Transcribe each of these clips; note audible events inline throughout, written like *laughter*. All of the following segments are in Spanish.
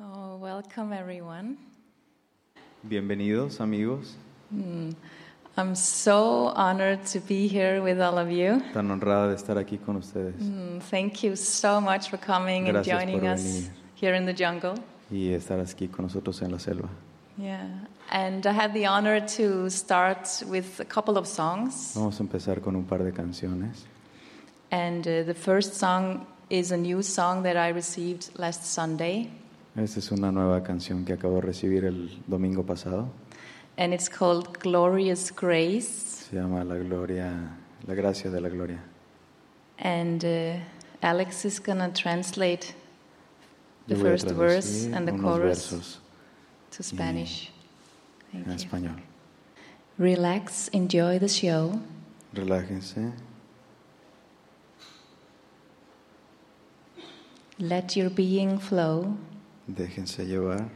Oh, Welcome, everyone. Bienvenidos amigos, hmm. I'm so honored to be here with all of you. tan honrada de estar aquí con ustedes Mm, Thank you so much for coming and Gracias por joining us venir. here in the jungle. y estar aquí con nosotros en la selva. Yeah. And I had the honor to start with a couple of songs. Vamos a empezar con un par de canciones. And uh, the first song is a new song that I received last Sunday, Esta es una nueva canción que acabo de recibir el domingo pasado. and it's called Glorious Grace. Se llama La Gloria, La Gracia de la Gloria. And uh, Alex is going to translate the Yo voy a first verse traducir and the unos chorus versos to Mm. Spanish. Thank en you. español. Relax, enjoy the show. Relájense, Let your being flow. déjense llevar,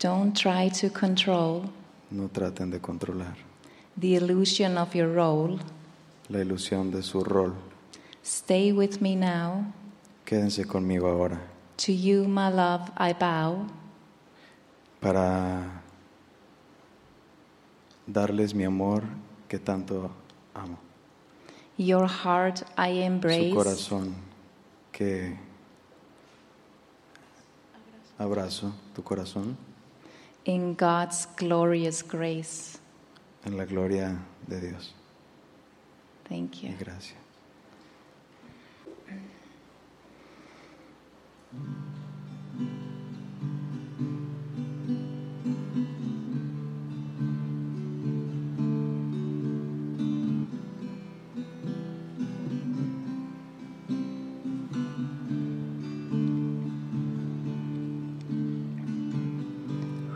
Don't try to control no traten de controlar the illusion of your role. la ilusión de su rol. Stay with me now. Quédense conmigo ahora To you, my love, I bow. para darles mi amor que tanto amo. Your heart I su embrace. corazón que abrazo tu corazón In God's glorious grace. en la gloria de Dios Thank y you. gracias.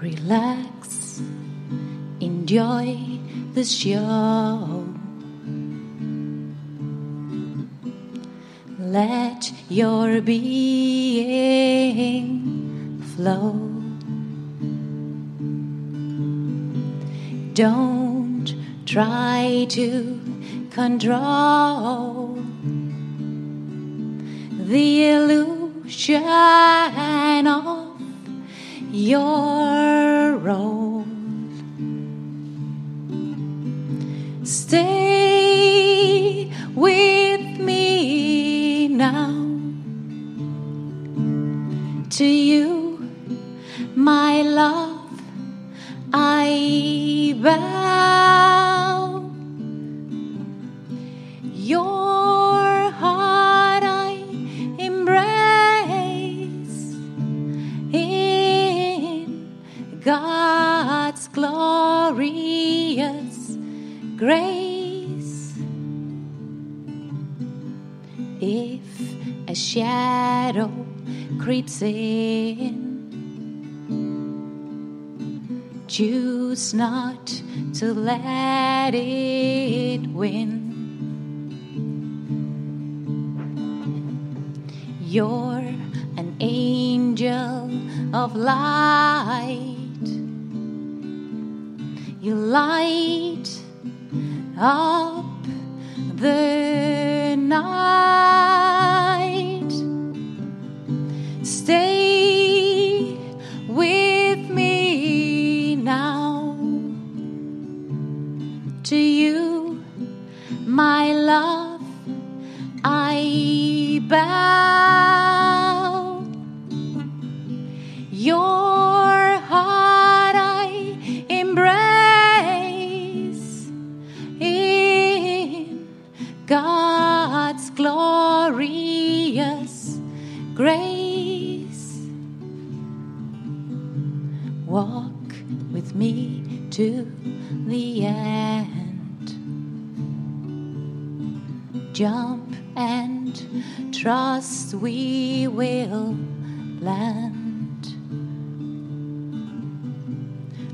Relax, enjoy the show. Let your being flow. Don't try to control the illusion of your role. Stay with me now. To you, my love, I bow. Your heart I embrace in God's glorious grace. If a shadow creeps in, choose not to let it win. You're an angel of light. You light up the night. Stay with me now. To you, my love. I bow. Your heart I embrace in God's glorious grace. Walk with me to the end jump and trust we will land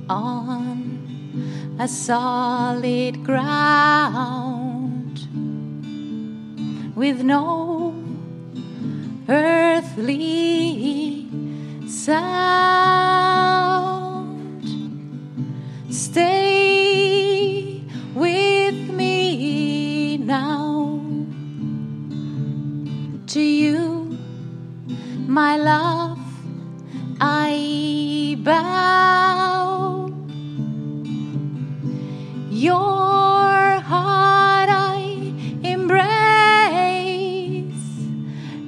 on a solid ground with no earthly sound stay with me now. To you, my love, I bow your heart I embrace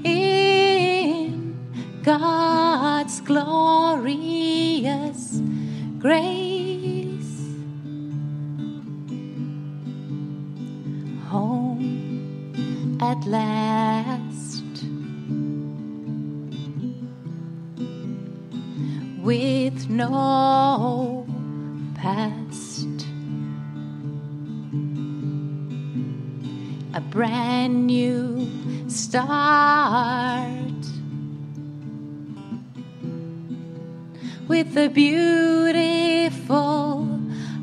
in God's glorious grace. Home at last with no past. a brand new start with a beautiful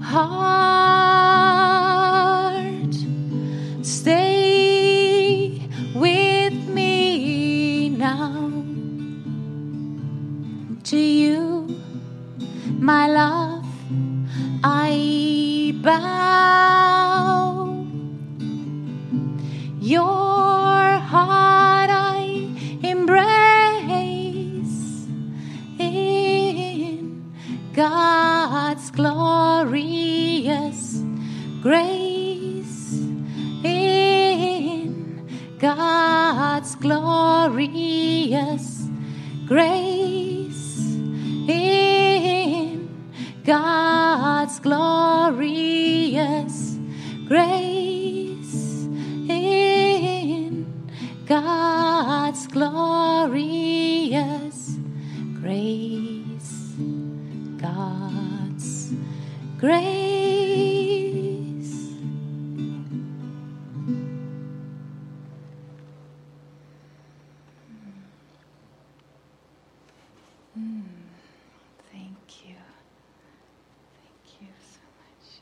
heart. Stay with me now to you, my love. I bow your heart I embrace in God's glorious grace, in God's glorious grace, in God's glorious grace in God's glorious grace, God's grace. Mm, Thank you. Thank you so much.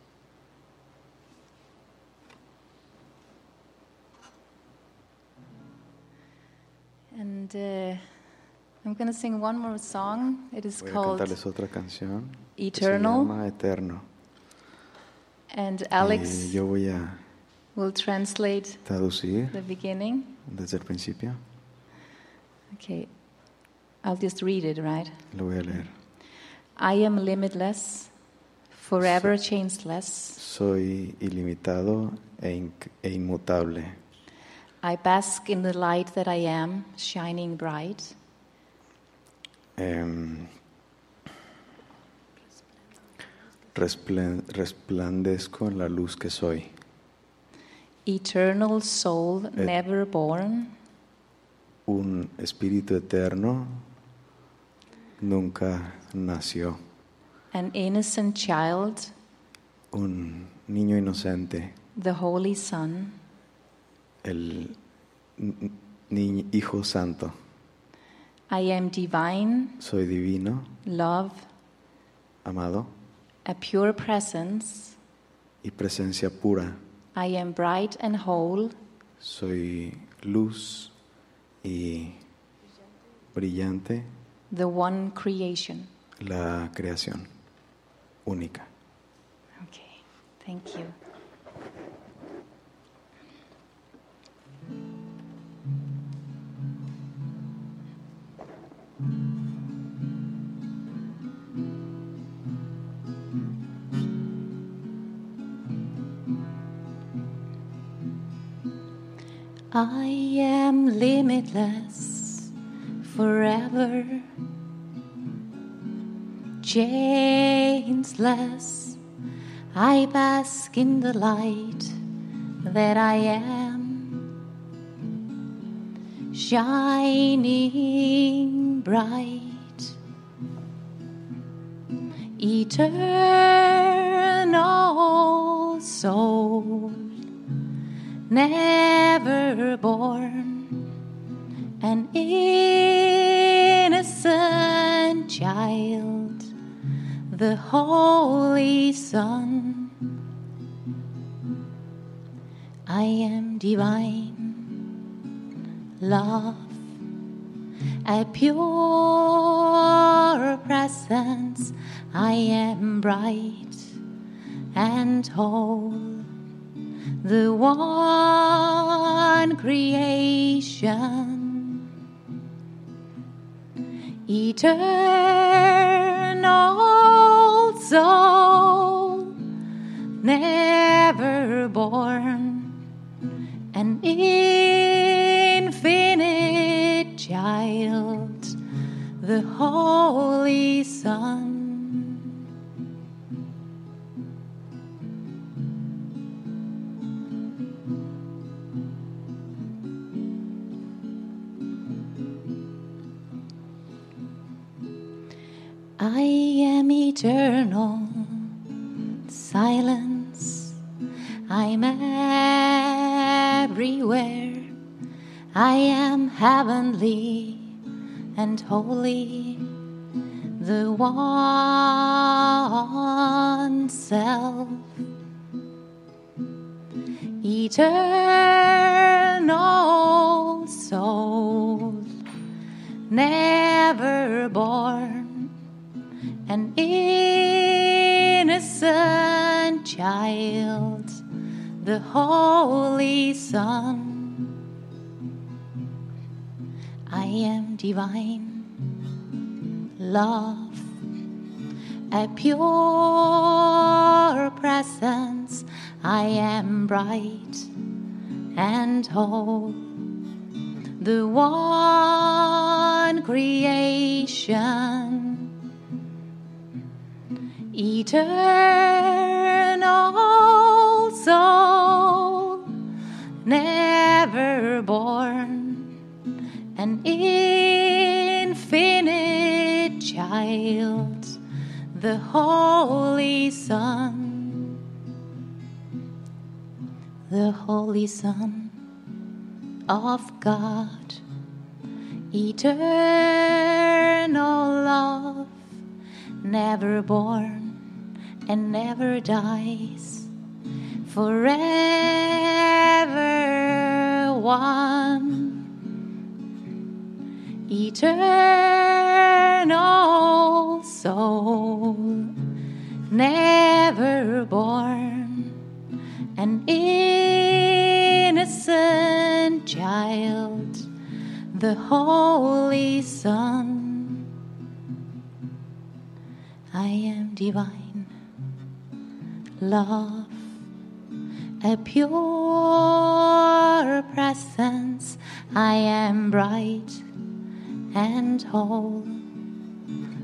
And uh, I'm going to sing one more song. It is Voy a called cantarles otra canción. que se Eternal. llama Eterno. And Alex Eh, yo voy a will translate traducir the beginning. desde el principio. Okay. I'll just read it, right? Lo voy a leer. I am limitless, forever changeless. Soy ilimitado e, inc- e inmutable. I bask in the light that I am, shining bright. Em, resplen- resplandezco en la luz que soy. Eternal soul, never born. Un espíritu eterno nunca nació. An innocent child, Un niño inocente. the Holy Son. El ni- ni- Hijo Santo. I am divine, Soy divino, love, amado a pure presence. y presencia pura. I am bright and whole, Soy luz y brillante, the one creation. la creación única. Okay, thank you. I am limitless forever, chainsless. I bask in the light that I am, shining bright, eternal soul, never born, an innocent child the Holy Son. I am divine, love, a pure presence. I am bright and whole, the one creation eternal never born, an infinite child, the Holy Son. I am eternal silence. I'm everywhere. I am heavenly and holy, the one self, eternal soul, never born an innocent child, the Holy Son. I am divine love, a pure presence. I am bright and whole, the one creation eternal soul, never born, an infinite child, the Holy Son, the Holy Son of God, eternal love never born and never dies, forever one, eternal soul, never born, an innocent child, the Holy Son. I am divine love, a pure presence. I am bright and whole,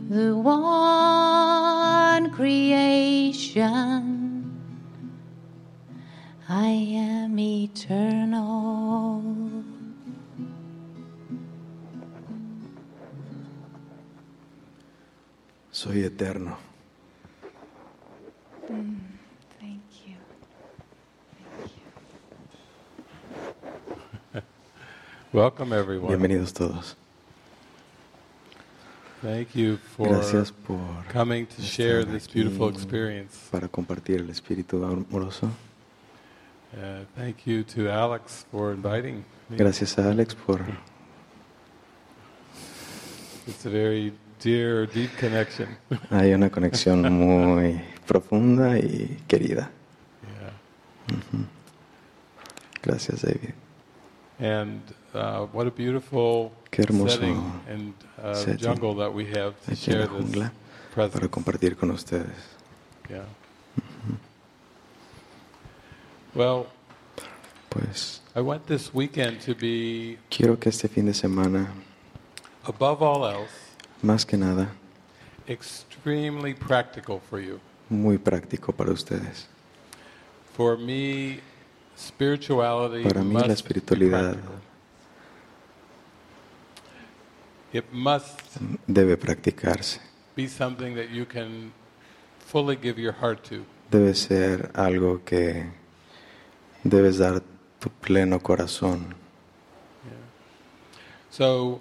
the one creation. I am eternal. Soy eterno. Mm, Thank you. Welcome, everyone. Bienvenidos todos. Thank you for Gracias por coming to share this beautiful experience. para compartir el espíritu amoroso. Uh, thank you to Alex for inviting me. Gracias a Alex por It's a very dear, deep connection. hay una conexión muy profunda y querida. Yeah. Gracias David. And uh, what a beautiful Qué hermoso setting and uh, setting. jungle that we have to aquí en la share this jungla para presence. compartir con ustedes. Yeah. Well, Pues I want this weekend to be, quiero que este fin de semana, above all else, más que nada, extremely practical for you. muy práctico para ustedes. For me, spirituality Para mí must la espiritualidad be practical. It must debe practicarse. be something that you can fully give your heart to. Debe ser algo que debes dar tu pleno corazón. So,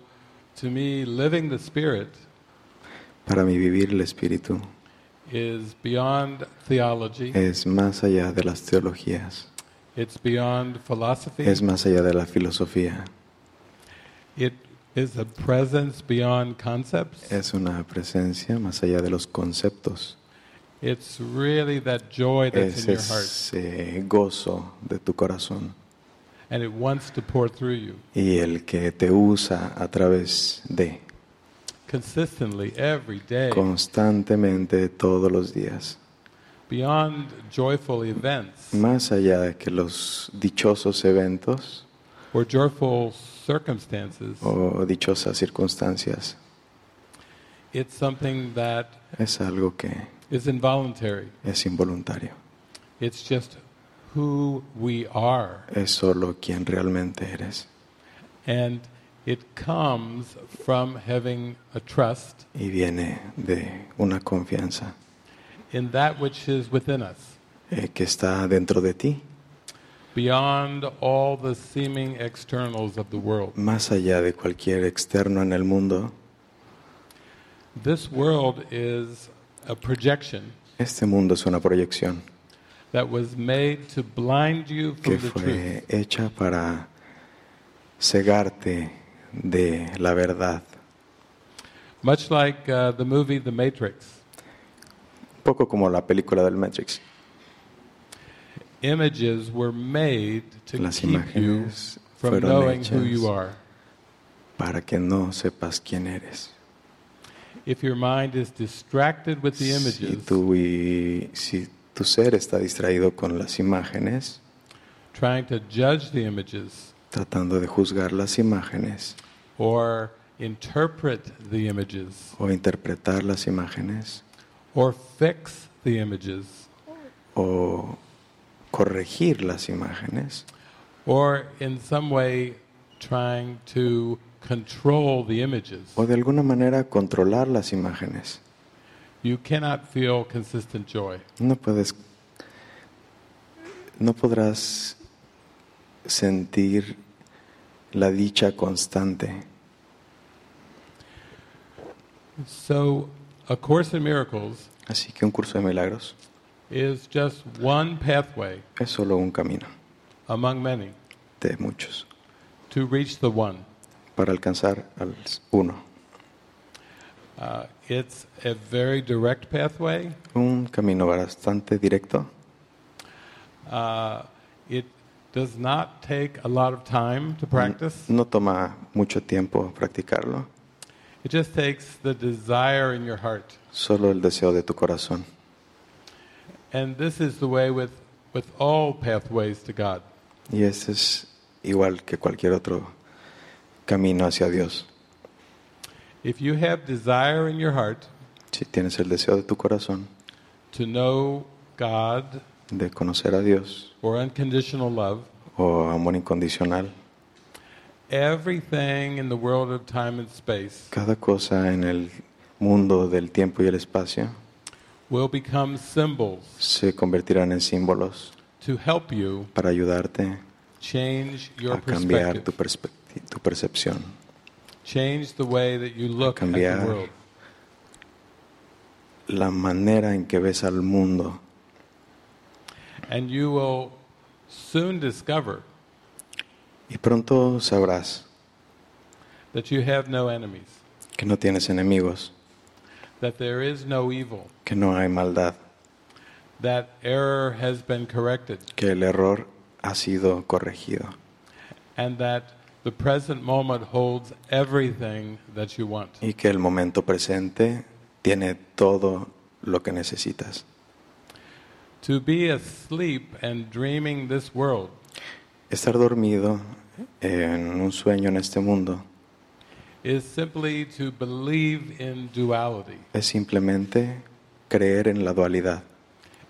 to me, living the Spirit Para mí vivir el espíritu is beyond theology. es más allá de las teologías, It's beyond philosophy. es más allá de la filosofía, It is a presence beyond concepts. es una presencia más allá de los conceptos, It's really that joy that's es in your heart, ese gozo de tu corazón and it wants to pour through you y el que te usa a través de consistently every day. constantemente todos los días. Beyond joyful events Más allá de que los dichosos eventos or joyful circumstances, o dichosas circunstancias it's something that es algo que is involuntary. es involuntario. It's just who we are. Es solo quien realmente eres. And it comes from having a trust Y viene de una confianza in that which is within us, eh, que está dentro de ti, beyond all the seeming externals of the world. más allá de cualquier externo en el mundo. This world is a projection Este mundo es una proyección that was made to blind you que from the truth. fue hecha para cegarte de la verdad. Much like uh, the movie The Matrix, Un poco como la película del Matrix. images were made to Las keep you imágenes from fueron knowing who you hechas are. para que no sepas quién eres. If your mind is distracted with the Si images, tu, y- si tu ser está distraído con las imágenes, trying to judge the images tratando de juzgar las imágenes or interpret the images o interpretar las imágenes or fix the images o corregir las imágenes or in some way trying to control the images, o de alguna manera controlar las imágenes, you cannot feel consistent joy. no puedes no podrás sentir la dicha constante. So, A Course in Miracles Así que un curso de milagros is just one pathway es solo un camino among many de muchos to reach the one. para alcanzar al uno. Uh, it's a very direct pathway. Un camino bastante directo Uh, it does not take a lot of time Mm-hmm. to practice. No toma mucho tiempo practicarlo, It just takes the desire in your heart. solo el deseo de tu corazón. And this is the way with, with all pathways to God. Y ese es igual que cualquier otro camino hacia Dios. If you have desire in your heart Si tienes el deseo de tu corazón to know God de conocer a Dios or unconditional love, o amor incondicional, everything in the world of time and space cada cosa en el mundo del tiempo y el espacio will become symbols se convertirán en símbolos to help you para ayudarte change your a cambiar tu, perspective, perspe- tu percepción, change the way that you look at the cambiar. world. la manera en que ves al mundo And you will soon discover y pronto sabrás that you have no enemies, que no tienes enemigos, that there is no evil, que no hay maldad, that error has been corrected, que el error ha sido corregido and that the present moment holds everything that you want. y que el momento presente tiene todo lo que necesitas. To be asleep and dreaming this world Estar dormido en un sueño en este mundo is simply to believe in duality es simplemente creer en la dualidad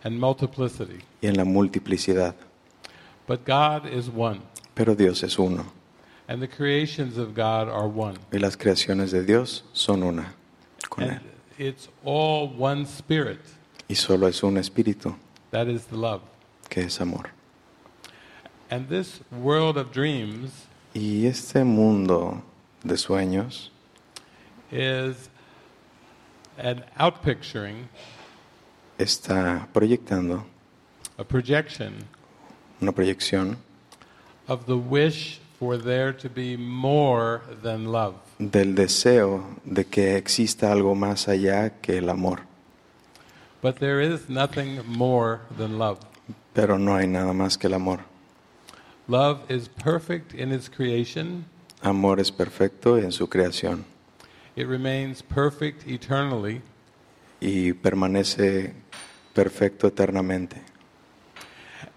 and multiplicity. y en la multiplicidad, But God is one, pero Dios es uno and the creations of God are one. y las creaciones de Dios son una con And Él it's all one spirit y solo es un espíritu that is the love. que es amor. And this world of dreams Y este mundo de sueños is an outpicturing, está proyectando a projection una proyección of the wish for there to be more than love. del deseo de que exista algo más allá que el amor, But there is nothing more than love. pero no hay nada más que el amor. Love is perfect in its creation. Amor es perfecto en su creación It remains perfect eternally. y permanece perfecto eternamente.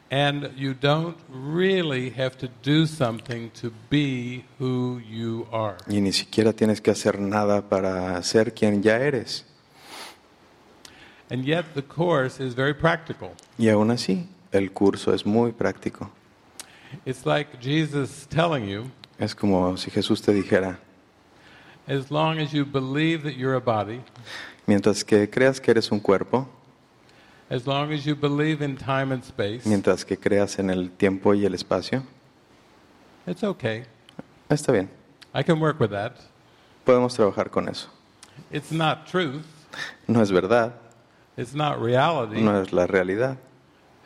And you don't really have to do something to be who you are. Y ni siquiera tienes que hacer nada para ser quien ya eres. And yet the Course is very practical. Y aún así, el curso es muy práctico. It's like Jesus telling you, Es como si Jesús te dijera, as long as you believe that you're a body, mientras que creas que eres un cuerpo, as long as you believe in time and space, mientras que creas en el tiempo y el espacio, it's okay. está bien, I can work with that. podemos trabajar con eso. It's not truth. No es verdad, It's not reality. no es la realidad,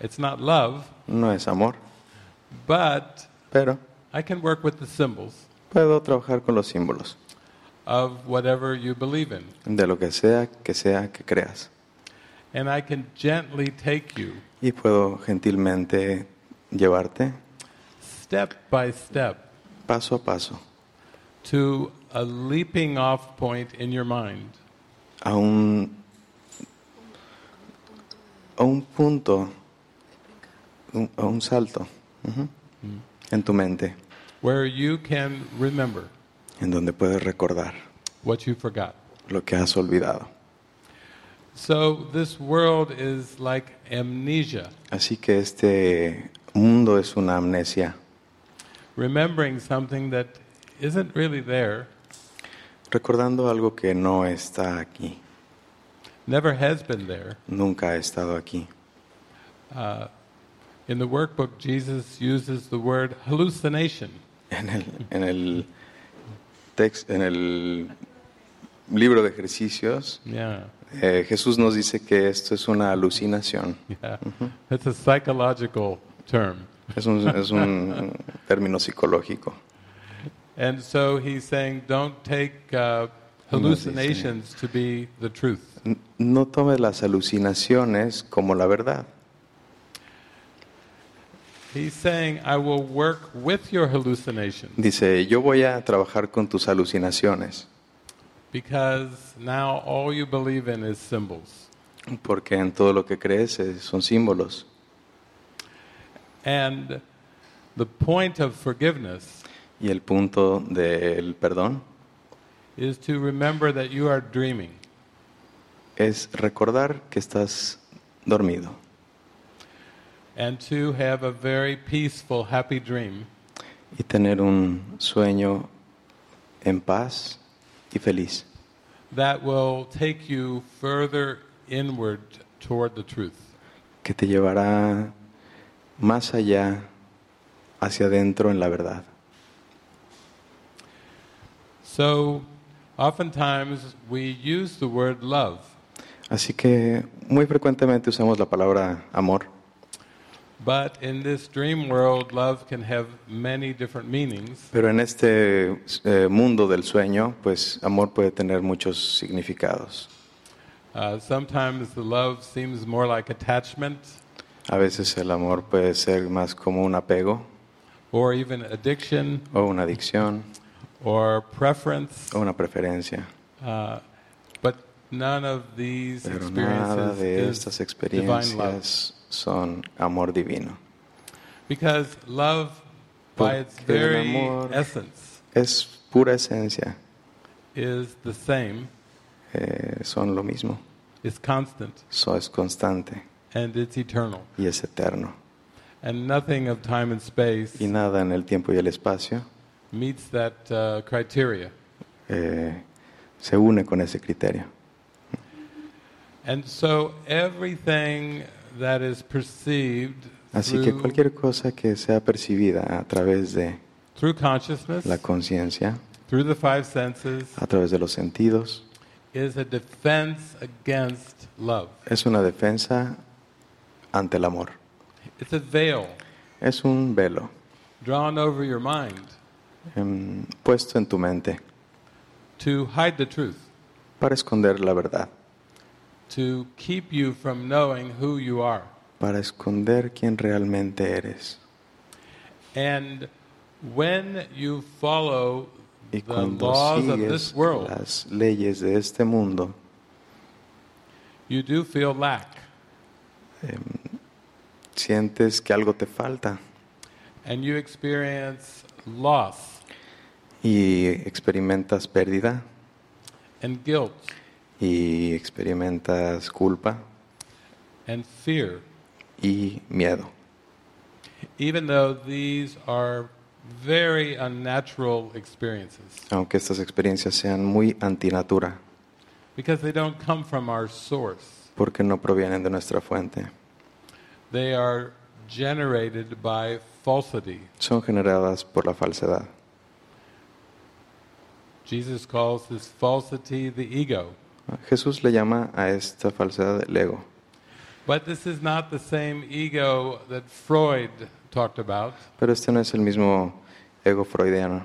It's not love. no es amor, But pero I can work with the symbols puedo trabajar con los símbolos of whatever you believe in. de lo que sea que sea que creas. And I can gently take you Y puedo gentilmente llevarte step by step paso a paso to a leaping off point in your mind a un, a un punto, un- a un salto ujú, en tu mente, where you can remember en donde puedes recordar what you forgot. lo que has olvidado. So this world is like amnesia, Así que este mundo es una amnesia, remembering something that isn't really there, recordando algo que no está aquí, never has been there. nunca ha estado aquí. Uh, in the workbook, Jesus uses the word hallucination. En el, en el text- en el libro de ejercicios, Yeah, eh, Jesús nos dice que esto es una alucinación. yeah. It's a psychological term. Es un, es un término psicológico. And so he's saying, don't take uh, hallucinations to be the truth. N- No tomes las alucinaciones como la verdad. He's saying, I will work with your hallucinations Dice, yo voy a trabajar con tus alucinaciones, because now all you believe in is symbols. porque en todo lo que crees eh, son símbolos. And the point of forgiveness Y el punto del perdón is to remember that you are dreaming. es recordar que estás dormido and to have a very peaceful, happy dream y tener un sueño en paz y feliz, that will take you further inward toward the truth. que te llevará más allá, hacia adentro en la verdad. So, oftentimes we use the word love, Así que muy frecuentemente usamos la palabra amor, but in this dream world, love can have many different meanings. pero en este eh, mundo del sueño, pues amor puede tener muchos significados. Uh, sometimes the love seems more like attachment A veces el amor puede ser más como un apego or even addiction o una adicción or preference, o una preferencia, uh, but none of these pero nada experiences de is estas divine love. experiencias son amor divino. Because love, by its Porque el very amor- essence, Es pura esencia, is the same, eh, son lo mismo, is constant, eso es constante and it's eternal. y es eterno. And nothing of time and space Y nada en el tiempo y el espacio meets that uh, criteria. eh, se une con ese criterio. And so everything that is perceived Así que through, cualquier cosa que sea percibida a través de through consciousness, la conciencia, through the five senses, a través de los sentidos, is a defense against love. es una defensa ante el amor. It's a veil Es un velo drawn over your mind em, puesto en tu mente to hide the truth. para esconder la verdad, to keep you from knowing who you are. para esconder quién realmente eres. And when you follow the Y cuando laws of this sigues world, las leyes de este mundo, you do feel lack. em, sientes que algo te falta and you experience loss y experimentas pérdida and guilt y experimentas culpa and fear, y miedo. even though these are very unnatural experiences Aunque estas experiencias sean muy antinatura, because they don't come from our source. porque no provienen de nuestra fuente, They are generated by falsity. son generadas por la falsedad. Jesus calls this falsity the ego. Jesús le llama a esta falsedad el ego, But this is not the same ego that Freud talked about, pero este no es el mismo ego freudiano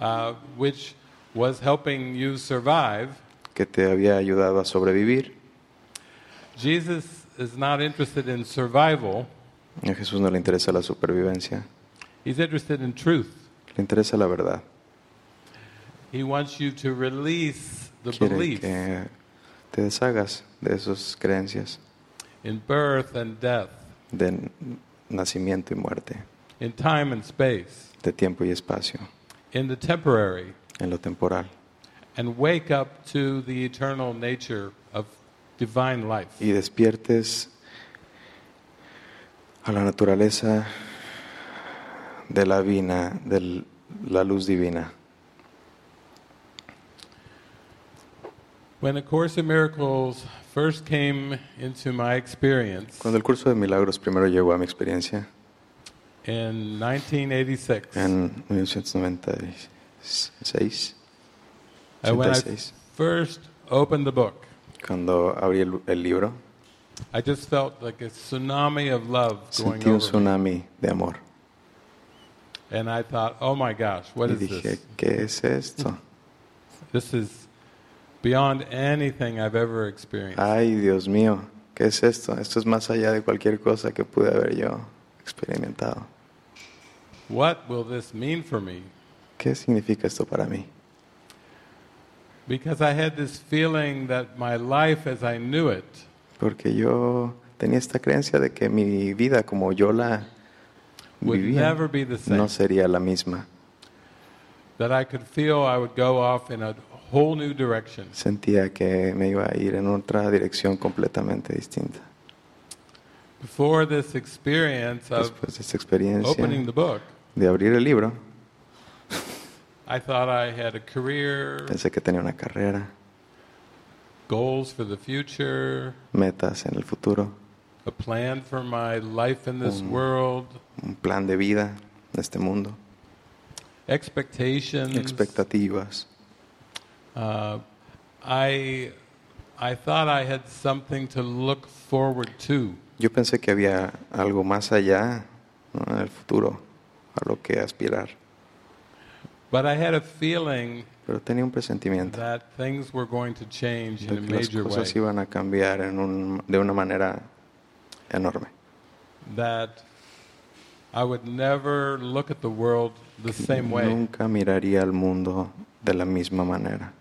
uh, which was helping you survive. que te había ayudado a sobrevivir. Jesus is not interested in survival, A Jesús no le interesa la supervivencia, he's interested in truth. le interesa la verdad. He wants you to release the Quiere belief que te deshagas de esas creencias in birth and death, de nacimiento y muerte, in time and space, de tiempo y espacio, in the temporary, en lo temporal. and wake up to the eternal nature of divine life. y despiertes a la naturaleza de la vina, de la luz divina. When A Course in Miracles first came into my experience Cuando el curso de milagros primero llegó a mi experiencia, in 1986, en 1996, and uh, when I 86, first opened the book, cuando abrí el, el libro, I just felt like a tsunami of love going sentí un over me. tsunami de amor. And I thought, oh my gosh, what Y is dije, this? ¿qué es esto? This is beyond anything I've ever experienced. Ay, Dios mío, ¿qué es esto? Esto es más allá de cualquier cosa que pude haber yo experimentado. What will this mean for me? ¿Qué significa esto para mí? Because I had this feeling that my life as I knew it Porque yo tenía esta creencia de que mi vida como yo la would vivía never be the same. no sería la misma. That I could feel I would go off in a whole new direction. Sentía que me iba a ir en otra dirección completamente distinta. Before this experience of Después de esta experiencia Uh, opening the book, de abrir el libro, I thought I had a career, pensé que tenía una carrera, goals for the future, metas en el futuro, a plan for my life in this world, un plan de vida en este mundo, expectations. expectativas. Uh, I, I thought I had something to look forward to. Yo pensé que había algo más allá ¿no? en el futuro, a lo que aspirar, But I had a feeling pero tenía un presentimiento. that things were going to change in a de que las major way. cosas iban a cambiar en un- de una manera enorme. That I would never look at the world the same way. Nunca miraría al mundo de la misma manera,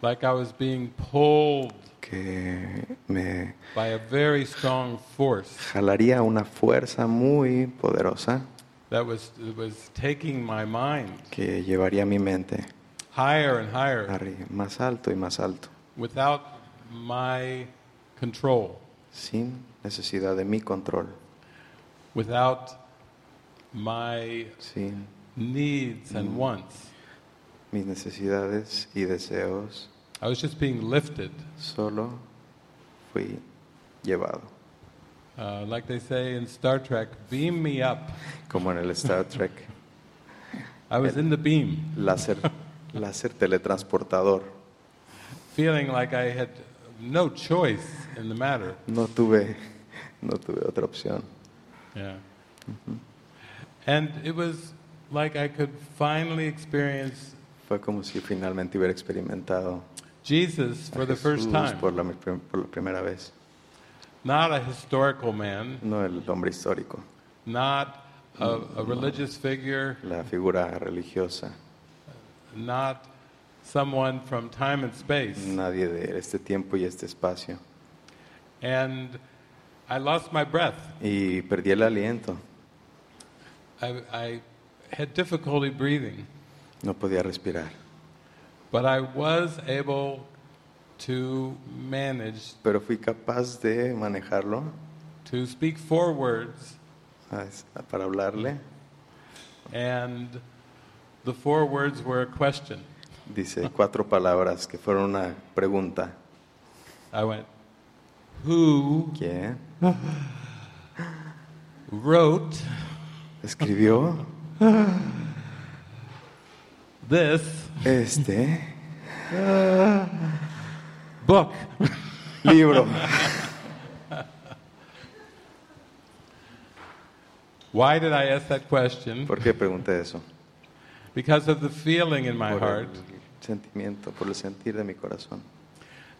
Like I was being pulled que me by a very strong force jalaría una fuerza muy poderosa that was, that was taking my mind que llevaría mi mente higher and higher arriba, más alto y más alto, without my control, sin necesidad de mi control, without my sin needs Mm. and wants. mis necesidades y deseos, I was just being lifted, solo fui llevado. uh, like they say in Star Trek, beam me up. Como en el Star Trek, I was in the beam, láser, láser teletransportador. feeling like I had no choice in the matter. No tuve, no tuve otra opción. Yeah. Mm-hmm. And it was like I could finally experience Fue como si finalmente hubiera experimentado Jesus a for the first Jesús time. Por, la, por la primera vez. Not a historical man, No el hombre histórico, not a, a religious figure, la figura religiosa, not someone from time and space. nadie de este tiempo y este espacio. and I lost my breath. y perdí el aliento, I, I had difficulty breathing, no podía respirar. but I was able to manage Pero fui capaz de manejarlo to speak four words, a- a- para hablarle. and the four words were a question. Dice cuatro palabras que fueron una pregunta. I went, Who ¿Quién wrote escribió this este book? libro? Why did I ask that question? ¿Por qué pregunté eso? Because of the feeling in my Por heart el sentimiento, por el sentir de mi corazón.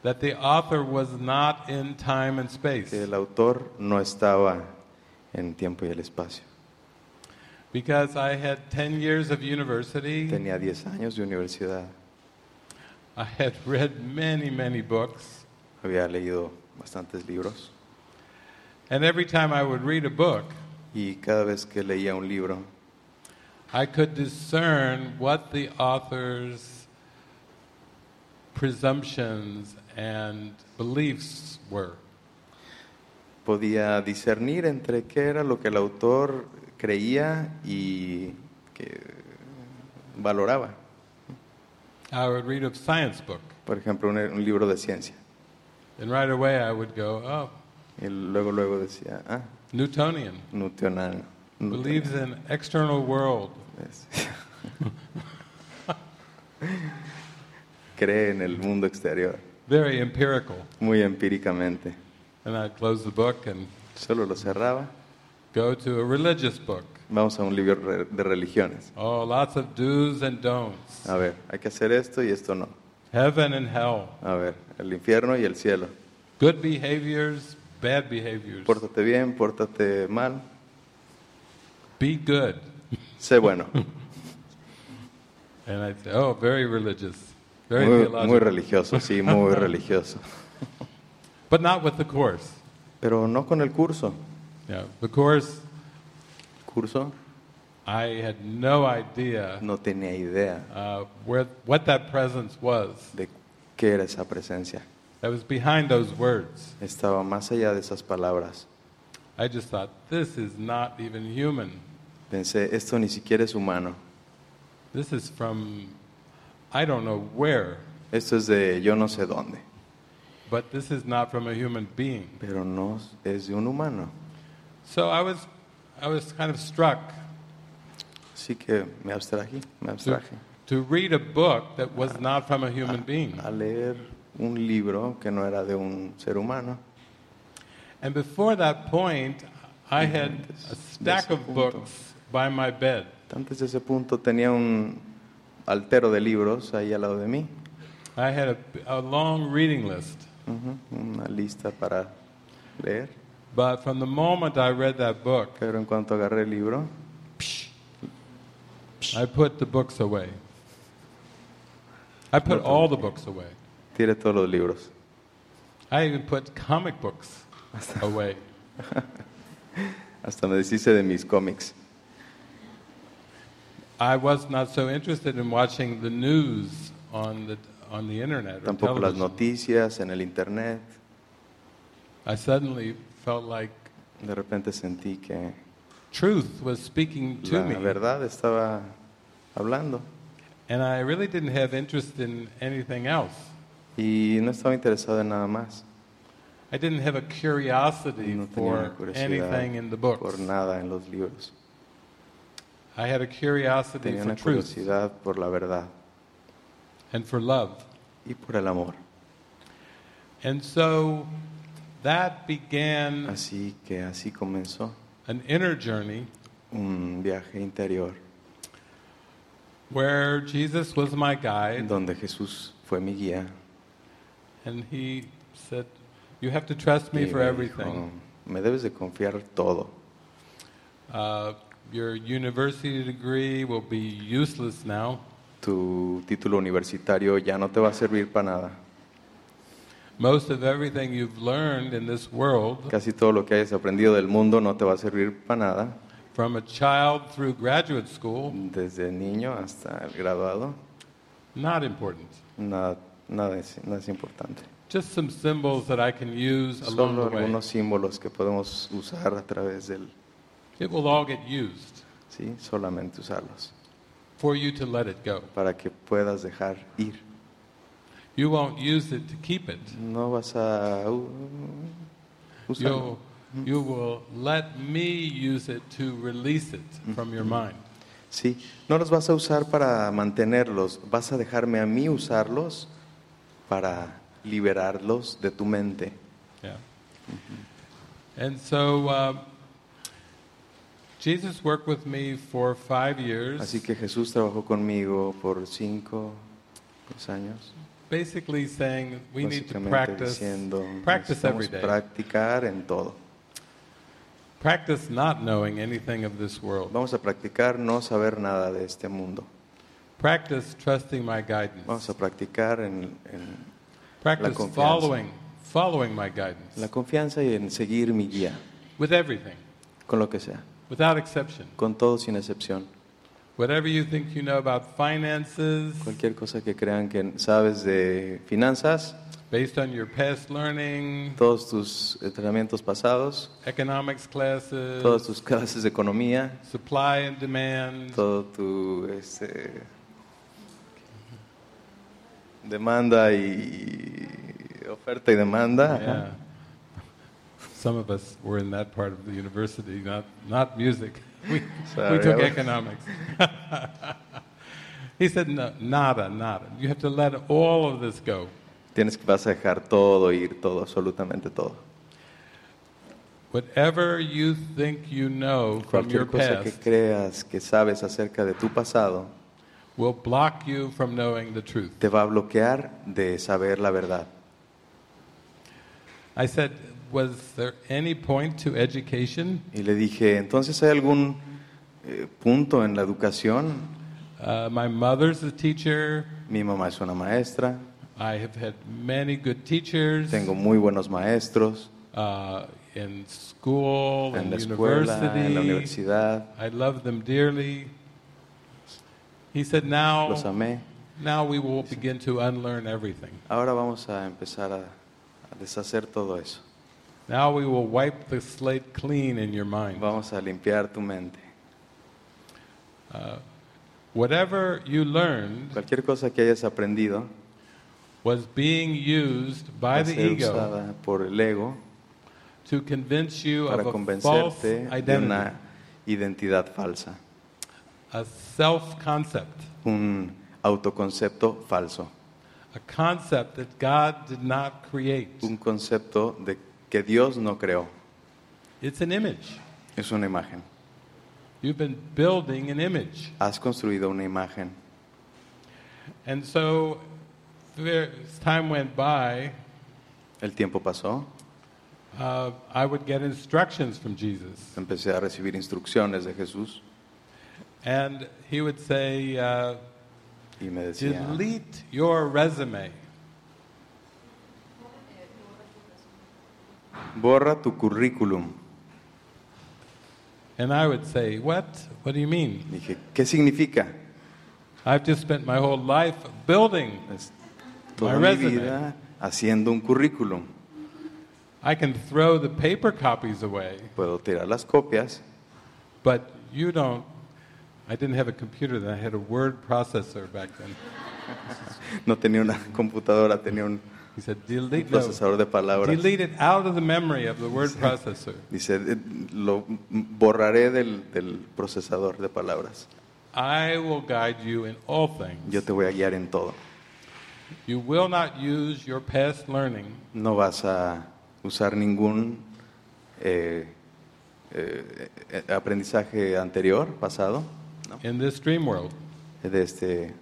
that the author was not in time and space. Que el autor no estaba en tiempo y el espacio. Because I had 10 years of university, Tenía 10 años de universidad, I had read many, many books, había leído bastantes libros and every time I would read a book, y cada vez que leía un libro I could discern what the author's presumptions and beliefs were. podía discernir entre qué era lo que el autor creía y que valoraba. I would read a science book, Por ejemplo, un, un libro de ciencia. and right away I would go, oh, Y luego, luego decía, ah, Newtonian, Newtonal. believes in external world, Cree en el mundo exterior, *laughs* very empirical. muy empíricamente. And I'd close the book and Solo lo cerraba. go to a religious book. Vamos a un libro re- de religiones. Oh, lots of do's and don'ts. A ver, hay que hacer esto y esto no. Heaven and hell. A ver, el infierno y el cielo. Good behaviors, bad behaviors. Pórtate bien, pórtate mal, Be good. sé bueno. And I'd say, oh, very religious. *laughs* Very Muy, theological. muy religioso, *laughs* sí, muy religioso. But not with the Course. Pero no con el curso. Yeah, the Course, Curso I had no idea no tenía idea uh, where, what that presence was de qué era esa presencia. that was behind those words. Estaba más allá de esas palabras. I just thought, this is not even human. Pensé, esto ni siquiera es humano. This is from I don't know where, Esto es de yo no sé dónde. but this is not from a human being. Pero no es de un humano. So I was, I was kind of struck Así que me abstraje, me to, abstraje. to read a book that was not from a human being. A leer un libro que no era de un ser humano. And before that point, I Mm-hmm. had a stack of books by my bed. Antes de ese punto tenía un altero de libros ahí al lado de mí. I had a, a long reading list. Ujú, Una lista para leer. But from the moment I read that book, Pero en cuanto agarré el libro, I put the books away. I put all the books away. tiré todos los libros. I even put comic books away. *laughs* Hasta me deshice de mis cómics. I was not so interested in watching the news on the, on the internet or Tampoco las television. noticias en el internet. I suddenly felt like De repente sentí que truth was speaking to la me. verdad estaba hablando. And I really didn't have interest in anything else. Y no estaba interesado en nada más. I didn't have a curiosity No tenía for una curiosidad anything in the por books. nada en los libros. I had a curiosity Tenía for una truth curiosidad por la verdad and for love. y por el amor. And so that began Así que así comenzó an inner journey un viaje interior where Jesus was my guide donde Jesús fue mi guía. and he said, You have to trust Y me for me everything. dijo, me debes de confiar todo. Uh, your university degree will be useless now. Tu título universitario ya no te va a servir para nada. Most of everything you've learned in this world, Casi todo lo que hayas aprendido del mundo no te va a servir para nada, from a child through graduate school, desde niño hasta el graduado. not important. Nada, nada, es, nada es importante. Just some symbols that I can use along Solo the way. algunos símbolos que podemos usar a través del... It will all get used ¿sí? Solamente usarlos for you to let it go. para que puedas dejar ir. You won't use it to keep it. No vas a u- usarlo. You'll, Mm-hmm. you will let me use it to release it Mm-hmm. from your mind. Sí, no los vas a usar para mantenerlos, vas a dejarme a mí usarlos para liberarlos de tu mente. Yeah. And so uh, Jesus worked with me for five years, Así que Jesús trabajó conmigo por cinco dos años, basically saying we need to básicamente practice, diciendo, practice every necesitamos day. practicar en todo. practice not knowing anything of this world. Vamos a practicar no saber nada de este mundo. Practice trusting my guidance. Vamos a practicar en, en Practice confianza. following, following my guidance la confianza y en seguir mi guía, with everything, con lo que sea, without exception. con todo sin excepción. Whatever you think you know about finances, Cualquier cosa que crean que sabes de finanzas, based on your past learning, todos tus entrenamientos pasados, economics classes, todas tus clases de economía, supply and demand, todo tu este, demanda y oferta y demanda. Yeah. ajá. Some of us were in that part of the university, not, not music. *laughs* We, we Sorry, took I was- economics. *laughs* he said, no, nada, nada. You have to let all of this go. Tienes que vas a dejar todo, ir todo, absolutamente todo. Whatever you think you know from your Cualquier cosa que past creas que sabes acerca de tu pasado will block you from knowing the truth. te va a bloquear de saber la verdad. I said, was there any point to education? Y le dije, entonces hay algún eh, punto en la educación. Uh, my mother's a teacher. Mi mamá es una maestra, I have had many good teachers. tengo muy buenos maestros uh, in school en and la escuela, en la university. universidad, I love them dearly. He said, now, los amé. now we will begin to unlearn everything. Ahora vamos a empezar a, a deshacer todo eso. Now we will wipe the slate clean in your mind. Vamos a limpiar tu mente. Uh, whatever you learned Cualquier cosa que hayas aprendido was being used va by a the ser ego usada por el ego to convince you of para a false convencerte de identity, una identidad falsa, a self concept, un autoconcepto falso, a concept that God did not create. un concepto de que Dios no creó. It's an image. Es una imagen. You've been building an image. Has construido una imagen. And so, there- as time went by, El tiempo pasó, uh, I would get instructions from Jesus. empecé a recibir instrucciones de Jesús And he would say, uh, y me decía, Delete your resume. borra tu currículum. And I would say, What? What do you mean? Dije, ¿qué significa? I've just spent my whole life building. Es toda My mi resume. vida haciendo un currículum. I can throw the paper copies away, Puedo tirar las copias, but you don't. I didn't have a computer then, I had a word processor back *laughs* then. no tenía una *laughs* computadora, tenía un He said, Delete, no, procesador de palabras. delete it out of the memory of the word processor. Dice, "Eh, lo borraré del, del procesador de palabras. I will guide you in all things. Yo te voy a guiar en todo. You will not use your past learning No vas a usar ningún eh, eh, eh, aprendizaje anterior, pasado, in this dream world. de este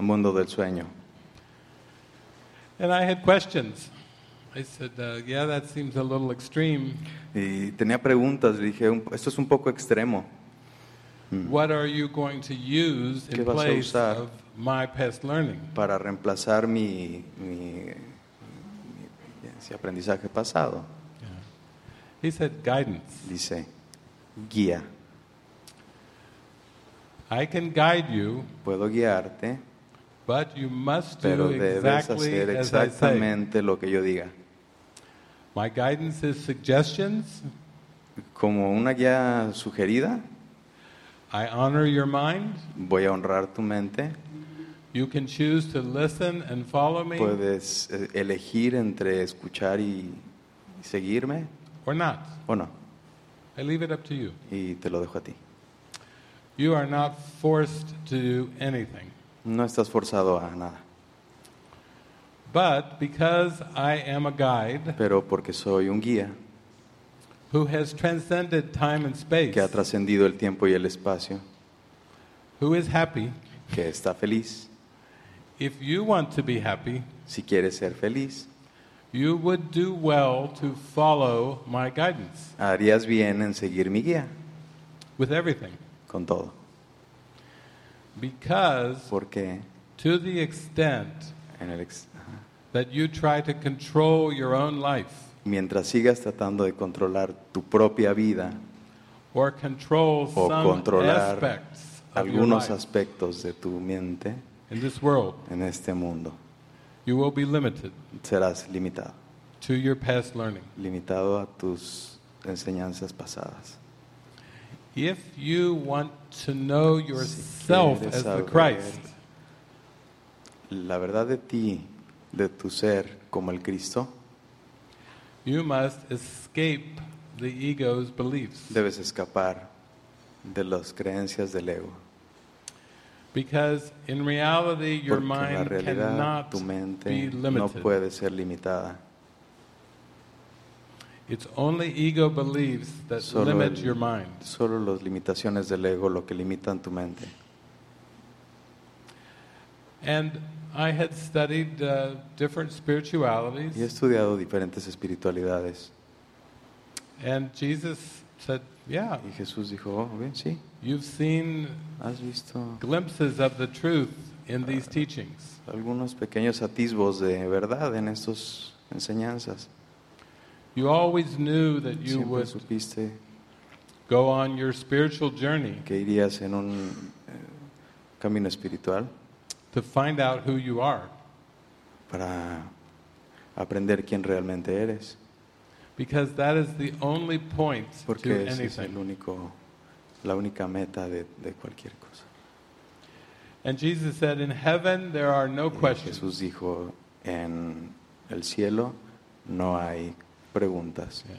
mundo del sueño. And I had questions. I said, uh, Yeah, that seems a little extreme. Y tenía preguntas, le dije, "Un- esto es un poco extremo. What are you going to use Hmm. ¿Qué in vas a place usar? of my past learning? para reemplazar mi, mi, mi Yes, y aprendizaje pasado. He said guidance. Dice, guía. I can guide you, Puedo guiarte, but you must pero do debes exactly hacer as I say. exactamente lo que yo diga. My guidance is suggestions. Como una guía sugerida, I honor your mind. voy a honrar tu mente. You can choose to listen and follow me Puedes eh, elegir entre escuchar y y seguirme or not. o no. I leave it up to you. Y te lo dejo a ti. You are not forced to do anything. No estás forzado a nada. But because I am a guide Pero porque soy un guía who has transcended time and space, que ha trascendido el tiempo y el espacio, who is happy, que está feliz. if you want to be happy, Si quieres ser feliz, you would do well to follow my guidance harías bien en seguir mi guía with everything. con todo. Because Porque to the extent en el ex- ajá. that you try to control your own life mientras sigas tratando de controlar tu propia vida or control o some controlar aspects of your algunos life aspectos de tu mente in this world, en este mundo, you will be limited serás limitado, to your past learning. limitado a tus enseñanzas pasadas. If you want to know yourself quieres as the saber- Christ, La verdad de ti, de tu ser como el Cristo, you must escape the ego's beliefs. debes escapar de las creencias del ego. Because in reality, your Porque la mind realidad, cannot tu mente be no limited. puede ser limitada. It's only ego beliefs that Solo limit el- your mind. Solo las limitaciones del ego lo que limitan tu mente. And I had studied uh, different Y he spiritualities, estudiado diferentes espiritualidades. and Jesus said, Yeah, Y Jesús dijo, "Oh, bien, sí, you've seen has visto Uh, glimpses of the truth in these teachings. algunos pequeños atisbos de verdad en estas enseñanzas. You always knew that you Siempre would supiste go on your spiritual journey que irías en un eh, camino espiritual to find out who you are, para aprender quién realmente eres. because that is the only point Porque to ese es el anything. único, la única meta de, de cualquier cosa. And Jesus said, In heaven, there are no Y questions. Jesús dijo, en el cielo no hay preguntas. Yeah.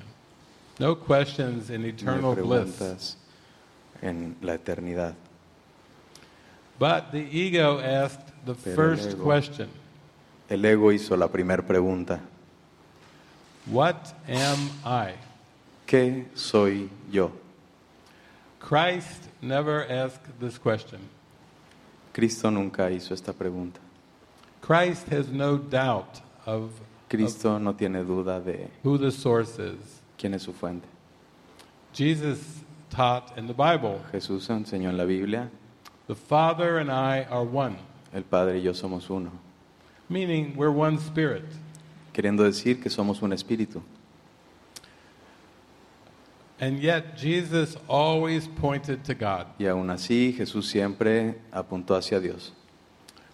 No questions in No hay eternal bliss. preguntas en la eternidad. But the ego asked the Pero el first ego- question El ego hizo la primera pregunta. What am I? ¿Qué soy yo? Christ never asked this question. Cristo nunca hizo esta pregunta. Christ has no doubt of, of Cristo no tiene duda de who the source is. quién es su fuente. Jesus taught in the Bible, Jesús enseñó en la Biblia, the Father and I are one, el Padre y yo somos uno, meaning we're one spirit. queriendo decir que somos un espíritu. And yet Jesus always pointed to God. Y aún así Jesús siempre apuntó hacia Dios.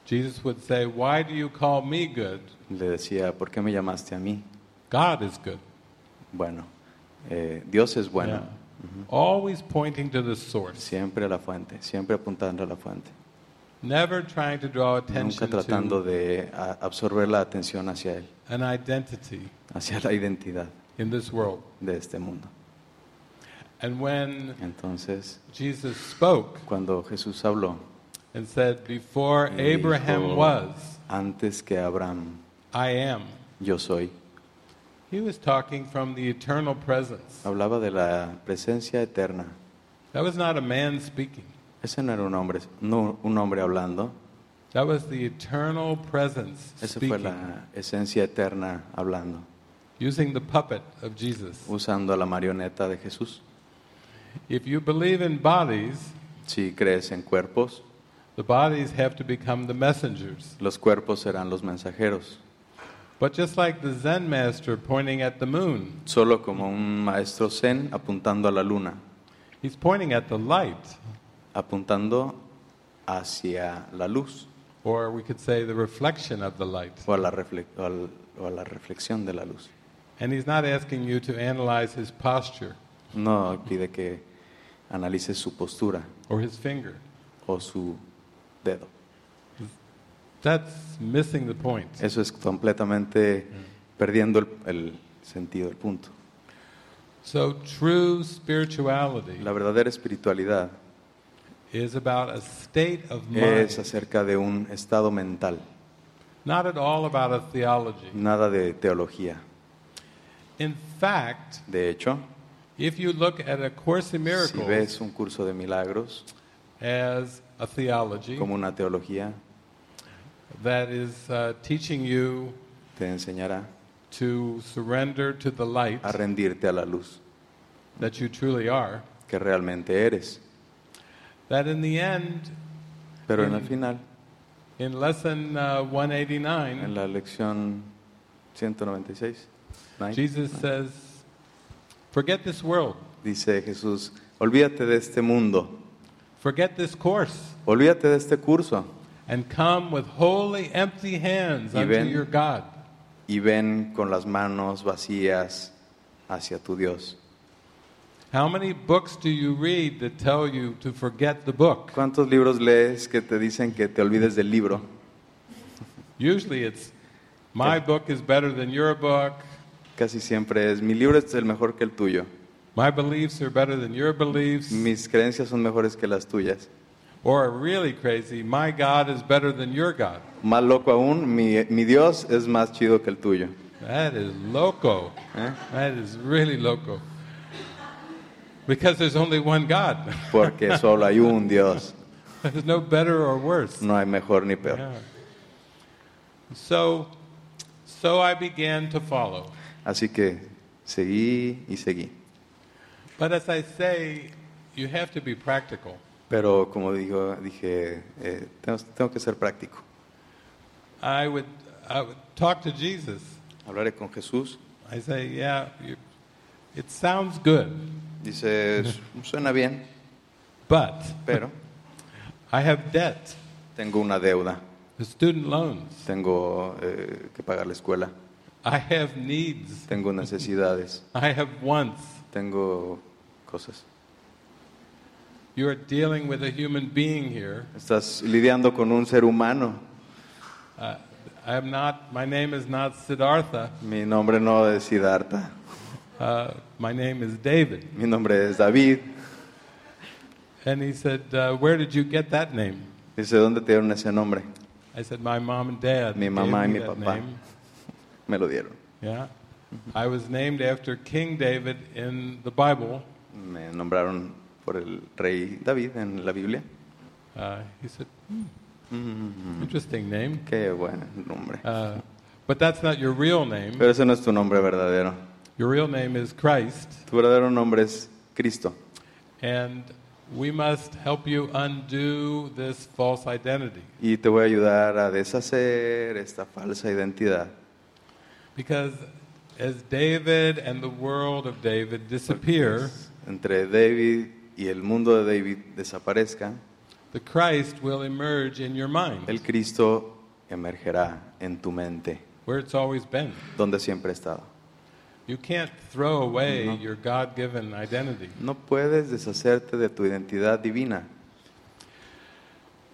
Jesus would say, Why do you call me good? Le decía, ¿por qué me llamaste a mí? God is good. Bueno, eh, Dios es bueno, Yeah. Always pointing to the source, siempre a la fuente, siempre apuntando a la fuente, never trying to draw nunca attention tratando to de a- absorber la atención hacia Él, an identity hacia la identidad in this world. de este mundo. And when Entonces, Jesus spoke cuando Jesús habló, and said, Before Dijo, Abraham was, antes que Abraham, I am. yo soy, He was talking from the eternal presence. hablaba de la presencia eterna. That was not a man speaking. Ese no era un hombre, no, un hombre hablando, That was the eternal presence esa fue speaking, la esencia eterna hablando, using the puppet of Jesus. usando la marioneta de Jesús. If you believe in bodies, Si crees en cuerpos, the bodies have to become the messengers. los cuerpos serán los mensajeros. But just like the Zen master pointing at the moon, solo como un maestro zen apuntando a la luna, he's pointing at the light, apuntando hacia la luz or we could say the reflection of the light. o a la, refle- o al- o a la reflexión de la luz. And he's not asking you to analyze his posture No pide que analices su postura or his finger. o su dedo. That's missing the point. Eso es completamente perdiendo el, el sentido, el punto. So true spirituality La verdadera espiritualidad is about a state of es mind, acerca de un estado mental, not at all about a theology. nada de teología. In fact, De hecho, if you look at a Course in si Miracles ves un curso de milagros as a theology como una teología, that is uh, teaching you te enseñará to surrender to the light a rendirte a la luz that you truly are, que realmente eres. that in the end, Pero en el final, in lesson uh, 189, en la lección 196, nine, Jesus says, forget this world, dice Jesús, olvídate de este mundo, forget this course, olvídate de este curso and come with wholly empty hands Y unto ven- your God. y ven con las manos vacías hacia tu Dios. How many books do you read that tell you to forget the book? ¿Cuántos libros lees que te dicen que te olvides del libro? Usually it's, my book is better than your book, Casi siempre es, mi libro es el mejor que el tuyo, my beliefs are better than your beliefs, mis creencias son mejores que las tuyas. or really crazy, my God is better than your God. Más loco aún, mi, mi Dios es más chido que el tuyo. That is loco. ¿eh? That is really loco. Because there's only one God. *laughs* Porque solo hay un Dios, There's no better or worse. no hay mejor *laughs* ni peor. Yeah. So, so I began to follow. Así que seguí y seguí. But as I say, you have to be practical. Pero como digo, dije, eh, tengo, tengo que ser práctico. I would, I would talk to Jesus. Hablaré con Jesús. I say, yeah, you, it sounds good, Dice, suena bien, but pero I have debt, tengo una deuda. the student loans. Tengo eh, que pagar la escuela. I have needs. Tengo necesidades. I have wants. Tengo cosas. You are dealing with a human being here. Estás lidiando con un ser humano. Uh, I am not. My name is not Siddhartha. Mi nombre no es Siddhartha. Uh, my name is David. Mi nombre es David. And he said, uh, "Where did you get that name?" Dice, ¿dónde te dieron ese nombre? I said, "My mom and dad." Mi gave mamá y me mi that papá. Mm-hmm. name." Me lo dieron. Yeah. I was named after King David in the Bible. Me nombraron por el rey David en la Biblia. Uh, he said, Mm, "Interesting name." qué buen nombre. Uh, but that's not your real name. Pero ese no es tu nombre verdadero. Your real name is Christ, Tu verdadero nombre es Cristo. and we must help you undo this false identity. Y te voy a ayudar a deshacer esta falsa identidad. Because as David and the world of David disappear, Entre David y el mundo de David desaparezca, the Christ will emerge in your mind, el Cristo emergerá en tu mente, where it's always been. donde siempre ha estado. You can't throw away your God given identity. No puedes deshacerte de tu identidad divina.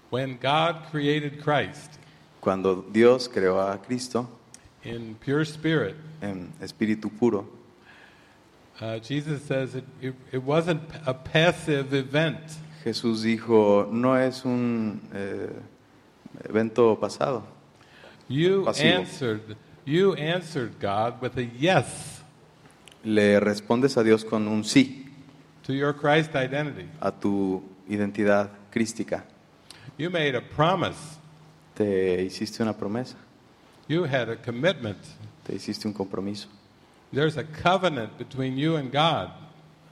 When God created Christ Cuando Dios creó a Cristo in pure spirit, en espíritu puro, uh, Jesus says it, it, it wasn't a passive event, Jesús dijo, no es un eh, evento pasado. You Pasivo. answered, you answered God with a yes Le respondes a Dios con un sí to your Christ identity. a tu identidad crística. You made a promise. Te hiciste una promesa, You had a commitment. te hiciste un compromiso. There's a covenant between you and God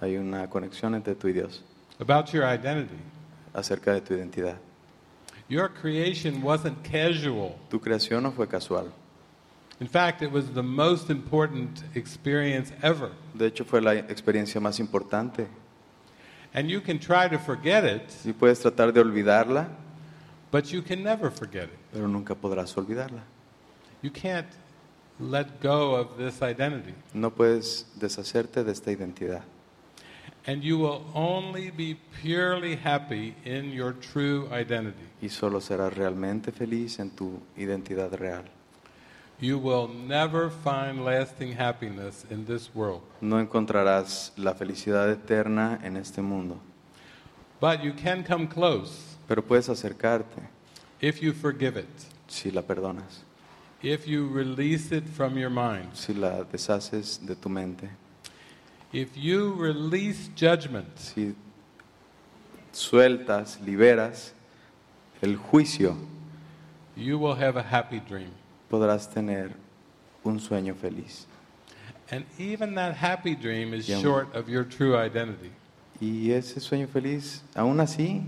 Hay una conexión entre tú y Dios about your identity. acerca de tu identidad. Your creation wasn't casual. Tu creación no fue casual. In fact, it was the most important experience ever. De hecho, fue la experiencia más importante. And you can try to forget it, Y puedes tratar de olvidarla, but you can never forget it. pero nunca podrás olvidarla. You can't let go of this identity. No puedes deshacerte de esta identidad. And you will only be purely happy in your true identity. Y solo serás realmente feliz en tu identidad real. You will never find lasting happiness in this world. No encontrarás la felicidad eterna en este mundo, But you can come close pero puedes acercarte if you forgive it, si la perdonas, if you release it from your mind, si la deshaces de tu mente, if you release judgment, si sueltas, liberas el juicio, you will have a happy dream. podrás tener un sueño feliz. And even that happy dream is Yeah. short of your true identity. Y ese sueño feliz, aún así,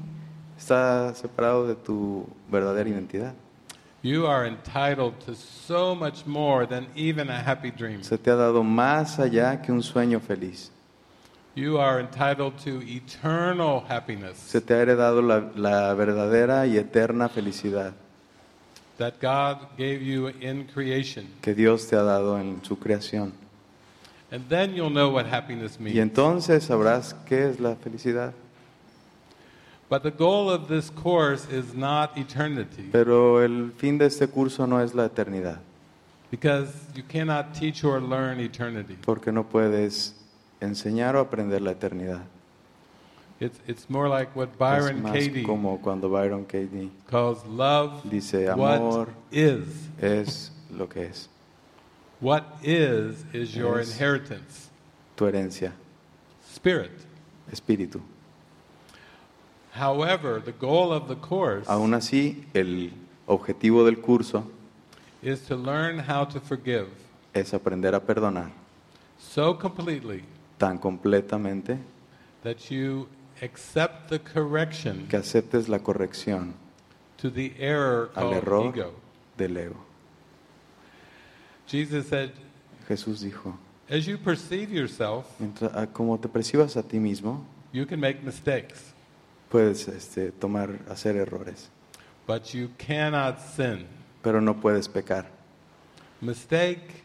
está separado de tu verdadera identidad. You are entitled to so much more than even a happy dream. Se te ha dado más allá que un sueño feliz. You are entitled to eternal happiness Se te ha heredado la, la verdadera y eterna felicidad that God gave you in creation. que Dios te ha dado en su creación. And then you'll know what happiness Y means. entonces sabrás qué es la felicidad. But the goal of this course is not eternity Pero el fin de este curso no es la eternidad, because you cannot teach or learn eternity. porque no puedes enseñar o aprender la eternidad. It's, it's more like what es Byron más Katie como cuando Byron Katie calls love dice, what amor is. es lo que es, What is is your Es- inheritance, tu herencia, spirit. espíritu. However, the goal of the course Aún así, el objetivo del curso is to learn how to forgive es aprender a perdonar so completely tan completamente that you accept the correction que aceptes la corrección to the error al called error Oh, ego. del ego. Jesus said, Jesús dijo, as you perceive yourself, mientras, ah, como te percibas a ti mismo, you can make mistakes, puedes este, tomar, hacer errores, but you cannot sin. pero no puedes pecar. Mistake,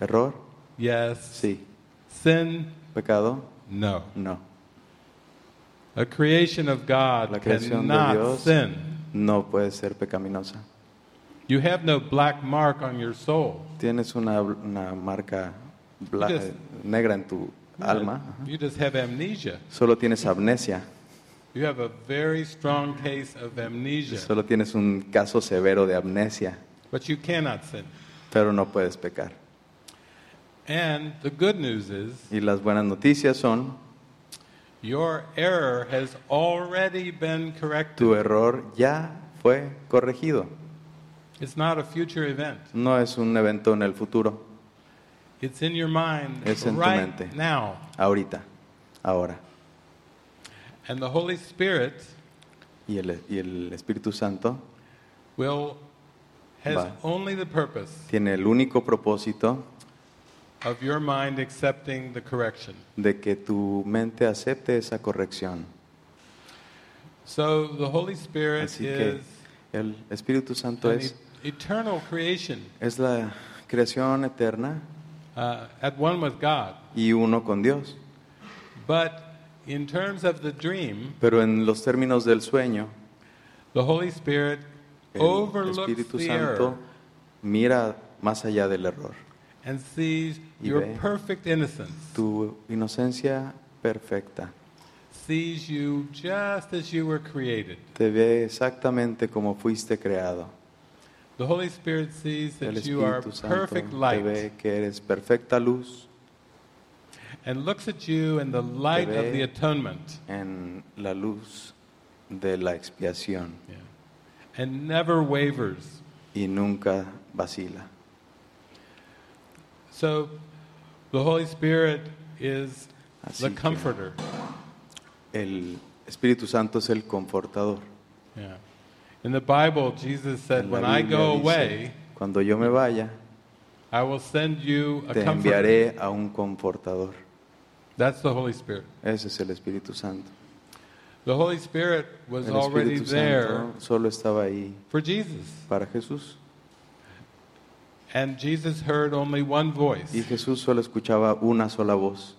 ¿Error? yes. Sí. Sin, ¿Pecado? no. No. A creation of La God creación de cannot Dios sin. no puede ser pecaminosa. You have no black mark on your soul. Tienes una, una marca bla- Yes. eh, negra en tu alma, You just have amnesia. solo tienes amnesia, You have a very strong case of amnesia, solo tienes un caso severo de amnesia, but you cannot sin. pero no puedes pecar. And the good news is Y las buenas noticias son, your error has already been tu corrected. error ya fue corregido. It's not a future event. No es un evento en el futuro, It's in your mind Es en tu right mente. now. ahorita, ahora. And the Holy Spirit Y el, y el Espíritu Santo will has Va. only the purpose tiene el único propósito of your mind accepting the correction. de que tu mente acepte esa corrección. So the Holy Spirit Así que is el Espíritu Santo an e- es, eternal creation es la creación eterna uh, at one with God. y uno con Dios. But in terms of the dream, Pero en los términos del sueño, the Holy Spirit el overlooks Espíritu the Santo error mira más allá del error. and sees Y your ve. perfect innocence, Tu inocencia perfecta sees you just as you were created. te ve exactamente como fuiste creado. The Holy Spirit sees El that you are Espíritu Santo perfect te light ve que eres perfecta luz and looks at you in the light ve. of the atonement en la luz de la expiación Yeah. and never wavers. y nunca vacila. So the Holy Spirit is Así the que- comforter. El Espíritu Santo es el confortador. Yeah. In the Bible, Jesus said, En la When I Biblia go dice, away, cuando yo me vaya, I will send you a Te comforter. enviaré a un confortador. That's the Holy Spirit. Ese es el Espíritu Santo. The Holy Spirit was El already Espíritu there Santo solo estaba ahí for Jesus. para Jesús. And Jesus heard only one voice Y Jesús solo escuchaba una sola voz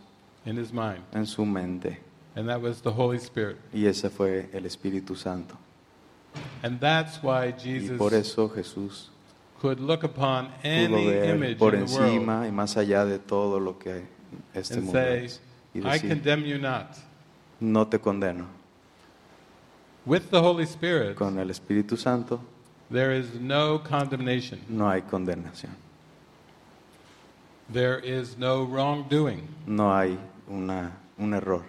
in his mind, en su mente. and that was the Holy Spirit. Y ese fue el Espíritu Santo. And that's why Y Jesus por eso Jesús could look upon pudo any ver image por in the world encima y más allá de todo lo que este and mundo say, es. Y I decir, condemn you not. no te condeno. With the Holy Spirit, Con el Espíritu Santo there is no condemnation. no hay condenación. There is no wrongdoing. No hay una, un error.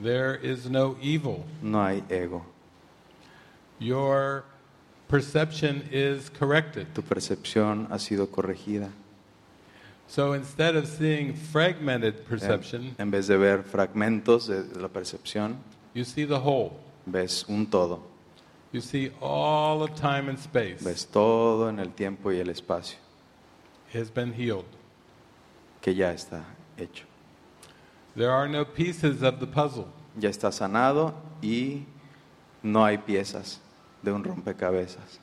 There is no evil. No hay ego. Your perception is corrected. Tu percepción ha sido corregida. So instead of seeing fragmented perception, En vez de ver fragmentos de la percepción, you see the whole. ves un todo. You see all of time and space Ves todo en el tiempo y el espacio has been healed. que ya está hecho. There are no pieces of the puzzle. Ya está sanado y no hay piezas de un rompecabezas.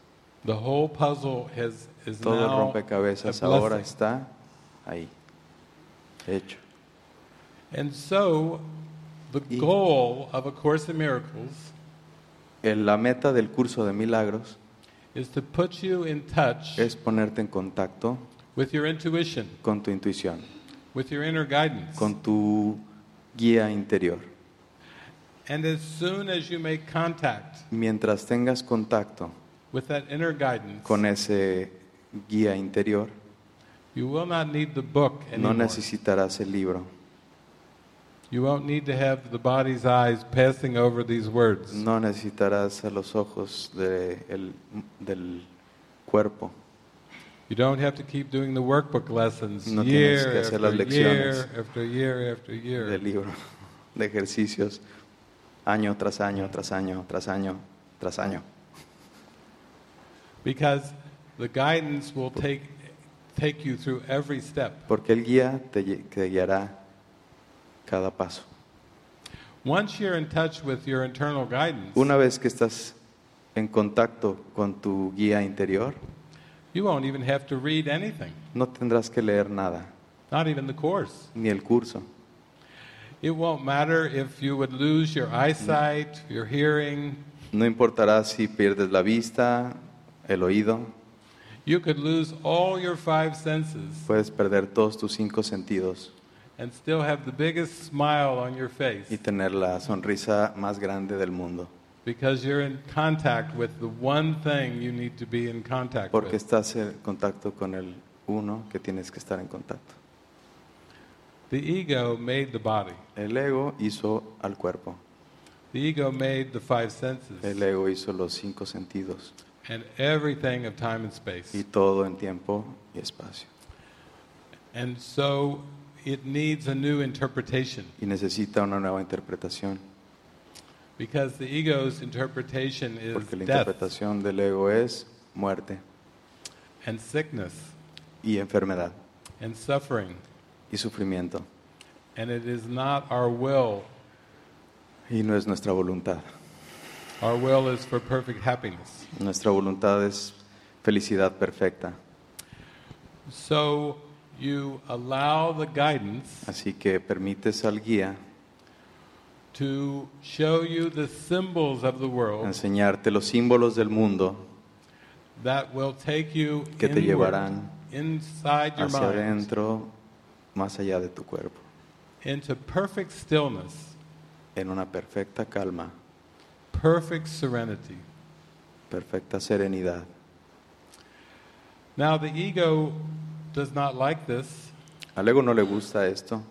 The whole puzzle has, is Todo el now rompecabezas a ahora blessing. está ahí, hecho. And so, the Y- goal of A Course in Miracles El- La meta del curso de milagros is to put you in touch es ponerte en contacto with your intuition, con tu intuición, with your inner guidance. con tu guía interior. And as soon as you make contact Mientras tengas contacto with that inner guidance, con ese guía interior, you will not need the book no anymore. necesitarás el libro, you won't need to have the body's eyes passing over these words. no necesitarás a los ojos de el- del cuerpo, You don't have to keep doing the workbook lessons No tienes year, que hacer after las year lecciones. after year after year. del libro, de ejercicios, año tras año, tras año, tras año, tras año. Because the guidance will take, take you through every step. Porque el guía te, lle- te guiará cada paso. Once you're in touch with your internal guidance, Una vez que estás en contacto con tu guía interior, you won't even have to read anything, no tendrás que leer nada, not even the Course. ni el curso. It won't matter if you would lose your eyesight, your hearing. No importará si pierdes la vista, el oído, You could lose all your five senses puedes perder todos tus cinco sentidos and still have the biggest smile on your face y tener la sonrisa más grande del mundo, because you're in contact with the one thing you need to be in contact porque with. estás en contacto con el uno que tienes que estar en contacto. The ego made the body. El ego hizo al cuerpo, The ego made the five el senses ego hizo los cinco sentidos and everything of time and space. y todo en tiempo y espacio. And so it needs a new interpretation Y necesita una nueva interpretación, because the ego's interpretation is porque la death interpretación del ego es muerte and sickness y enfermedad and suffering. y sufrimiento, And it is not our will. y no es nuestra voluntad. Our will is for perfect happiness. Nuestra voluntad es felicidad perfecta. So you allow the guidance Así que permites al guía to show you the symbols of the world enseñarte los símbolos del mundo that will take you que te inward, llevarán inside your hacia mind adentro, más allá de tu cuerpo, into perfect stillness, en una perfecta calma, perfect serenity. perfecta serenidad. Now, the ego does not like this. Al ego no le gusta esto.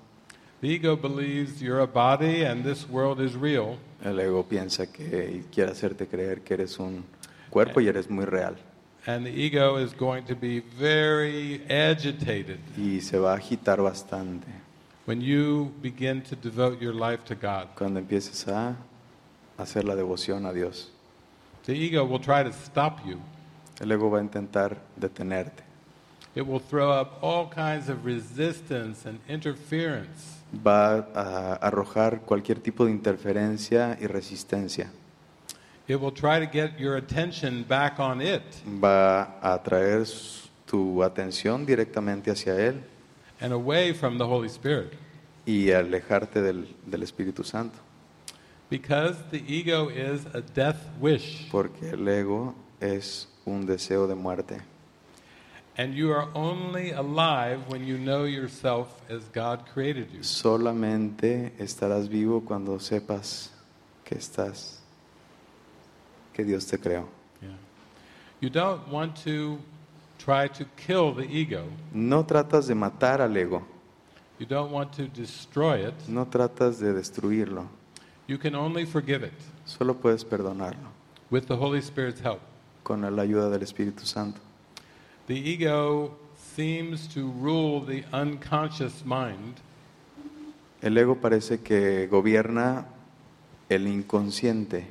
The ego believes you're a body and this world is real, El ego piensa que y quiere hacerte creer que eres un cuerpo y eres muy real. and the ego is going to be very agitated Y se va a agitar bastante when you begin to devote your life to God. cuando empieces a hacer la devoción a Dios. The ego will try to stop you El ego va a intentar detenerte It will throw up all kinds of resistance and interference. va a arrojar cualquier tipo de interferencia y resistencia. It will try to get your attention back on it, Va a atraer s- tu atención directamente hacia Él and away from the Holy Spirit. y alejarte del, del Espíritu Santo, Because the ego is a death wish, porque el ego es un deseo de muerte. and you are only alive when you know yourself as God created you. Solamente estarás vivo cuando sepas que estás, que Dios te creó. You don't want to try to kill the ego, No tratas de matar al ego, you don't want to destroy it, no tratas de destruirlo, you can only forgive it solo puedes perdonarlo with the Holy Spirit's help. con la ayuda del Espíritu Santo. The ego seems to rule the unconscious mind, El ego parece que gobierna el inconsciente,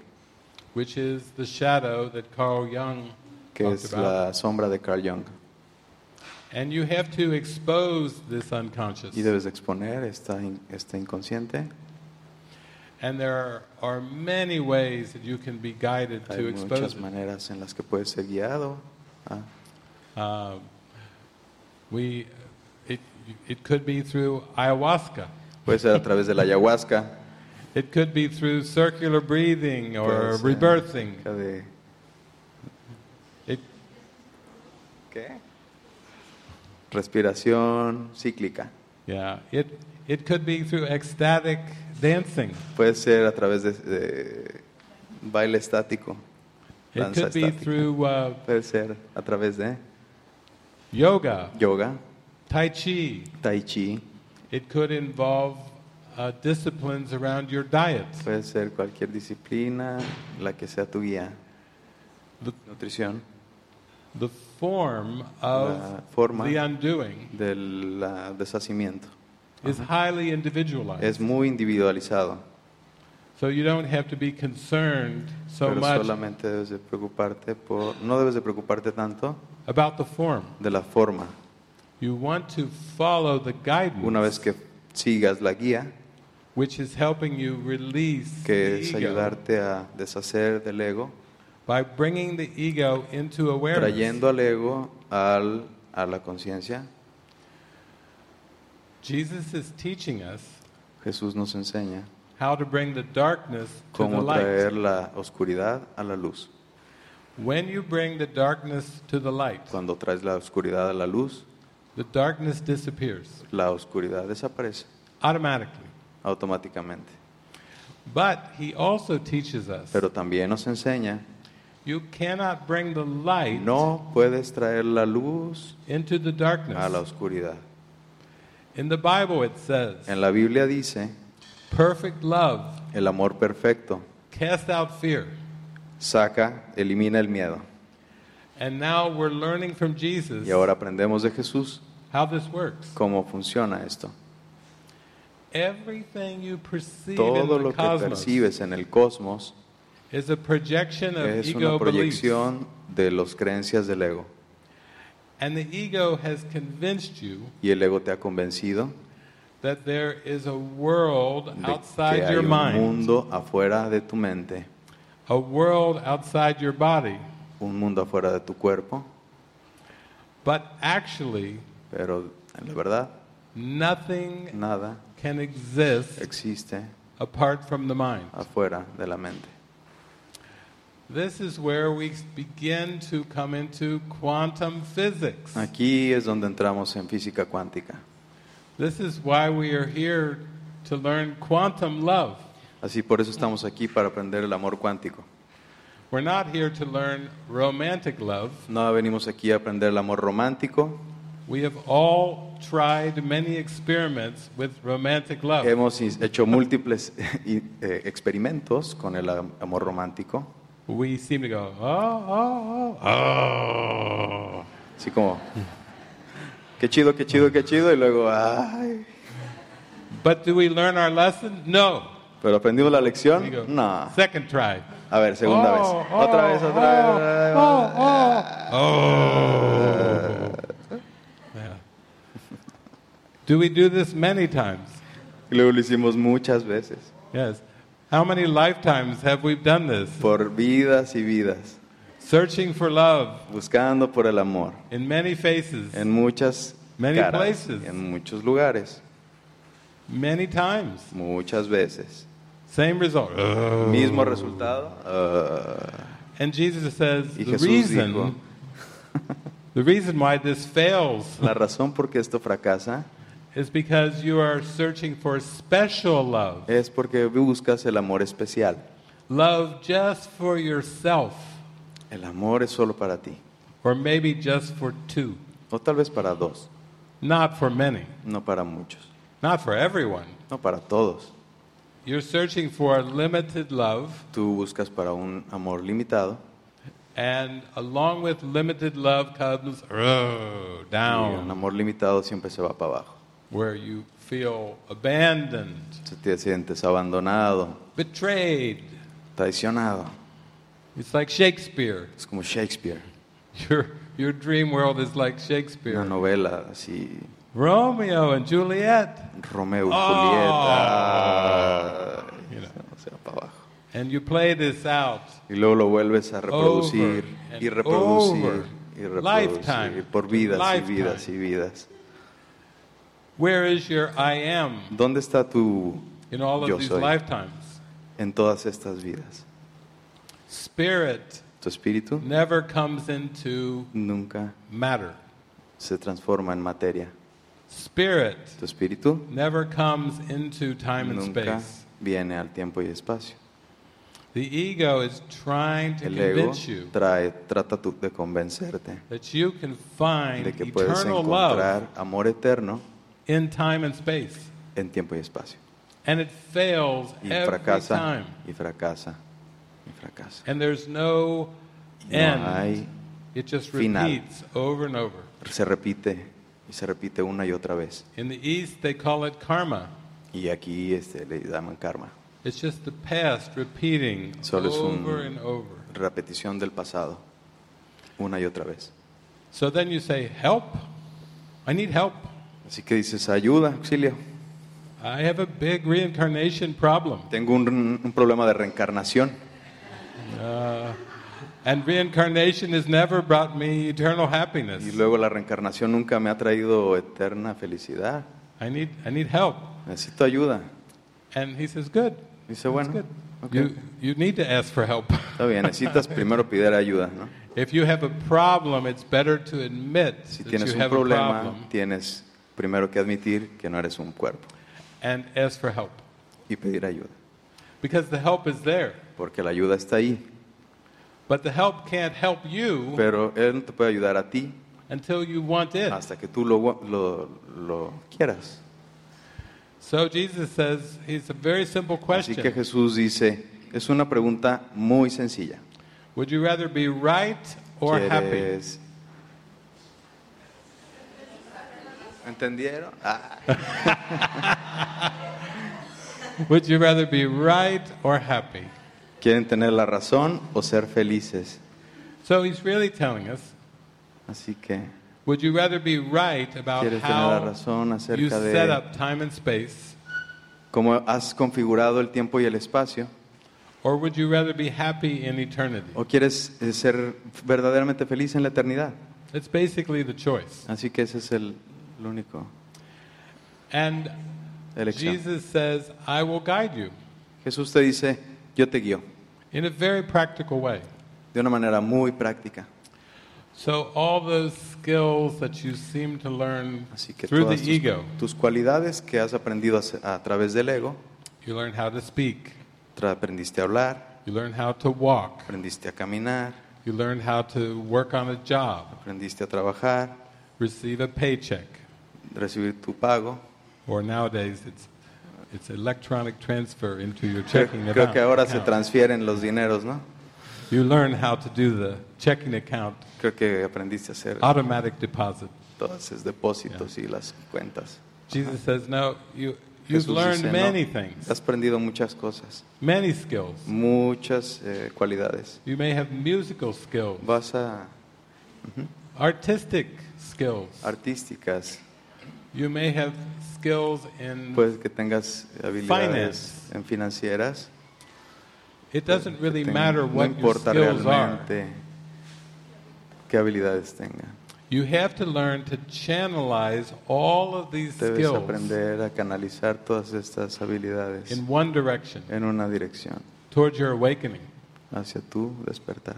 which is the shadow that Carl Jung que talked es about. la sombra de Carl Jung. And you have to expose this unconscious. Y debes de exponer esta in- este inconsciente. And there are, are many ways that you can be guided to Hay expose muchas it. maneras en las que puedes ser guiado. Ah, Um, we, it, it could be through ayahuasca. puede ser a través de la ayahuasca, It could be through circular breathing or Puede ser. rebirthing. la de- It, ¿qué? respiración cíclica. yeah, it, it could be through ecstatic dancing. Puede ser a través de, de baile estático, It danza could be estática. through uh, Puede ser a través de yoga, yoga, tai chi. tai chi, It could involve uh, disciplines around your diet. Puede ser cualquier disciplina, la que sea tu guía. The- Nutrición. The form of La forma the undoing del ah, deshacimiento. is Uh-huh. highly individualized. Es muy individualizado, So you don't have to be concerned so pero much solamente debes de preocuparte por, no debes de preocuparte tanto about the form. de la forma. You want to follow the Una guidance, vez que sigas la guía, which is helping you release que the es ego ayudarte a deshacer del ego, by bringing the ego into awareness. trayendo al ego al, a la conciencia, Jesus is teaching us Jesús nos enseña how to bring the darkness to the cómo light. traer la oscuridad a la luz. When you bring the darkness to the light, Cuando traes la oscuridad a la luz, the darkness disappears la oscuridad desaparece automatically. automáticamente. But he also teaches us Pero también nos enseña, you cannot bring the light no puedes traer la luz into the darkness. a la oscuridad. In the Bible, it says, En la Biblia dice, perfect love el amor perfecto cast out fear. saca, elimina el miedo. And now we're learning from Jesus Y ahora aprendemos de Jesús how this works. cómo funciona esto. Everything you perceive in Todo the lo que cosmos percibes en el cosmos is a projection of es ego una beliefs. proyección de las creencias del ego. And the ego has convinced you Y el ego te ha convencido that there is a world de que outside hay your un mind, mundo afuera de tu mente, a world outside your body, un mundo afuera de tu cuerpo, but actually pero en la verdad nothing nada can exist existe apart from the mind. afuera de la mente. This is where we begin to come into quantum physics. Aquí es donde entramos en física cuántica. This is why we are here to learn quantum love. Así por eso estamos aquí para aprender el amor cuántico. We're not here to learn romantic love. No venimos aquí a aprender el amor romántico. We have all tried many experiments with romantic love. Hemos is- hecho múltiples *laughs* i- eh, experimentos con el am- amor romántico. We seem to go, oh, oh, oh, oh. Así como, qué chido, qué chido, qué chido. Y luego, ay. But do we learn our lesson? No. Pero aprendimos la We go, lección. No. Second try. A ver, segunda vez. Oh, oh, Oh, otra vez, otra vez. Oh, oh, oh. Do we do this many times? Y luego lo hicimos muchas veces, Yes. How many lifetimes have we done this? por vidas y vidas, Searching for love buscando por el amor, in many faces, en muchas Many caras, places. en muchos lugares, many times. muchas veces. Same result. Ugh. Mismo resultado. ah. And Jesus says Y the Jesús dijo. reason, *laughs* the reason why this fails la razón por qué esto fracasa is because you are searching for special love, es porque buscas el amor especial. love just for yourself, El amor es solo para ti, or maybe just for two, o tal vez para dos, not for many, no para muchos, not for everyone. no para todos. You're searching for a limited love, Tú buscas para un amor limitado and along with limited love comes oh, y un down, amor limitado siempre se va para abajo. where you feel abandoned, Tú te sientes abandonado, betrayed. traicionado. It's like Shakespeare. Es como Shakespeare, Your, your dream world is like Shakespeare. una novela así, Romeo and Juliet. Romeo y Ah. Julieta. Ay, Se va para abajo. And you play this out. Y luego lo vuelves a reproducir Over y and reproducir over. y reproducir Lifetime. por vidas y Lifetime. vidas y vidas. Where is your I am ¿Dónde está tu in all of Yo these soy. lifetimes? en todas estas vidas? Spirit Tu espíritu never comes into nunca matter. se transforma en materia. Spirit Tu espíritu never comes into time and nunca space. viene al tiempo y espacio. The ego is trying to El ego convince you trae, trata tú de convencerte that you can find de que puedes eternal love encontrar amor eterno in time and space. en tiempo y espacio. And it fails Y every fracasa, time. y fracasa, y fracasa. And there's no Y end. No hay It just Final. repeats over and over. se repite y se repite una y otra vez. In the East, they call it karma. Y aquí este, le llaman karma, It's just the past repeating Solo es un- over and over. repetición del pasado, una y otra vez. So then you say, Help. I need help. Así que dices, ayuda, auxilio. I have a big reincarnation problem. Tengo un, un problema de reencarnación Uh, and reincarnation has never brought me eternal happiness. y luego la reencarnación nunca me ha traído eterna felicidad. I need, I need help. Necesito ayuda. And he says, Good. Dice, bueno, ok, You, you need to ask for help. está *laughs* bien, necesitas primero pedir ayuda. ¿no? If you have a problem, it's better to admit Si that tienes you un have a problema, problem tienes primero que admitir que no eres un cuerpo and ask for help. y pedir ayuda, Because the help is there. porque la ayuda está ahí, But the help can't help you pero Él no te puede ayudar a ti until you want it. hasta que tú lo, lo- lo quieras. So Jesus says, it's a very simple Así que question. Jesús dice, es una pregunta muy sencilla. Would you rather be right or happy? ¿Quieres- *laughs* ¿Entendieron? Ah, *laughs* Would you rather be right or happy? ¿Quieren tener la razón o ser felices? So he's really telling us, Así que, would you rather be right about ¿quieres tener la how razón you acerca set de up time and space? cómo has configurado el tiempo y el espacio? Or would you rather be happy in eternity? ¿O quieres eh, ser verdaderamente feliz en la eternidad? It's basically the choice. Así que ese es el, el único And elección. Jesus says, I will guide you Jesús te dice, yo te guío, in a very practical way. de una manera muy práctica. So all those skills that you seem to learn Así que through the todas tus, ego, tus cualidades que has aprendido a, a través del ego, you learn how to speak, tra- aprendiste a hablar, you learn how to walk, aprendiste a caminar, you learn how to work on a job, aprendiste a trabajar, receive a paycheck, recibir tu pago. or nowadays it's it's electronic transfer into your Creo, checking creo account. que ahora se account. transfieren los dineros, ¿no? You learn how to do the checking account Creo que aprendiste a hacer automatic deposit. todos esos depósitos y las cuentas. Jesus says, no, you Jesús you've learned dice, "No, many things, Has aprendido muchas cosas, many skills. muchas eh, cualidades. You may have musical skills, Vas a artistic skills. artísticas, You may have skills in Puede que tengas habilidades en financieras. It doesn't really Ten- matter no what your importa skills are. realmente qué habilidades tenga. You have to learn to channelize all of these Debes skills aprender a canalizar todas estas habilidades in one direction en una dirección, towards your awakening. hacia tu despertar.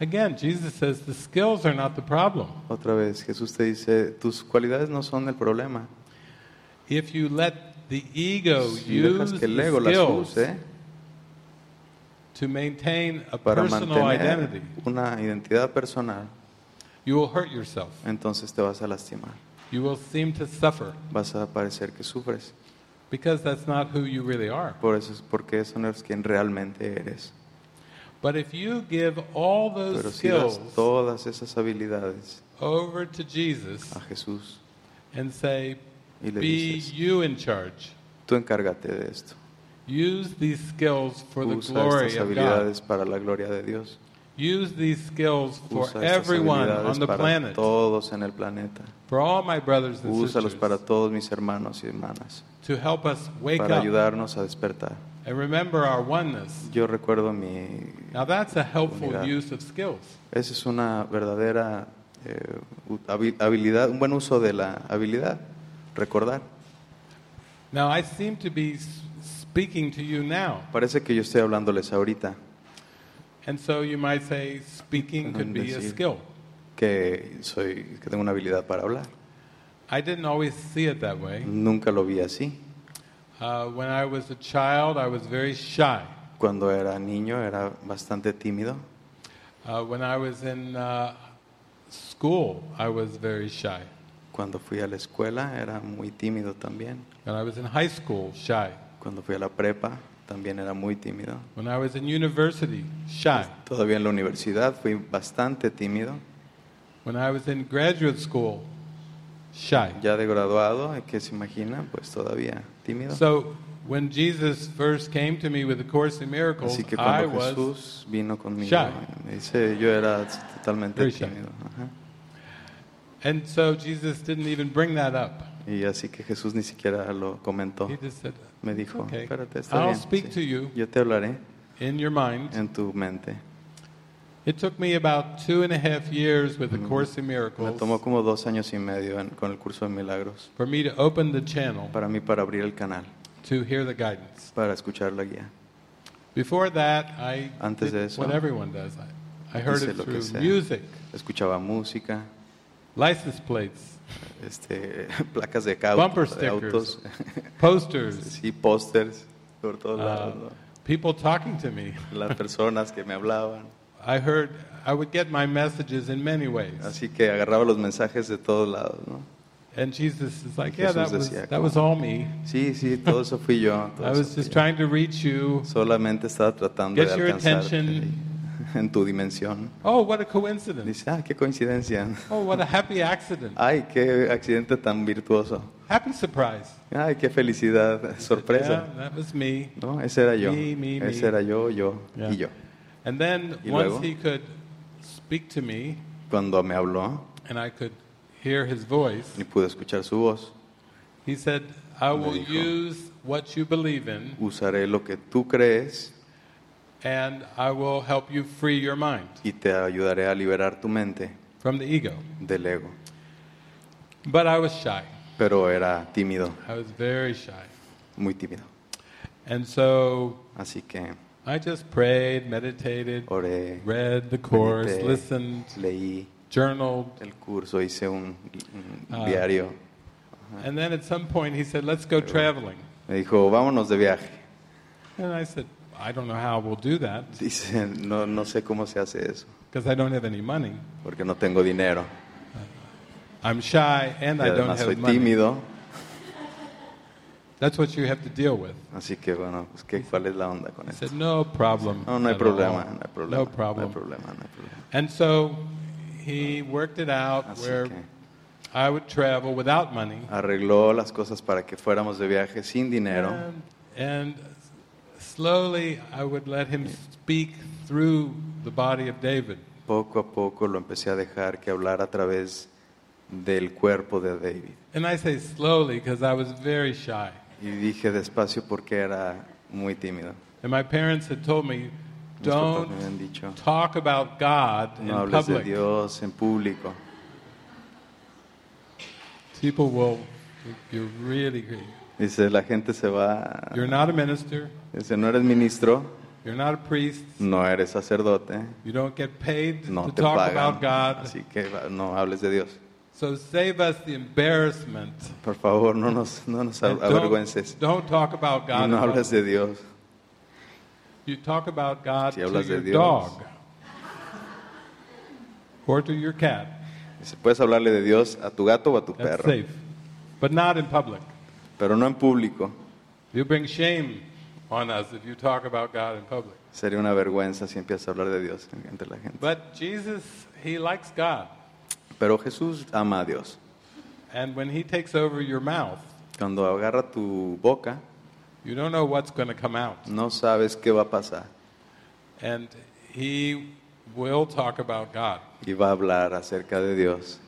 Again, Jesus says the skills are not the problem. Otra vez, Jesús te dice, tus cualidades no son el problema. If you let the ego Si use dejas que el ego the las skills use to maintain a para personal identity, mantener una identidad personal, you will hurt yourself. entonces te vas a lastimar. You will seem to suffer Vas a parecer que sufres. because that's not who you really are. Por eso es porque eso no es quien realmente eres. But if you give all those Pero si das skills todas esas habilidades over to Jesus a Jesús, and say, Y be le dices, you in charge. tú encárgate de esto. Use these skills for the Usa glory estas of God. habilidades para la gloria de Dios. Use these skills for Usa estas everyone habilidades on the para planet, todos en el planeta. for all my brothers and Úsalos sisters, para todos mis hermanos y hermanas, to help us wake para up ayudarnos a despertar. and remember our oneness. Yo recuerdo mi... Now that's a helpful Unidad. use of skills. Esa es una verdadera eh, u- habi- habilidad, un buen uso de la habilidad, recordar. Now I seem to be s- speaking to you now, Parece que yo estoy hablándoles ahorita, and so you might say speaking could be a Decir. skill. que, soy, que tengo una habilidad para hablar. I didn't always see it that way. Nunca lo vi así. Uh, when I was a child, I was very shy. Cuando era niño era bastante tímido. Uh, when I was in uh, school, I was very shy. Cuando fui a la escuela era muy tímido también. When I was in high school, shy. Cuando fui a la prepa también era muy tímido. When I was in university, shy. Todavía en la universidad fui bastante tímido. When I was in graduate school, shy. Ya de graduado, ¿qué se imagina? Pues todavía tímido. So when Jesus first came to me with the Course in Miracles, Así que I cuando was Jesús vino conmigo, shy. me dice, yo era totalmente Very shy. tímido. Ajá. and so Jesus didn't even bring that up. Y así que Jesús ni siquiera lo comentó. He just said, Me dijo, Okay. espérate, está I'll bien. speak to sí. you Yo te hablaré in your mind. en tu mente. It took me about two and a half years with the Course in Mm. Me tomó Miracles como dos años y medio en- con el curso de milagros for me to open the channel para mí para abrir el canal, to hear the guidance. para escuchar la guía. Before that, I Antes de did eso, what everyone does. I, I heard hice it lo que through sea. music, Escuchaba música, license plates, este, *laughs* placas de, cau- Bumper de autos, posters, *laughs* sí, pósters por todos lados, uh, people talking to me. ¿no? las personas que me hablaban. *laughs* I heard I would get my messages in many ways, Así que agarraba los mensajes de todos lados. ¿no? and Jesus is like, "Yeah, that Jesús was decía, that was all me. Sí, sí, todo eso *laughs* fui yo. todo I eso was fui just yo. trying to reach you. Solamente estaba tratando Get de your alcanzarte attention. *laughs* en tu dimensión. Oh, what a coincidence! Dice, ah, qué coincidencia. Oh, what a happy accident! Ay, qué accidente tan virtuoso. Happy surprise! Ay, qué felicidad, Yeah, sorpresa. that was me." No, ese era yo. Me, me, me. Ese era yo, yo Yeah. y yo. And then Y once luego? he could speak to me, Cuando me habló and I could hear his voice. y pude escuchar su voz, He said, I Me will dijo. use what you believe in usaré lo que tú crees and I will help you free your mind y te ayudaré a liberar tu mente from the ego. del ego. But I was shy. Pero era tímido, I was very shy. muy tímido. And so Así que I just prayed, meditated, oré, read the Course, medité, listened, leí journaled. el curso, hice un, un Ah. diario. Oh. And then at some point he said, Let's go traveling. Me dijo, vámonos de viaje. *laughs* And I said, I don't know how we'll do that Dice, no, no sé cómo se hace eso, because I don't have any money. porque no tengo dinero. I'm shy and Y I don't además soy have money. tímido. That's what you have to deal with. Así que bueno, pues, ¿qué, ¿cuál es la onda con I eso? said, No problem. No, no hay at all. problema, no hay problema. No No problem. hay problema, no hay problema. And so he worked it out Así where que I would travel without money arregló las cosas para que fuéramos de viaje sin dinero. and, and slowly I would let him speak through the body of David. Poco a poco lo empecé a dejar que hablar a través del cuerpo de David. And I say slowly because I was very shy. Y dije despacio porque era muy tímido. And my parents had told me, Mis papás don't me habían dicho, talk about God in no hables de public. Dios en público. People will, you're really great. Dice, la gente se va. You're not a minister, Dice, no eres ministro, you're not a priest, no eres sacerdote, you don't get paid no to te talk about pagan. God. Así que va- no hables de Dios. So save us the embarrassment. Por favor, no nos, no nos and avergüences. Don't, don't talk about God. Y in no public. hables de Dios. You talk about God Si to hablas de your Dios. dog or to your cat. Dice, puedes hablarle de Dios a tu gato o a tu That's perro, safe, but not in public. pero no en público. You bring shame on us if you talk about God in public. Sería una vergüenza si empiezas a hablar de Dios entre la gente. But Jesus, he likes God, Pero Jesús ama a Dios. and when he takes over your mouth, Cuando agarra tu boca, you don't know what's going to come out, no sabes qué va a pasar and he will talk about God. y va a hablar acerca de Dios.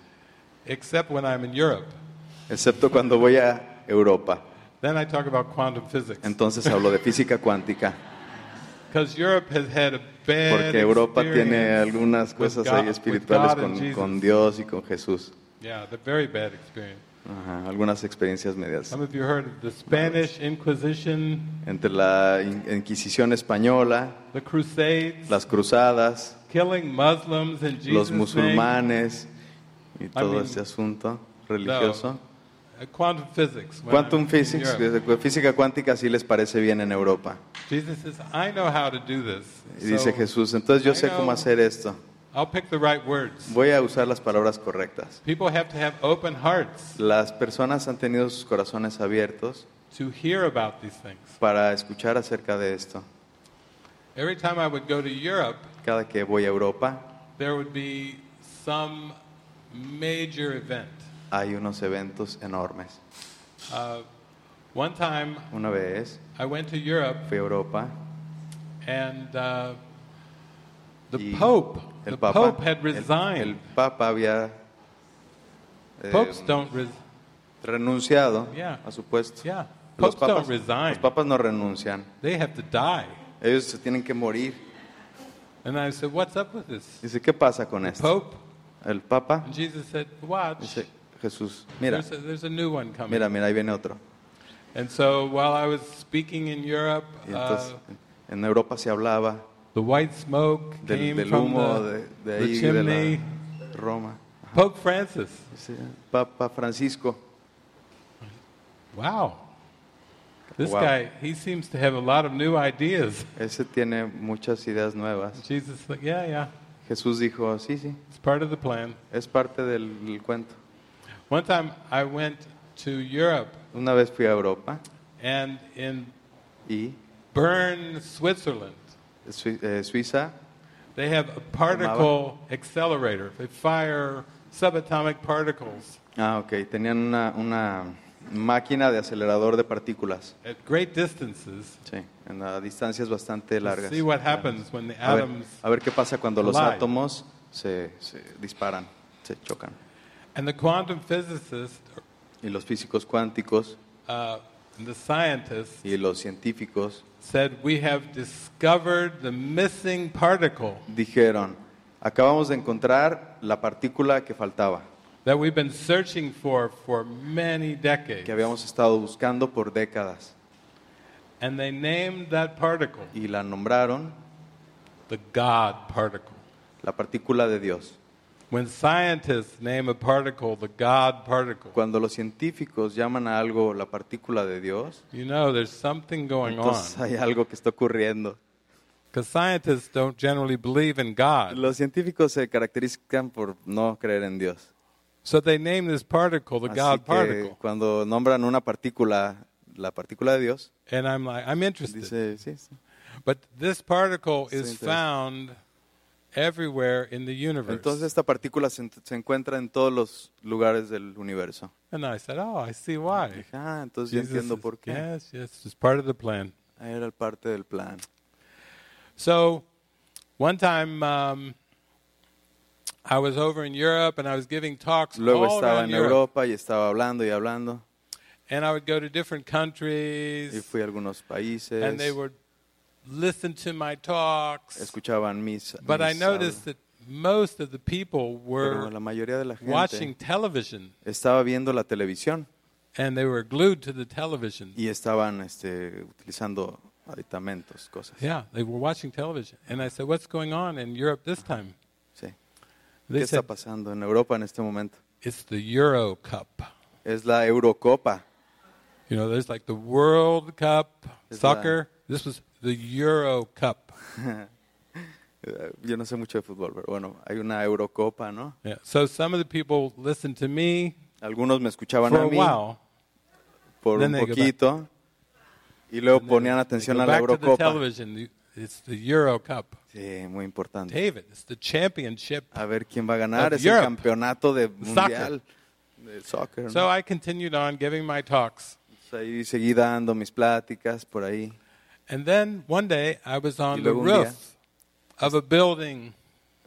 Except when I'm in Europe, Excepto cuando voy a Europa. then I talk about quantum physics Entonces hablo de física cuántica, because Europe has had a bad porque Europa tiene experience algunas with cosas God- ahí with espirituales God and con, Jesus. con Dios y con Jesús. Yeah, the very bad experience. Ajá, algunas experiencias medias. Some of you heard of the Spanish Inquisition, Entre la in- Inquisición española, the Crusades, las cruzadas, killing Muslims in Jesus' los name. musulmanes y todo mean, este asunto religioso. Uh, Quantum physics. when I'm Quantum in physics, Europe. desde- física cuántica, sí les parece bien en Europa. Jesus says, I know how to do this. Y dice so Jesús, entonces yo I sé cómo know- hacer esto. I'll pick the right words. Voy a usar las palabras correctas. People have to have open hearts Las personas han tenido sus corazones abiertos to hear about these things. para escuchar acerca de esto. Every time I would go to Europe, Cada que voy a Europa there would be some major event. hay unos eventos enormes. Uh, one time, Una vez I went to Europe fui a Europa, and uh, the Y Pope, el the Papa, Pope had el, el resigned. Papa había eh, Popes don't res- renunciado Yeah. a su puesto. yeah. Los Popes papas, don't resign. los papas no renuncian, They have to die. ellos se tienen que morir. And I said, "What's up with this?" Dice, ¿qué pasa con esto? Pope El Papa and Jesus said, "Watch, dice, Jesús, mira, there's, a, there's a new one coming." mira, mira, ahí viene otro. And so while I was speaking in Europe, Y entonces uh, en Europa se hablaba the white smoke del, came del from humo the, de, de the ahí, de chimney. la Roma. Pope Francis. Dice, Papa Francisco. Wow. This Wow. guy, he seems to have a lot of new ideas. Ese tiene muchas ideas nuevas. Jesus, like, yeah, yeah, Jesús dijo, sí, sí, it's part of the plan. es parte del, del cuento. One time I went to Europe Una vez fui a Europa and in y Bern, Switzerland, Sui- eh, Suiza they have a particle accelerator. They fire subatomic particles Ah, ok. Tenían una, una máquina de acelerador de partículas. at great distances Sí. En a distancias bastante to largas. see what happens when the A ver, atoms. a ver qué pasa cuando los collide. átomos se, se disparan, se chocan. And the quantum physicists Y los físicos cuánticos uh, and the scientists y los científicos said, We have discovered the missing particle dijeron, acabamos de encontrar la partícula que faltaba, that we've been searching for for many decades. que habíamos estado buscando por décadas. And they named that particle Y la nombraron the God particle. la partícula de Dios. When scientists name a particle the God particle, Cuando los científicos llaman a algo la partícula de Dios, you know there's something going on. entonces hay algo que está ocurriendo. Because scientists don't generally believe in God. Los científicos se caracterizan por no creer en Dios. So they name this particle the Así God que particle. cuando nombran una partícula, la partícula de Dios, And I'm like, I'm interested. dice, sí, sí. But this particle Estoy is interesado. found everywhere in the universe. Entonces esta partícula se, en- se encuentra en todos los lugares del universo. and I said, Oh, I see why. Dije, ah, entonces yo entiendo is- por qué. Ah, Yes, yes, it's part of the plan. Era parte del plan. So one time um, I was over in Europe and I was giving talks Luego all estaba around en Europe. Europa y estaba hablando y hablando. And I would go to different Y countries fui a algunos países. and they would listen to my talks. Escuchaban mis. But I mis hablas. noticed that most of the people Pero were la mayoría de la gente watching television estaba viendo la televisión and they were glued to the television. y estaban este, utilizando aditamentos, cosas. Yeah, they were watching television. And I said, What's going on in Europe this time? Sí. ¿Qué They está said, pasando en Europa en este momento? It's the Euro Cup. Es la Eurocopa. You know, there's like the World Cup, Is soccer. This was the Euro *laughs* Cup. Eh, Yo no sé mucho de fútbol, pero bueno, hay una Eurocopa, ¿no? Yeah. So some of the people listened to me Algunos me escuchaban for a a mí while. por Then un they go back. poquito y luego ponían They atención go a la back to the Eurocopa. television. You- It's the Euro Cup. Sí, muy importante. David, it's the championship. A ver quién va a ganar. Of Es el Europe. campeonato de mundial de soccer. ¿no? So I continued on giving my talks. Entonces, ahí seguí dando mis pláticas por ahí. And then one day I was on Y the luego un día- roof of a building,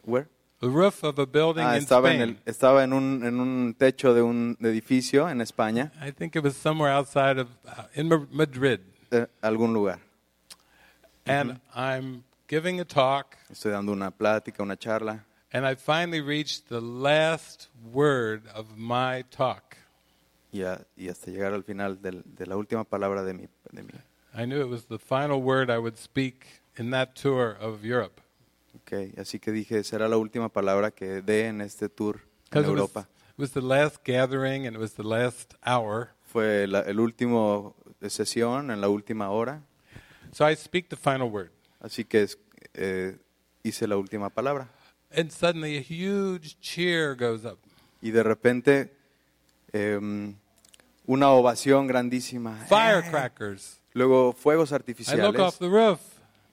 Where? the roof of a building Ah, in estaba en, Spain. el, estaba en un, en un techo de un edificio en España, I think it was somewhere outside of, uh, in Ma- Madrid. eh, algún lugar. Mm-hmm. And I'm giving a talk, Estoy dando una plática, una charla. and I finally reached the last word of my talk. Y, a- y hasta llegar al final del- de la última palabra de mi, de mi. I knew it was the final word I would speak in that tour of Europe. Ok, así que dije, será la última palabra que dé en este tour en Because it was, Europa. it was the last gathering and it was the last hour. Fue la, el último sesión, en la última hora. So I speak the final word. Así que es- eh, hice la última palabra. And suddenly a huge cheer goes up. Y de repente, em, una ovación grandísima. ¿eh? Firecrackers. Luego, fuegos I look off artificiales. the roof.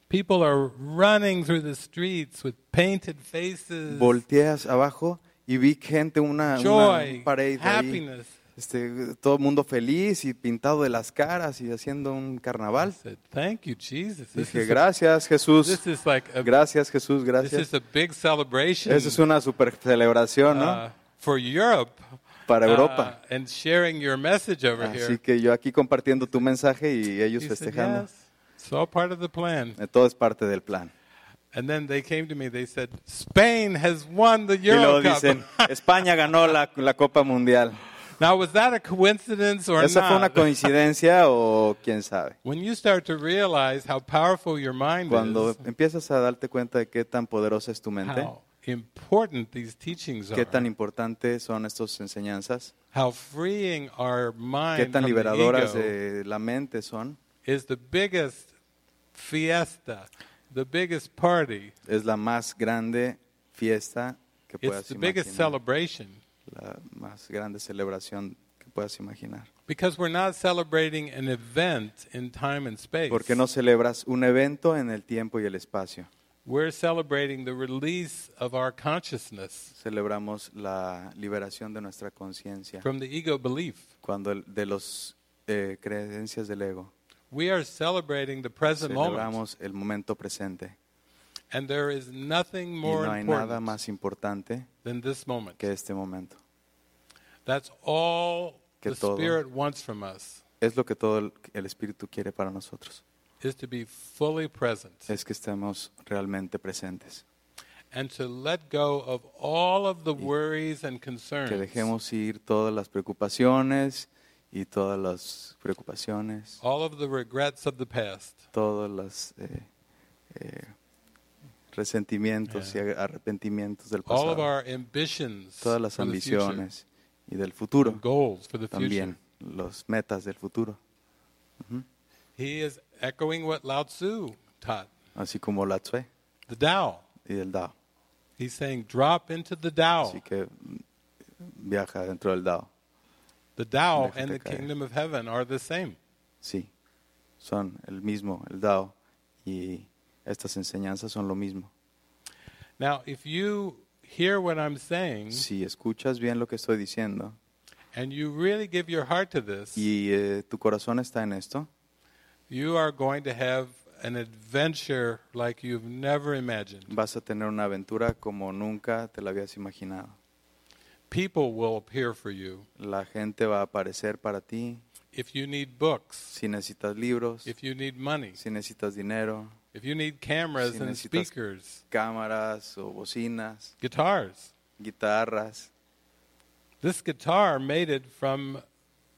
People are running through the streets with painted faces, Volteas abajo y vi gente, una, joy, una pared ahí. happiness. Este, todo el mundo feliz y pintado de las caras y haciendo un I carnaval. said, "Thank you, Jesus. This, Dije, is, a, gracias Jesús, this is like a gracias Jesús, this is gracias. a big celebration Esa es una super celebración, uh, ¿no? for Europe, Para uh, Europa. and sharing your message over Así here." que yo aquí compartiendo tu mensaje y ellos He said, festejando. "Yes, it's all part of the plan." Eh, Todo es parte del plan. And then they came to me. They said, "Spain has won the Y luego Euro Cup." dicen, España ganó la, la Copa Mundial. Now, was that a coincidence or ¿Esa fue una not? *laughs* coincidencia o quién sabe? When you start to realize how powerful your mind Cuando is, empiezas a darte cuenta de qué tan poderosa es tu mente, how important these teachings qué tan are, importantes son estas enseñanzas, how freeing our mind qué tan from the liberadoras ego de la mente son, is the biggest fiesta, the biggest party, es la más grande fiesta que it's puedas the biggest imaginar. celebration. La más grande celebración que puedas imaginar. Because we're not celebrating an event in time and space. Porque no celebras un evento en el tiempo y el espacio. We're celebrating the release of our consciousness Celebramos la liberación de nuestra conciencia from the ego belief. cuando el- de las creencias del ego. We are celebrating the present moment. Celebramos el momento presente. And there is nothing Y more no hay nada important más importante than this moment. que este momento. That's all Que the todo. Spirit wants from us Es lo que todo el, el Espíritu quiere para nosotros. is to be fully present Es que estemos realmente presentes. and to let go of all of the worries and concerns. Que dejemos ir todas las preocupaciones y todas las preocupaciones, All of the regrets of the past. todos los eh, eh, resentimientos y ar- arrepentimientos del All of pasado. our ambitions. Todas las for the future, ambiciones y del futuro Goals for the future. también. Los metas del futuro. He is echoing what Lao Tzu taught, Así como la Tsue the Tao. y del Dao. He's saying, drop into the Tao, Así que mm, viaja dentro del Dao. the Tao Déjate and the caer. kingdom of heaven are the same. Sí, son el mismo, el Dao. Y estas enseñanzas son lo mismo. Now, if you hear what I'm saying Si escuchas bien lo que estoy diciendo and you really give your heart to this, y eh, tu corazón está en esto, you are going to have an adventure like you've never imagined. Vas a tener una aventura como nunca te la habías imaginado. People will appear for you. La gente va a aparecer para ti. If you need books, Si necesitas libros, if you need money, si necesitas dinero, if you need cameras Si and necesitas- speakers, cámaras o bocinas, guitars. guitarras, This guitar made it from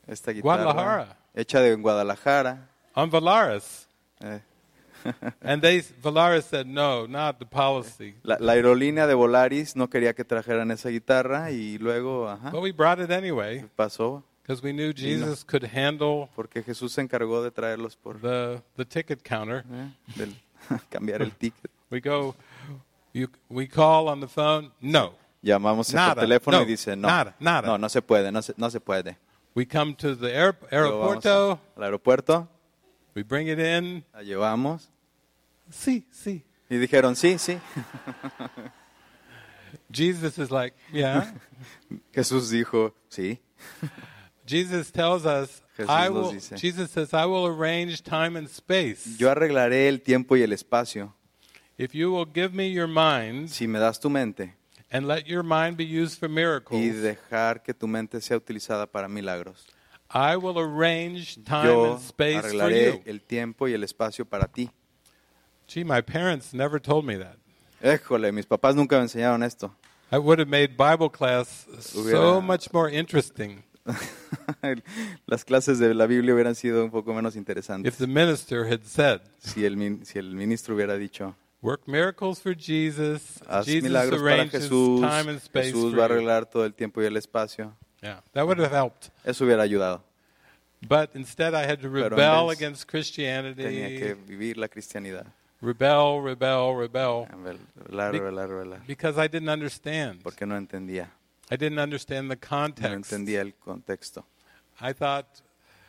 esta guitarra Guadalajara. hecha de Guadalajara. on Valaris. eh. *laughs* And they Valaris said no, not the policy. La, la aerolínea de Volaris no quería que trajeran esa guitarra y luego, ajá, But we brought it anyway pasó because we knew Jesus could handle porque Jesús se encargó de traerlos por the the ticket counter. eh, del- cambiar el ticket. *laughs* We go you we call on the *laughs* phone, *laughs* no. Llamamos por Nada, teléfono no, y dice no, nada, nada. no, no se puede, no se, no se puede. We come to the aer- Luego vamos aeroporto, a- al aeropuerto, we bring it in. la llevamos See, see. y dijeron sí, sí. Jesus is like, yeah. *laughs* Jesús dijo sí. Jesus tells us, Jesús I nos will, dice. Jesus says, I will arrange time and space. Yo arreglaré el tiempo y el espacio *laughs* If you will give me your mind si me das tu mente and let your mind be used for y miracles, dejar que tu mente sea utilizada para milagros. I will arrange time Yo and space for you. arreglaré el tiempo y el espacio para ti. Gee, my parents never told me that. Éjole, mis papás nunca me enseñaron esto. That would have made Bible class so Hubiera- much more interesting Las clases de la Biblia hubieran sido un poco menos interesantes if the minister had said, si el, min- si el ministro hubiera dicho, Work miracles for Jesus. haz Jesus milagros para arranges Jesús, time and space Jesús for va a you." arreglar todo el tiempo y el espacio. Yeah, that would have helped. Eso hubiera ayudado. But instead, I had to Pero en rebel vez against Tenía que Christianity. vivir la cristianidad. Rebel, rebel, rebel. Revelar, Be- Ah, revelar, revelar. Because I didn't understand. Porque no entendía. I didn't understand the No context. entendía el contexto. I thought,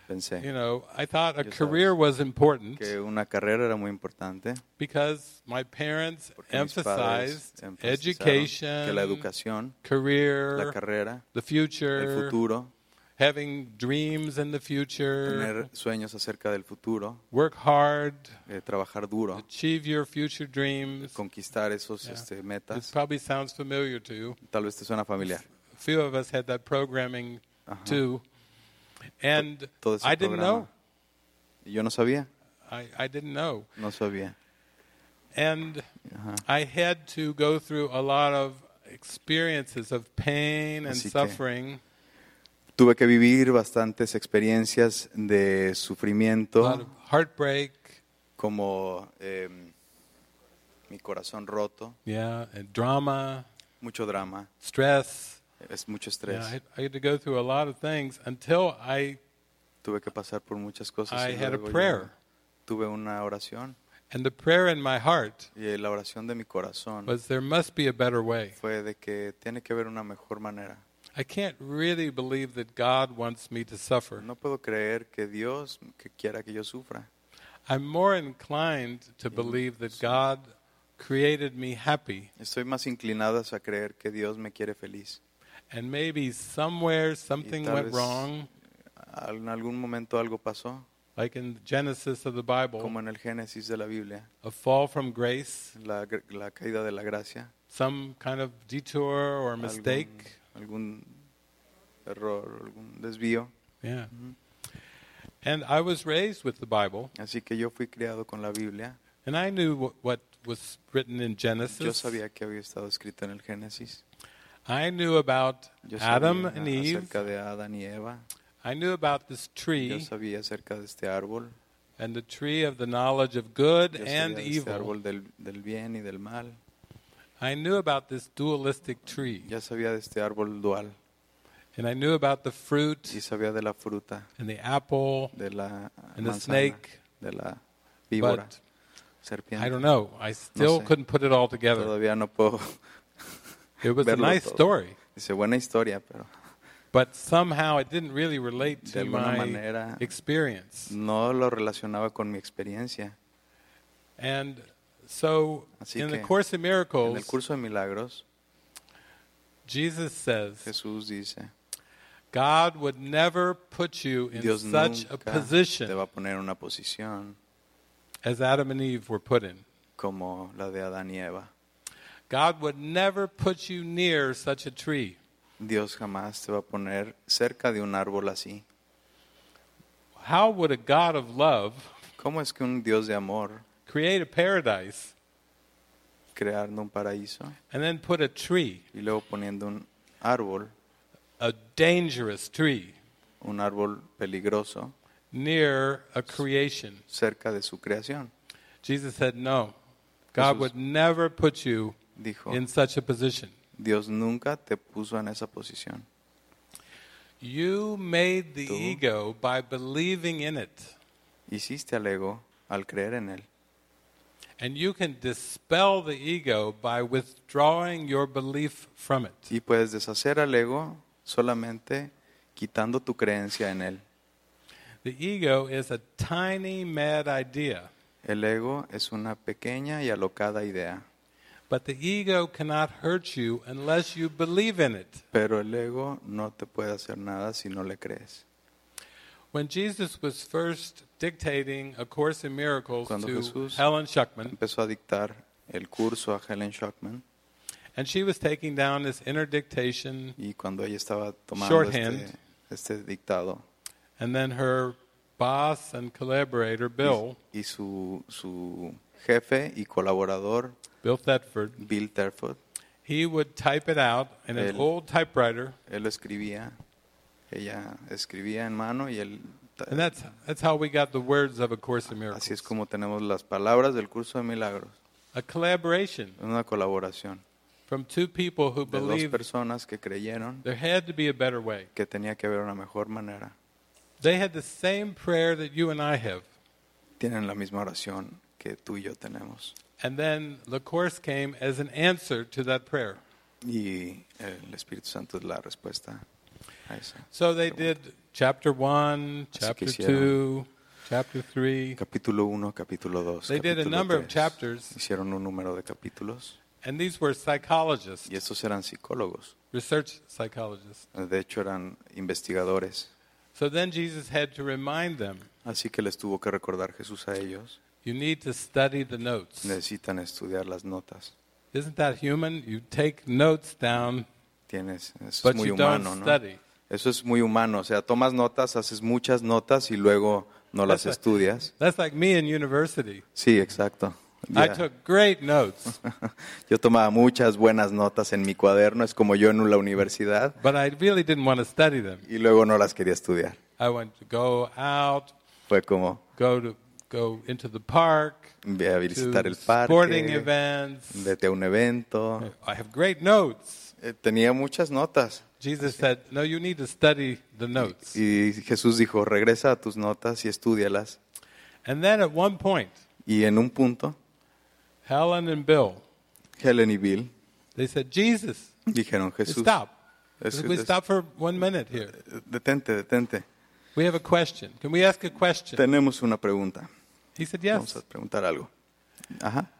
you Pensé know, I thought a Yo sabes. career was important que una carrera era muy importante. because my parents Porque mis padres emphasized enfatizaron que la education, educación, la career, carrera, the el future, futuro, having dreams in the future, tener sueños acerca del futuro, work hard. eh, trabajar duro, achieve your future dreams. conquistar esos este, This metas. probably sounds familiar to you. Tal vez te suena familiar. A few of us had that programming too. And Todo ese I didn't know. programa. Yo no sabía, I, I didn't know. no sabía. And Uh-huh. I had to go through a lot of experiences of pain and Así que- suffering, Tuve que vivir bastantes experiencias de a lot of sufrimiento, heartbreak, como eh, mi corazón roto, yeah, and drama, mucho drama, stress. es mucho Yeah, estrés. I, I had to go through a lot of things until I Tuve que pasar por muchas cosas. y I had a luego yo prayer. Tuve una oración And the prayer in my heart y eh, la oración de mi corazón was there must be a better way. fue de que tiene que haber una mejor manera. I can't really believe that God wants me to suffer. No puedo creer que Dios que quiera que yo sufra. I'm more inclined to believe that God created me happy. Estoy más inclinado a creer que Dios me quiere feliz. And maybe somewhere something tal went vez- wrong, Al- En algún momento algo pasó, like in the Genesis of the Bible, como en el Génesis de la Biblia, a fall from grace, la, gr- la caída de la gracia, some kind of detour or mistake. algún error, algún desvío. Yeah. And I was raised with the Bible, Así que yo fui criado con la Biblia. and I knew what, what was written in Yo Genesis. sabía que había estado escrito en el Génesis. I knew about Yo Adam sabía and Eve. acerca de Adán y Eva. I knew about this Yo tree sabía acerca de este árbol. and the tree of the knowledge of good Yo and sabía de este evil. árbol del, del bien y del mal. I knew about this dualistic tree, Ya sabía de este árbol dual. and I knew about the Y fruit sabía de la fruta, and the apple, de la the manzana, snake. de la víbora, but I serpiente. don't know. I still sé. couldn't put it all together. Todavía no puedo. It was a verlo nice todo. story, Dice, buena historia, pero but somehow it didn't really relate to alguna my manera. experience. no lo relacionaba con mi experiencia. And so, Así in the que, Course in En el Miracles, curso de milagros, Jesus says Jesús dice, God would never put you in Dios such a nunca te position va a poner en una posición as Adam and Eve were put in. como la de Adán y Eva. God would never put you near such a tree. Dios jamás te va a poner cerca de un árbol así. How would a God of love ¿Cómo es que un Dios de amor create a paradise creando un paraíso and then put a tree, y luego poniendo un árbol, a dangerous tree, un árbol peligroso, near a creation? cerca de su creación? Jesus said, No. God Jesús- would never put you Dijo, in such a position. Dios nunca te puso en esa posición. You made the Tú. ego by believing in it. Hiciste al ego al creer en él. And you can dispel the ego by withdrawing your belief from it. Y puedes deshacer al ego solamente quitando tu creencia en él. The ego is a tiny, mad idea, El ego es una pequeña y alocada idea, but the ego cannot hurt you unless you believe in it. pero el ego no te puede hacer nada si no le crees. When Jesus was first dictating A Course in Miracles Cuando to Jesús- Helen Schuckman, Empezó a dictar el curso a Helen Schuckman and she was taking down this inner dictation y cuando ella estaba tomando este, Shorthand. este dictado And then her boss and collaborator, Bill, y su, su jefe y colaborador Bill Thetford, Bill Terford, he would type it out in an El- old typewriter, él lo escribía, ella escribía en mano y él... and that's that's how we got the words of A Course in Así Miracles. es como tenemos las palabras del curso de milagros, A collaboration una colaboración from two people who de dos believed personas que creyeron there had to be a better way. que tenía que haber una mejor manera. They had the same prayer that you and I have. Tienen la misma oración que tú y yo tenemos. And then the course came as an answer to that prayer. Y el Espíritu Santo es la respuesta a eso. So they did chapter 1, Así chapter que hicieron. 2, chapter 3. Capítulo 1, capítulo 2. They did a number of chapters, Hicieron un número de capítulos and these were psychologists, y estos eran psicólogos. research psychologists. De hecho, eran investigadores. So then Jesus had to remind them, Así que les tuvo que recordar Jesús a ellos. you need to study the notes. Necesitan estudiar las notas. Isn't that human? You take notes down, Tienes, eso but es muy you don't humano, ¿no? study. Eso es muy humano. O sea, tomas notas, haces muchas notas y luego no las That's right. estudias. That's like me in university. Sí, exacto. I Ya. took great notes, *laughs* Yo tomaba muchas buenas notas en mi cuaderno, es como yo en la universidad, but I really didn't want to study them. y luego no las quería estudiar. I went to go out, Fue como go to go into the park, ve a visitar to el parque, sporting events. vete a un evento. I have great notes. Eh, Tenía muchas notas. Jesus said, "No, you need to study the notes." Y Jesús dijo, regresa a tus notas y estudialas. And then at one point, Y en un punto, Helen and Bill, Helen y Bill they said, "Jesus, dijeron, Jesús, stop. Es- Can we es- stop for one minute here. detente, detente. We have a question. Can we ask a question? Tenemos una pregunta. He said, Vamos yes. a preguntar algo. Ajá.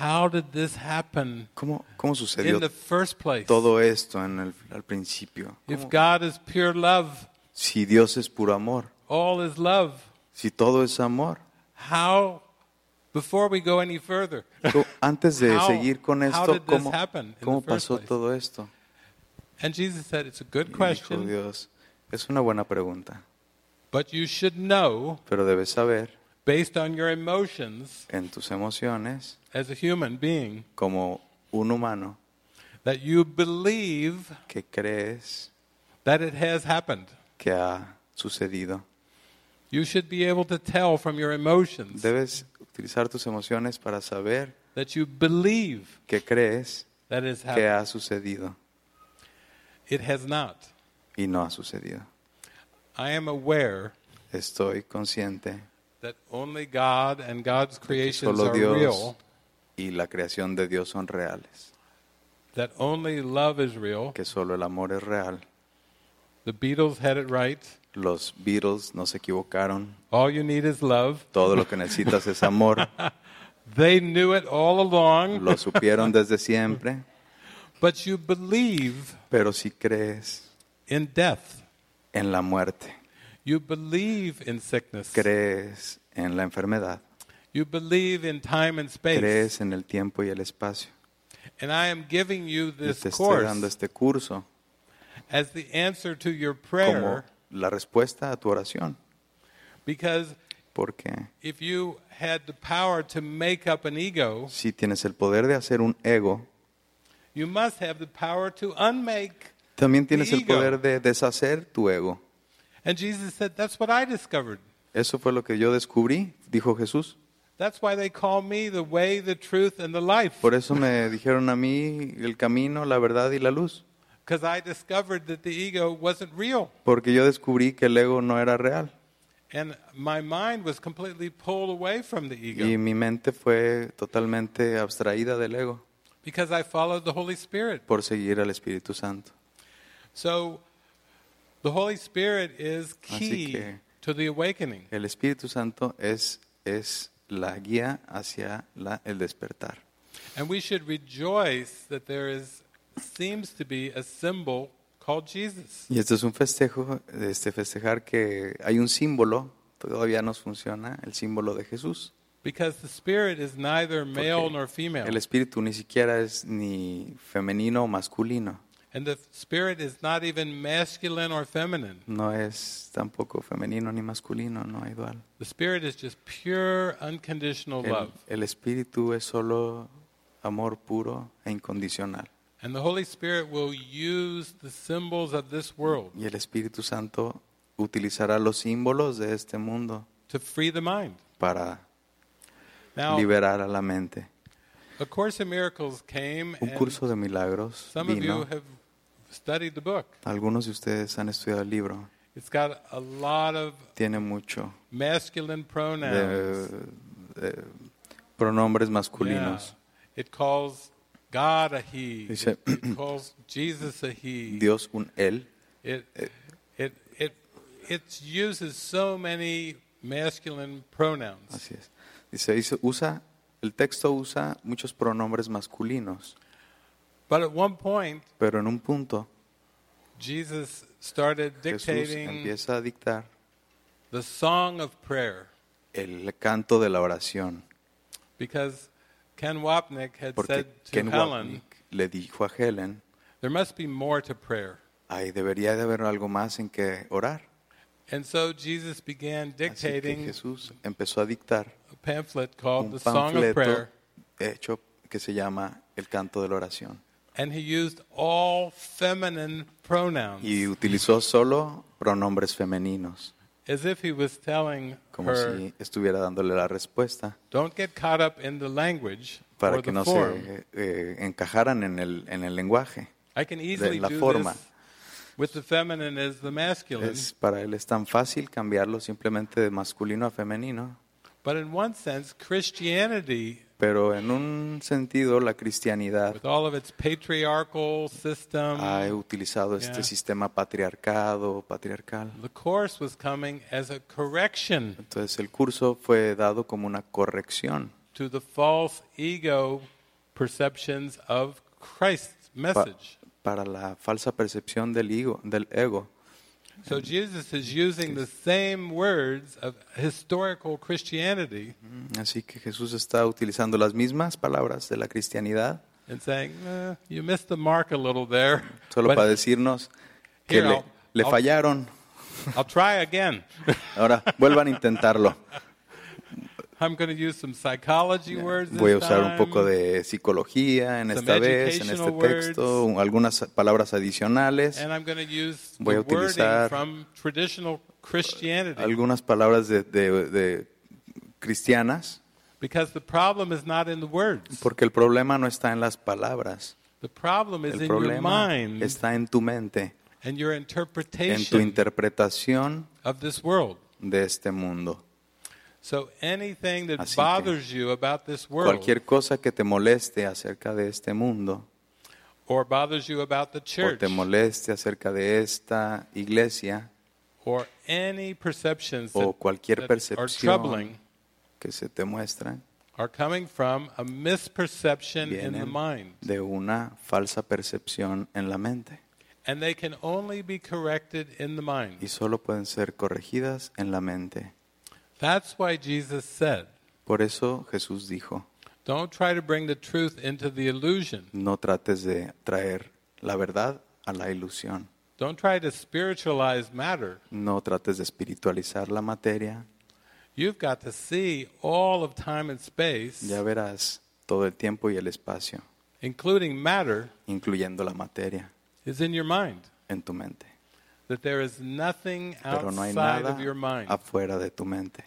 How did this happen ¿Cómo, cómo in sucedió the first place? todo esto en el, al principio? If ¿Cómo- God is pure love, Si Dios es puro amor, all is love. si todo es amor. How, before we go any further, Co- Antes de *laughs* How- seguir con how did esto, this ¿cómo, happen in the cómo first pasó place? todo esto? and Jesus said, it's a good Y dijo question, Dios, es una buena pregunta, but you should know, pero debes saber based on your emotions en tus emociones, as a human being, como un humano, that you believe que crees that it has happened. que ha sucedido. You should be able to tell from your emotions Debes utilizar tus emociones para saber that you believe que crees that it has que happened. ha sucedido It has not. y no ha sucedido. I am aware Estoy consciente that only God and God's creations solo are Dios real, y la creación de Dios son reales, that only love is real. que solo el amor es real. The Beatles had it right. Los Beatles no se equivocaron. All you need is love. Todo lo que necesitas es amor. *laughs* They knew it all along, Lo supieron desde siempre. but you believe Pero si crees in death. en la muerte, You believe in sickness. crees en la enfermedad. You believe in time and space. Crees en el tiempo y el espacio. And I am giving you Y this te estoy course dando este curso as the answer to your como prayer la respuesta a tu oración. because Porque if you had the power to make up an ego, si tienes el poder de hacer un ego, you must have the power to unmake. también tienes el Ego. poder de deshacer tu ego. And Jesus said, That's what I discovered. Eso fue lo que yo descubrí, dijo Jesús. That's why they call me the way, the truth, and the life. Por eso me dijeron a mí el camino, la verdad y la luz. Because I discovered that the ego wasn't real. Porque yo descubrí que el ego no era real. And my mind was completely pulled away from the ego Y mi mente fue totalmente abstraída del ego because I followed the Holy Spirit. por seguir al Espíritu Santo. So the Holy Spirit is Así key que- to the awakening. El Espíritu Santo es, es la guía hacia la- el despertar. And we should rejoice that there is seems to be a symbol called Jesus. Y esto es un festejo, este festejar que hay un símbolo, todavía nos funciona, el símbolo de Jesús. Because the spirit is neither male Porque nor female. El espíritu ni siquiera es ni femenino o masculino, And the spirit is not even masculine or feminine. no es tampoco femenino ni masculino, no hay dual. The spirit is just pure unconditional El, love. el espíritu es solo amor puro e incondicional. And the Holy Spirit will use the symbols of this world Y el Espíritu Santo utilizará los símbolos de este mundo to free the mind. para Now, liberar a la mente. A Course in Miracles came Un and curso de milagros some of you vino. have studied the book. Algunos de ustedes han estudiado el libro. It's got a lot of Tiene mucho masculine de, pronouns. de pronombres Yeah. masculinos. It calls God a he. Dice, It calls Jesus a he. Dios un él. It, it, it, it uses so many masculine pronouns. Así es. Dice, dice, usa, el texto usa muchos pronombres masculinos, But at one point, pero en un punto Jesus started Jesús dictating empieza a dictar the song of prayer el canto de la oración. because Ken Wapnick had Porque said to Ken Helen, Wapnick le dijo a Helen, There must be more to prayer. ay, debería de haber algo más en que orar. And so Jesus began Así que dictating Jesús empezó a dictar a pamphlet called un The Song of panfleto Prayer, hecho que se llama El canto de la oración. and he used all feminine pronouns Y utilizó solo pronombres femeninos, as if he was telling como her, si estuviera dándole la respuesta, don't get caught up in the language para or que the no form. se eh, encajaran en el, en el lenguaje. I can easily la do forma. this with the feminine as the masculine. Es, para él es tan fácil cambiarlo simplemente de masculino a femenino, But in one sense, Christianity, pero en un sentido la cristianidad with all of its patriarchal system, ha utilizado yeah. este sistema patriarcado, patriarcal. the course was coming as a correction Entonces el curso fue dado como una corrección to the false ego perceptions of Christ's pa- message. para la falsa percepción del ego, del ego. So Jesus is using the same words of historical Christianity Así que Jesús está utilizando las mismas palabras de la cristianidad and saying, "Eh, "You missed the mark a little there." *laughs* solo but para decirnos que Here, le, I'll- le I'll- fallaron. I'll try again. Ahora vuelvan *laughs* a intentarlo. I'm going to use some psychology words. Voy a this usar un time. poco de psicología en Some esta vez, en este educational texto, algunas palabras adicionales, And I'm going to use Voy a the wording utilizar- from traditional Christianity algunas palabras de- de- de cristianas. because the problem is not in the words. Porque el problema no está en las palabras. The problem is El in your problema mind está en tu mente, and your en tu interpretation interpretación of this world. de este mundo. So anything that Así que- bothers you about this world Cualquier cosa que te moleste acerca de este mundo or bothers you about the o church te moleste acerca de esta iglesia or any perceptions that, o cualquier that are troubling percepción que se te muestra are coming from a misperception in the vienen mind. de una falsa percepción en la mente And they can only be corrected in the y mind. solo pueden ser corregidas en la mente. That's why Jesus said, Por eso Jesús dijo, don't try to bring the truth into the illusion. no trates de traer la verdad a la ilusión, Don't try to spiritualize matter. no trates de espiritualizar la materia, You've got to see all of time and space, ya verás todo el tiempo y el espacio, including matter, incluyendo la materia, is in your mind. en tu mente. That there is nothing Pero no hay outside nada of your mind. afuera de tu mente,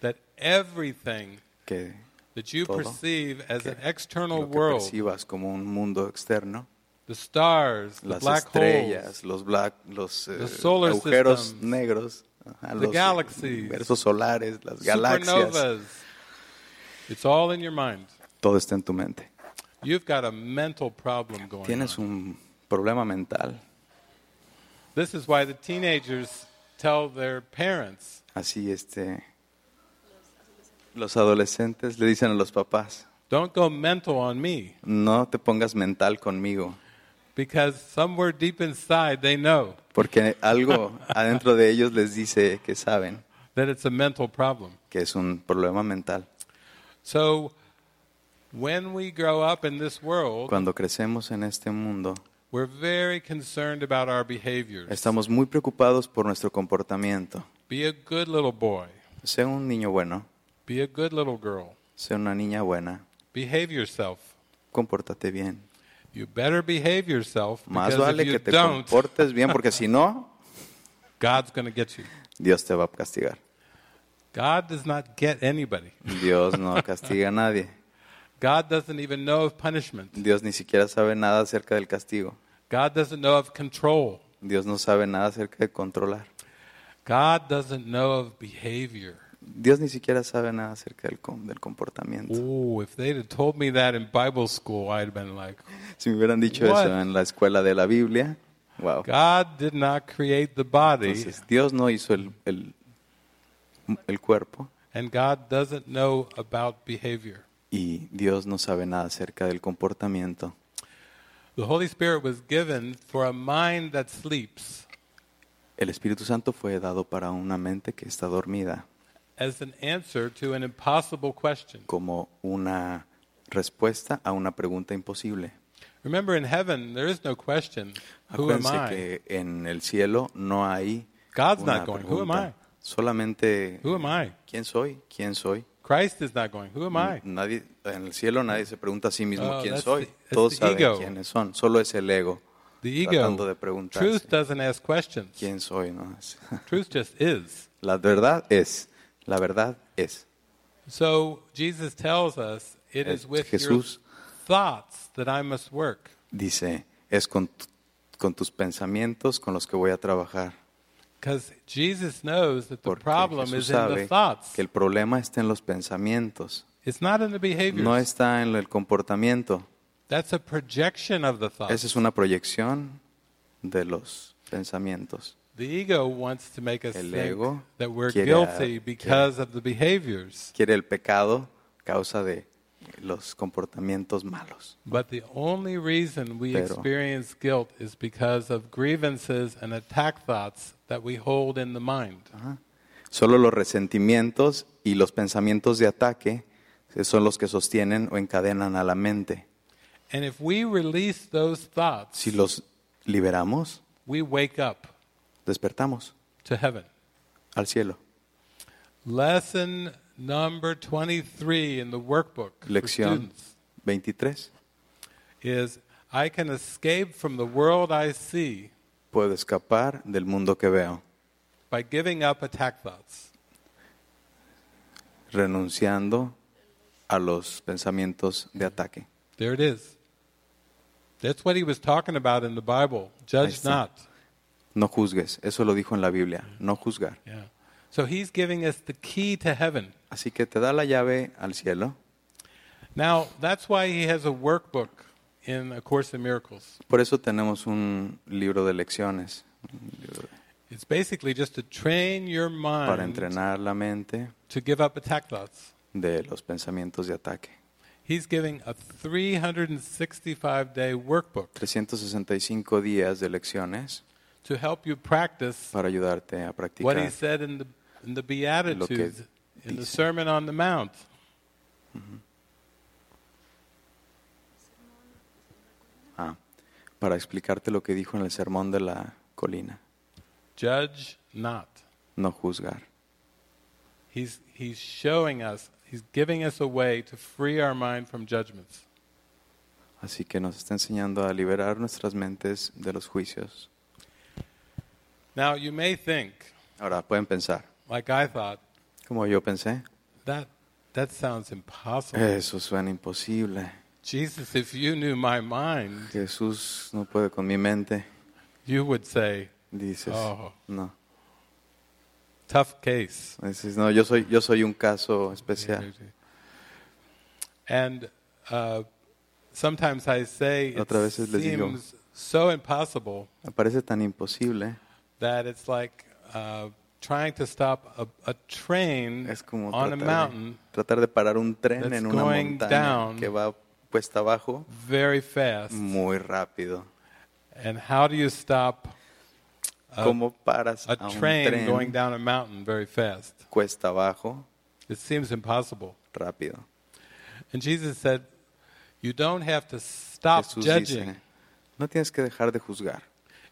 That everything que that you Todo perceive as que- an external lo que world, percibas como un mundo externo, the stars, the las black holes, estrellas, los, black, los eh, The solar agujeros systems, negros, ajá, the los galaxies, universos solares, las galaxias, supernovas, it's all in your mind. todo está en tu mente. You've got a mental problem going on. Tienes un problema mental. This is why the teenagers tell their parents, Así este los adolescentes le dicen a los papás, don't go mental on me, "No te pongas mental conmigo." because somewhere deep inside they know Porque *laughs* algo adentro de ellos les dice que saben that it's a mental problem. que es un problema mental. So when we grow up in this world, Cuando crecemos en este mundo, we're very concerned about our behaviors. estamos muy preocupados por nuestro comportamiento. Be a good little boy. Sé un niño bueno, Be a good little girl. sé una niña buena, Behave yourself. compórtate bien. You better behave yourself Más because vale if que you te don't, comportes bien porque si no, God's going to get you. Dios te va a castigar. God does not get anybody. *laughs* Dios no castiga a nadie. God doesn't even know of punishment. Dios ni siquiera sabe nada acerca del castigo. God doesn't know of control. Dios no sabe nada acerca de controlar. God doesn't know of behavior. Dios ni siquiera sabe nada acerca del, com- del comportamiento. Oh, if they'd have told me that in Bible school, I'd have been like, Si me hubieran dicho What? eso en la escuela de la Biblia, wow. God did not create the body, Entonces, Dios no hizo el, el, el cuerpo and God doesn't know about behavior. y Dios no sabe nada acerca del comportamiento. The Holy Spirit was given for a mind that sleeps El Espíritu Santo fue dado para una mente que está dormida as an answer to an impossible question. como una respuesta a una pregunta imposible. Remember, in heaven, there is no question, who am Acuérdense I? que en el cielo no hay God's una not going, who am I? pregunta. Solamente Who am I? ¿quién soy? ¿Quién soy? Christ is not going, who am I? Nadie en el cielo nadie se pregunta a sí mismo Oh, quién that's soy. the- that's the Todos saben ego. quiénes son. Solo es el ego The tratando ego. de preguntarse Truth doesn't ask questions. quién soy. No? *laughs* Es- Truth just is. La verdad es. La verdad es. So Jesus tells us it Eh, is with Jesús. your thoughts that I must work. Dice es con tu- con tus pensamientos con los que voy a trabajar. Because Jesus knows that the Porque problem Jesús is in sabe the thoughts. que el problema está en los pensamientos. It's not in the behaviors. No está en el comportamiento. That's a projection of the thoughts. Esa es una proyección de los pensamientos. The ego wants to make us El think ego that we're quiere- guilty because of the behaviors. Quiere el pecado causa de los comportamientos malos. But the only reason we Pero- experience guilt is because of grievances and attack thoughts that we hold in the mind. Solo los resentimientos y los pensamientos de ataque son los que sostienen o encadenan a la mente. And if we release those thoughts, Si los liberamos, we wake up despertamos to heaven. al cielo. Lesson number 23 in the workbook for Lección students 23. is I can escape from the world I see Puedo escapar del mundo que veo, by giving up attack thoughts. renunciando a los pensamientos de ataque. There it is. That's what he was talking about in the Bible. I Judge see. not. No juzgues, eso lo dijo en la Biblia, no juzgar. Yeah. So he's giving us the key to heaven. Así que te da la llave al cielo. Now, that's why he has a workbook in A Course in Miracles. Por eso tenemos un libro de lecciones, un libro de- It's basically just to train your para mind entrenar la mente to give up attack thoughts. de los pensamientos de ataque. He's giving a 365 day workbook 365 días de lecciones to help you practice para ayudarte a what he practicar said in the in the Beatitudes, in the dice. Sermon on the Mount. Ah, para explicarte lo que dijo en el sermón de la colina. Judge not. No juzgar. He's, he's showing us, he's giving us a way to free our mind from judgments. Así que nos está enseñando a liberar nuestras mentes de los juicios. Now, you may think, Ahora, pueden pensar, like I thought, como yo pensé, that, that sounds impossible. eso suena imposible. Jesus, if you knew my mind, Jesús no puede con mi mente. you would say, Dices, Oh. no. tough case. Dices, no, yo soy, yo soy un caso especial. And uh, sometimes I say it Otra veces les digo. seems so impossible Me parece tan imposible. ¿eh? that it's like uh, trying to stop a, a train Es como on a tratar de, mountain tratar de parar un tren that's en una going montaña down. que va puesta abajo very fast. muy rápido. And how do you stop a, ¿Cómo paras a a un train going tren down a mountain very fast? cuesta abajo It seems impossible. rápido? And Jesus said, You don't have to stop Jesús judging. dice, no tienes que dejar de juzgar.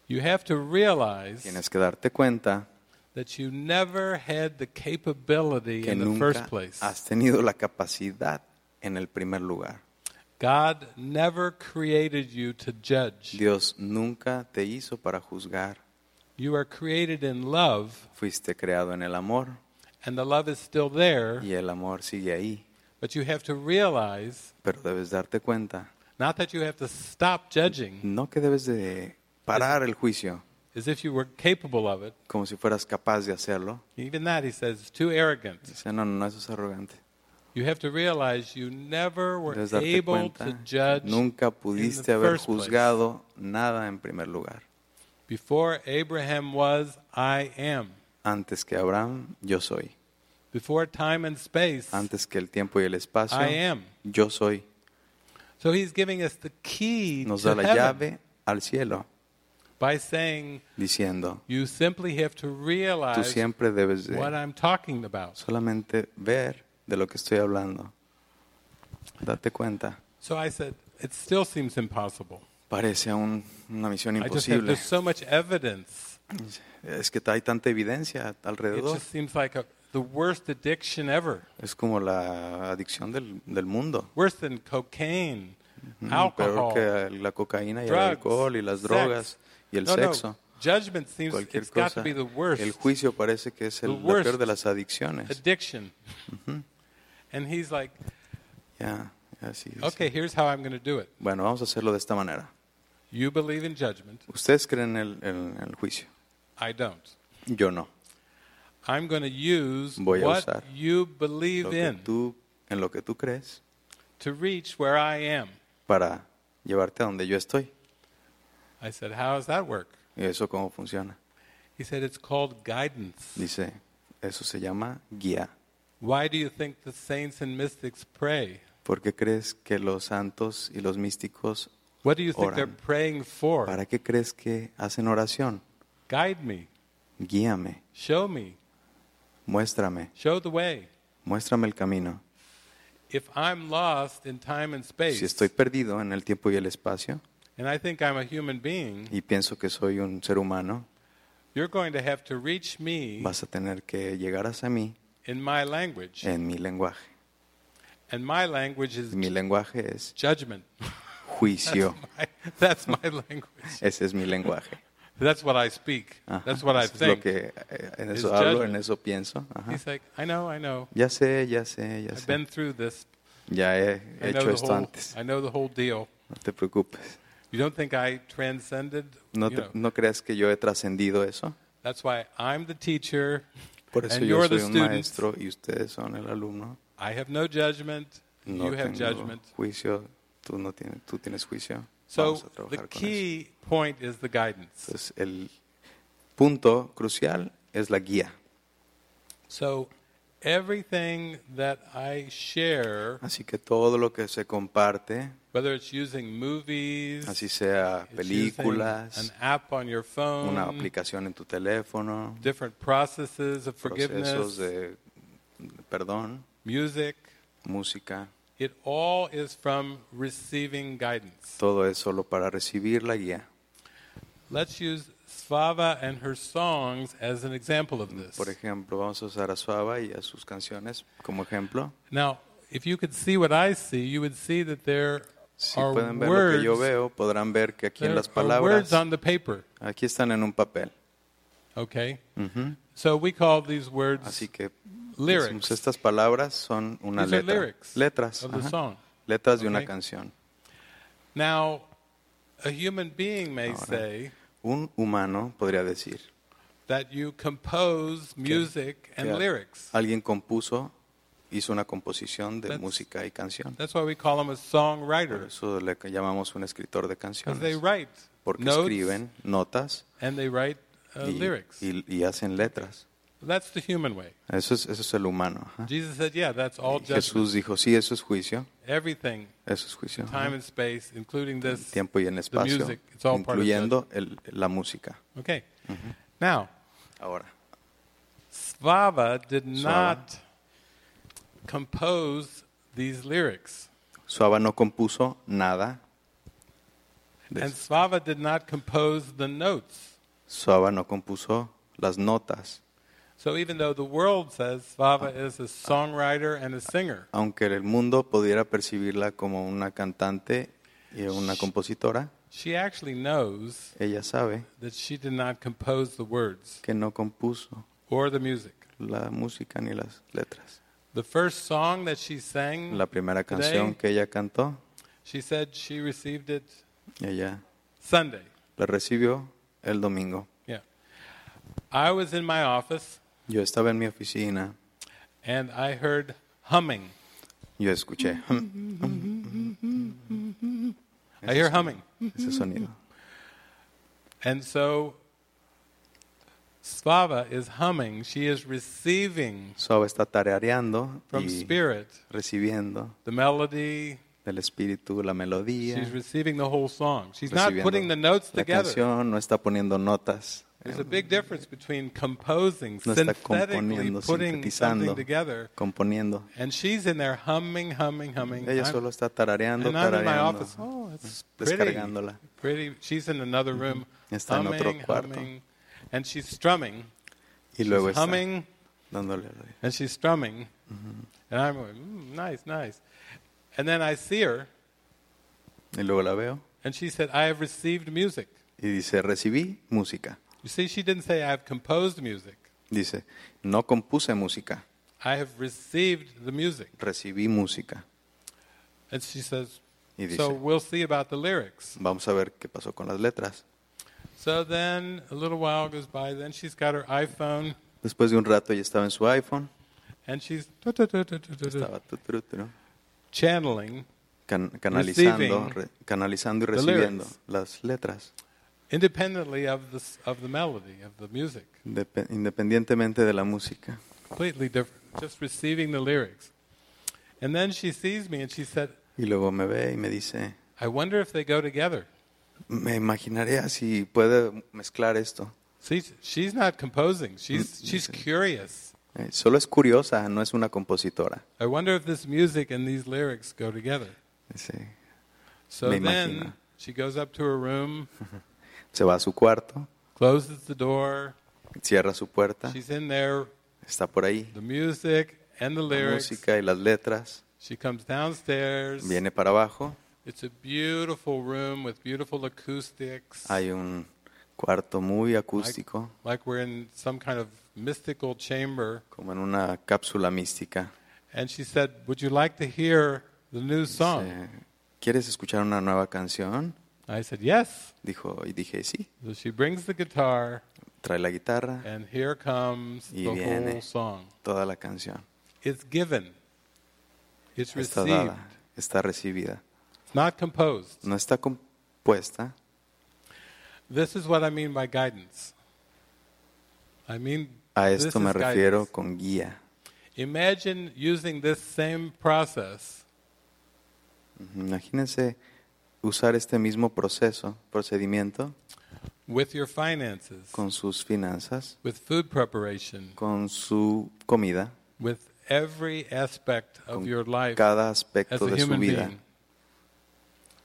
You have to realize Tienes que darte cuenta that you never had the capability que in the first nunca place. has tenido la capacidad en el primer lugar. God never created you to judge. Dios nunca te hizo para juzgar. You are created in love, Fuiste creado en el amor and the love is still there, y el amor sigue ahí. but you have to realize Pero debes darte cuenta, not that you have to stop judging no que debes de parar el juicio as if you were capable of it. como si fueras capaz de hacerlo. Even that, he says, is too arrogant. Dice, no, no, no, eso es arrogante. You have to realize you never were Debes darte able to cuenta, judge nunca in pudiste the haber first place. juzgado nada en primer lugar. Before Abraham was, I am. Antes que Abraham, yo soy. Before time and space, Antes que el tiempo y el espacio, I am. yo soy. So he's giving us the key Nos to da la heaven llave al cielo, by saying diciendo, you simply have to tú realize siempre debes what de I'm talking about. solamente ver de lo que estoy hablando. Date cuenta. So I said, it still seems impossible. Parece aún una misión I just have, imposible. there's so much evidence. Es que hay tanta evidencia It alrededor. just seems like a, the worst addiction ever, Es como la adicción del, del mundo. worse than cocaine, Mm, alcohol, Peor que la cocaína y el drugs, alcohol y las sex. drogas y el no, sexo. No. Judgment seems Cualquier it's got cosa. to be the worst El juicio parece que es el, The la peor worst. de las adicciones. addiction. And he's like, Ya, así es. okay, here's how I'm going to do it. Bueno, vamos a hacerlo de esta manera. You believe in judgment. Ustedes creen en el, en el juicio. I don't. Yo no. I'm going to use Voy a what usar you Lo believe que in tú, en lo que tú crees to reach where I am. para llevarte a donde yo estoy. I said, How does that work? ¿Y eso cómo funciona? He said, It's called guidance. Dice, eso se llama guía. Why do you think the saints and mystics pray? ¿Por qué crees que los santos y los místicos What do you think they're Oran. praying for? ¿Para qué crees que hacen oración? Guide me. Guíame, Show me. muéstrame, Show the way. muéstrame el camino. If I'm lost in time and space, Si estoy perdido en el tiempo y el espacio and I think I'm a human being, y pienso que soy un ser humano, you're going to have to reach me vas a tener que llegar hacia mí in my language. en mi lenguaje. And my language is Mi lenguaje es judgment. *laughs* juicio. That's my language. Ese es mi lenguaje. That's what I speak. Ajá. That's what I Eso es lo think. que, eh, en It's eso hablo, judgment. en eso pienso. Ajá. He's like, I know, I know. Ya sé, ya sé, ya I've been sé. through this. Ya he I know hecho the esto whole, antes. I know the whole deal. No te preocupes. You don't think I transcended? No, You te- know, no creas que yo he trascendido eso. That's why I'm the teacher Por eso and yo you're the soy un student. maestro y ustedes son el alumno. I have no judgment. No you have tengo judgment. juicio, tú no tienes, tú tienes juicio. So Vamos a the trabajar con eso. key point is the guidance. Entonces, el punto crucial es la guía. So everything that I share, Así que todo lo que se comparte, whether it's using movies, así sea it's using an películas, app on your phone, una aplicación en tu teléfono, Um, different processes of forgiveness, procesos de perdón, music, música, it all is from receiving guidance. todo es solo para recibir la guía. Let's use Svava and her songs as an example of this. Por ejemplo, vamos a usar a Suava y a sus canciones como ejemplo. Now, if you could see what I see, you would see that there Si are pueden ver lo que yo words, veo, podrán ver que aquí en there las are words palabras, on the paper. aquí están en un papel. Okay? Ujú. So we call these words Así que decimos, lyrics estas palabras son una These are letra. lyrics Letras. of the ajá. song. Letras de una Okay. canción. Now, a human being may say Un humano podría decir that you compose music que and al- lyrics. alguien compuso, hizo una composición de That's- música y canción. That's why we call them a Por songwriter, eso le llamamos un escritor de because they canciones. write Porque notes escriben notas and they write uh, y, lyrics. y- y hacen letras. That's the human way. Eso es, eso es el humano. ajá. Jesus said, "Yeah, that's all judgment. Jesús dijo, sí, eso es juicio. Everything, Eso es juicio. ajá. time and space, including this Tiempo y en espacio, music, it's all part of incluyendo el- la música. Okay. Now, Ahora, Svava did Svava. not compose these lyrics. Suava no compuso nada. de And eso. Svava did not compose the notes. Suava no compuso las notas. So even though the world says Svava is a songwriter and a singer, Aunque el mundo pudiera percibirla como una cantante y una compositora, she actually knows ella sabe that she did not compose the words que no compuso or the music. la música ni las letras. The first song that she sang, La primera canción que ella cantó, she said she received it ella Sunday. la recibió el domingo. Yeah. I was in my office Yo estaba en mi oficina, and I heard humming. yo escuché *laughs* I hear humming. ese sonido. And so Svava is humming. She is receiving Suava está tarareando from y spirit recibiendo the melody. del espíritu la melodía. She's receiving the whole song. She's not recibiendo putting the notes la together. canción, no está poniendo notas. There's a big difference between composing, No está synthetically componiendo, putting something sintetizando. together, componiendo. and she's in there humming, humming, humming. Ella I'm- solo está tarareando, and I'm in my tarareando, office. Oh, it's pretty. descargándola. Pretty. She's in another room, Está en humming, otro cuarto. humming, and she's strumming. Y luego she's está humming. dándole. la- and she's strumming, and I'm going, mm, nice, nice. And then I see her, Y luego la veo and she said, I have received music. y dice, recibí música. You see, she didn't say, I have composed music. Dice, no compuse música, I have received the music. recibí música. And she says, Y dice, So we'll see about the lyrics. vamos a ver qué pasó con las letras. So then a little while goes by, then she's got her iPhone, Después de un rato ella estaba en su iPhone, and she's estaba tu, tu, tu, tu, channeling can- canalizando, Receiving re- canalizando y the recibiendo lyrics. las letras, independently of the, s- of the melody, of the music. depe- independientemente de la música. completely different, just receiving the lyrics. And then she sees me and she said, Y luego me ve y me dice, I wonder if they go together. me imaginaría si puede mezclar esto. See, she's not composing, she's, Mm, she's okay. curious. Eh, Solo es curiosa, no es una compositora. I wonder if this music and these lyrics go together. Dice, So Me then imagino. she goes up to her room, Se va a su cuarto, closes the door, cierra su puerta, she's in there, está por ahí, the music and the la lyrics. música y las letras, She comes downstairs. viene para abajo, It's a beautiful room with beautiful acoustics. hay un cuarto muy acústico, like we're in some kind of mystical chamber. como en una cápsula mística. And she said, Would you like to hear the new song? Dice, ¿Quieres escuchar una nueva canción? I said, Yes. Dijo, y dije, sí, So she brings the guitar, trae la guitarra, and here comes Y the viene. whole song. toda la canción It's given, it's está received, dada, está recibida. it's not composed. No está compuesta, This is what I mean by guidance. I mean, a this esto me is refiero guidance. con guía. Imagine using this same process Imagínense usar este mismo proceso, procedimiento, with your finances, con sus finanzas, with food preparation, con su comida, with every aspect of your life cada as aspecto a de su human vida, being.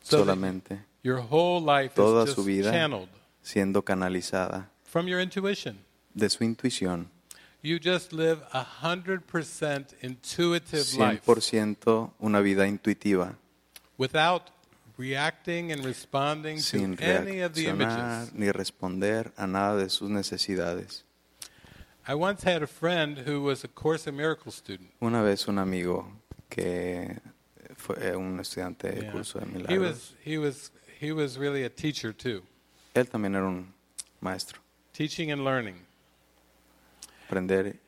So that solamente your whole life toda is su just vida channeled siendo canalizada from your intuition. de su intuición, You just live a hundred percent intuitive life 100% una vida intuitiva, without reacting and responding sin to any of the images. reaccionar ni responder a nada de sus necesidades. I once had a friend who was a Course in Miracles student. Una vez un amigo que fue eh, un estudiante del curso de He milagros, was he was he was really a teacher too, él también era un maestro, teaching and learning. aprender,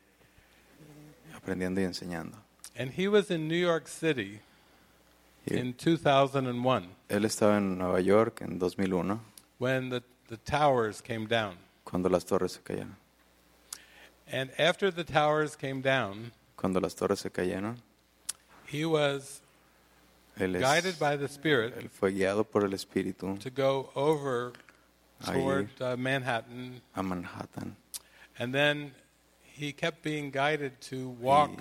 aprendiendo y enseñando. And he was in New York City Yeah. in 2001 Él estaba en Nueva York en 2001 when the, the towers came down. cuando las torres se cayeron. And after the towers came down, Cuando las torres se cayeron, he was él, es- guided by the Spirit él fue guiado por el Espíritu to go over A toward uh, Manhattan. a Manhattan And then he kept being guided to walk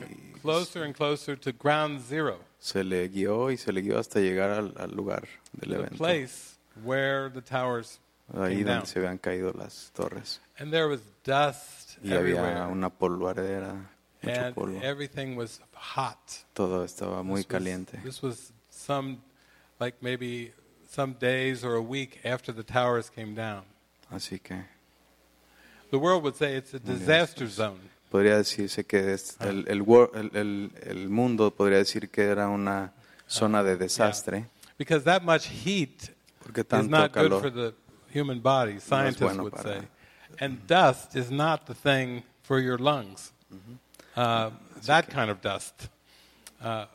closer and closer to ground zero, se le guió y se le guió hasta llegar al, al lugar del the evento, place where the towers ahí came down. donde se habían caído las torres. And there was dust Y había everywhere. una polvareda, mucho And polvo. everything was hot. Todo estaba muy This was- caliente. This was some, like maybe some days or a week after the towers came down. Así que The world would say it's a disaster zone. podría decirse que es- Ah. el, el wor- el- el- el mundo podría decir que era una Ah. zona de desastre, Because that much heat porque is tanto not good for calor the human body, scientists bueno would para- say. And dust is not the thing for your lungs. Mm-hmm. Uh, that kind of dust. Uh,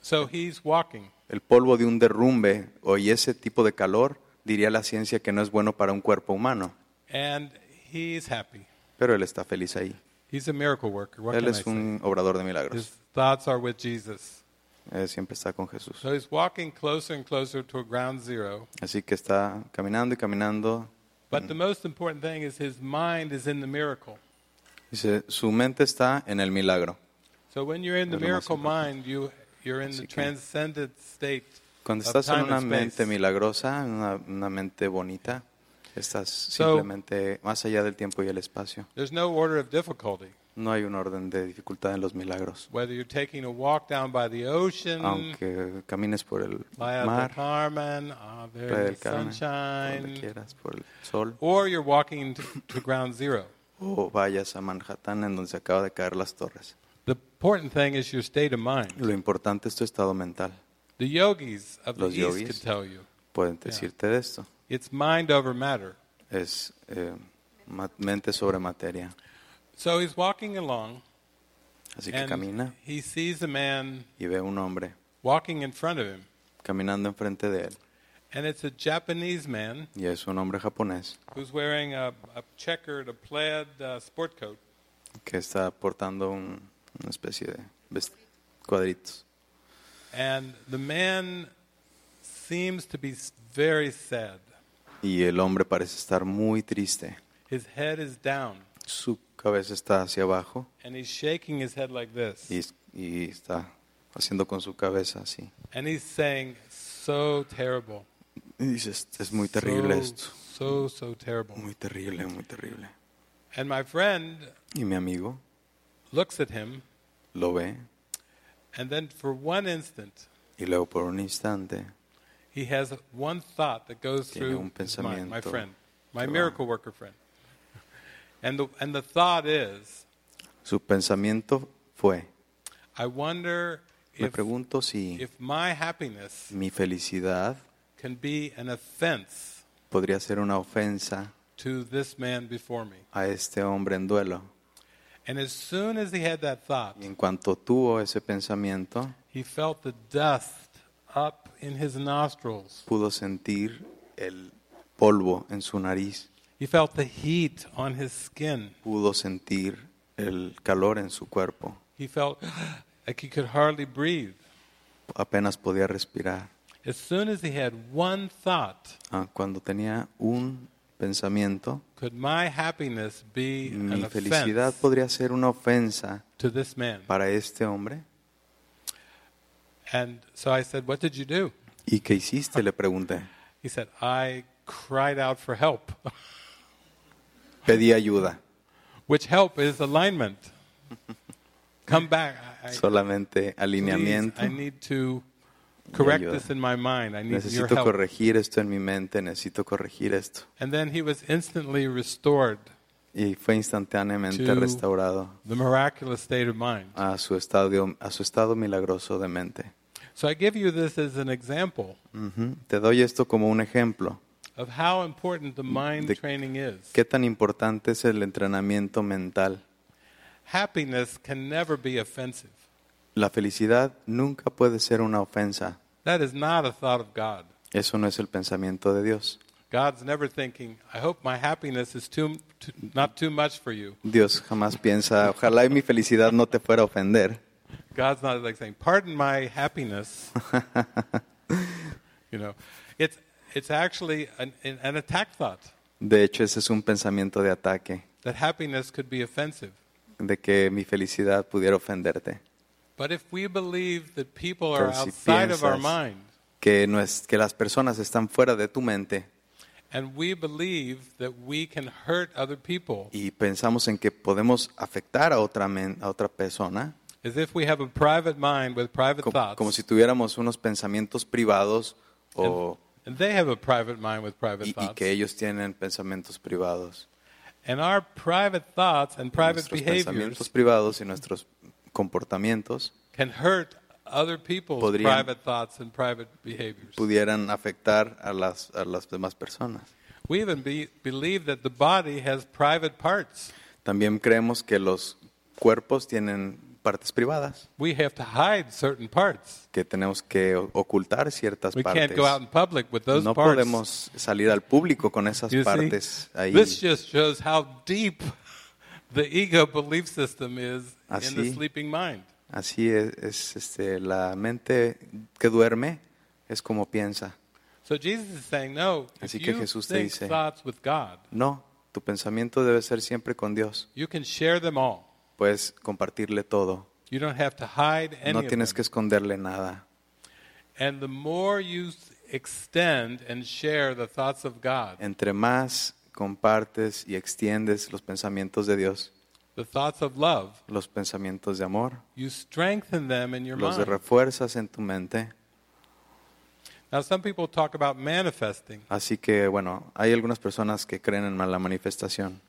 so he's walking. El polvo de un derrumbe o y ese tipo de calor diría la ciencia que no es bueno para un cuerpo humano, And he's happy. pero él está feliz ahí. He's a miracle worker. What Él can I es say? un obrador de His milagros. thoughts are with Jesus. Él siempre está con Jesús. So he's walking closer and closer to ground zero. Así que está caminando y caminando. Mm. But the most important thing is his mind is in the miracle. Dice, su mente está en el milagro. So when you're in the Es lo más miracle importante. mind, you you're in the Así que- transcendent state. Cuando of estás en time una and mente space. milagrosa, en una, una mente bonita, estás So- simplemente más allá del tiempo y el espacio. There's no order of difficulty. No hay un orden de dificultad en los milagros. Whether you're taking a walk down by the ocean, Aunque camines por el Playa del mar, Carmen, ah, there Playa in del the Carmen, donde sunshine, quieras, por el sol, or you're walking to, to ground zero. o vayas a Manhattan en donde se acaba de caer las torres. The important thing is your state of mind. Lo importante es tu estado mental. The yogis of the Los East yogis. could tell you. Pueden decirte de esto. It's mind over matter. Es eh, ma- mente sobre materia. So he's walking along, Así que and camina he sees a man y ve un hombre walking in front of him, caminando enfrente de él. and it's a Japanese man Y es un hombre japonés who's wearing a, a checkered, a plaid uh, sport coat, que está portando un- una especie de vest- cuadritos. and the man seems to be s- very sad. Y el hombre parece estar muy triste. His head is down, Su cabeza está hacia abajo and he's shaking his head like this, y, y está haciendo con su cabeza así. and he's saying, "So terrible, Y dices, es muy terrible so, esto. so so terrible." Muy terrible, muy terrible. And my friend Y mi amigo looks at him, lo ve and then for one instant. y luego por un instante He has one thought that goes Tiene through un his mind, my pensamiento friend, my que va. miracle worker friend. And the, and the thought is, su pensamiento fue, I wonder me if, pregunto si if my happiness mi felicidad can be an offense podría ser una ofensa to this man before me. a este hombre en duelo. And as soon as he had that thought, Y en cuanto tuvo ese pensamiento, he felt the dust up in his nostrils. pudo sentir el polvo en su nariz, He felt the heat on his skin. pudo sentir el calor en su cuerpo, He He felt *gasps* like he could hardly breathe. apenas podía respirar. As soon as he had one thought, Ah, cuando tenía un pensamiento, could my happiness be an mi felicidad offense podría ser una ofensa to this man? para este hombre. And so I said, What did you do? ¿Y qué hiciste? Le pregunté. He said, I cried out for help, Pedí ayuda. which help is *laughs* alignment. Come back. I, I, Solamente please, alineamiento. I need to correct ayuda. this in my mind. I need your Necesito help. corregir esto en mi mente, necesito corregir esto. And then he was instantly restored Y fue instantáneamente To- restaurado the miraculous state of mind. a su, estadio, a su estado milagroso de mente. So I give you this as an example Ujú. Te doy esto como un ejemplo. of how important the mind De- training is. ¿Qué tan importante es el entrenamiento mental? Happiness can never be offensive. La felicidad nunca puede ser una ofensa. That is not a thought of God. Eso no es el pensamiento de Dios. God's never thinking, I hope my happiness is too, too, not too much for you. Dios jamás piensa, ojalá y mi felicidad no te fuera a ofender. God's not like saying, "Pardon my *laughs* happiness." you know, it's it's actually an, an an attack thought De hecho, ese es un pensamiento de ataque, that happiness could be offensive. de que mi felicidad pudiera ofenderte. But if we believe that people are Pero si outside of our piensas- mind Que, no es, que las personas están fuera de tu mente and we believe that we can hurt other people, y pensamos en que podemos afectar a otra, men- a otra persona, as if we have a private mind with private co- thoughts, como si tuviéramos unos pensamientos privados o, and they have a private mind with private y, y thoughts, que ellos tienen pensamientos privados. and our private thoughts and private nuestros behaviors pensamientos privados y nuestros comportamientos can hurt other people's Podrían- private thoughts and private behaviors. pudieran afectar a las, a las demás personas. We even be, believe that the body has private parts. También creemos que los cuerpos tienen partes privadas, We have to hide certain parts. que tenemos que o- ocultar ciertas We partes. can't go out in public with those No parts. podemos salir al público con esas You see? partes ahí. This just shows how deep *laughs* the ego belief system is in the Así. sleeping mind. Así es, es, este, la mente que duerme es como piensa. So Jesus is saying, no, if Así que you Jesús te think dice- thoughts with God, No, tu pensamiento debe ser siempre con Dios. you can share them all. Puedes compartirle todo. You don't have to hide any No of them. tienes que esconderle nada. And the more you s- extend and share the thoughts of God, Entre más compartes y extiendes los pensamientos de Dios, the thoughts of love, los pensamientos de amor, you strengthen them in your los mind. refuerzas en tu mente. Now, some people talk about manifesting. Así que, bueno, hay algunas personas que creen en la manifestación.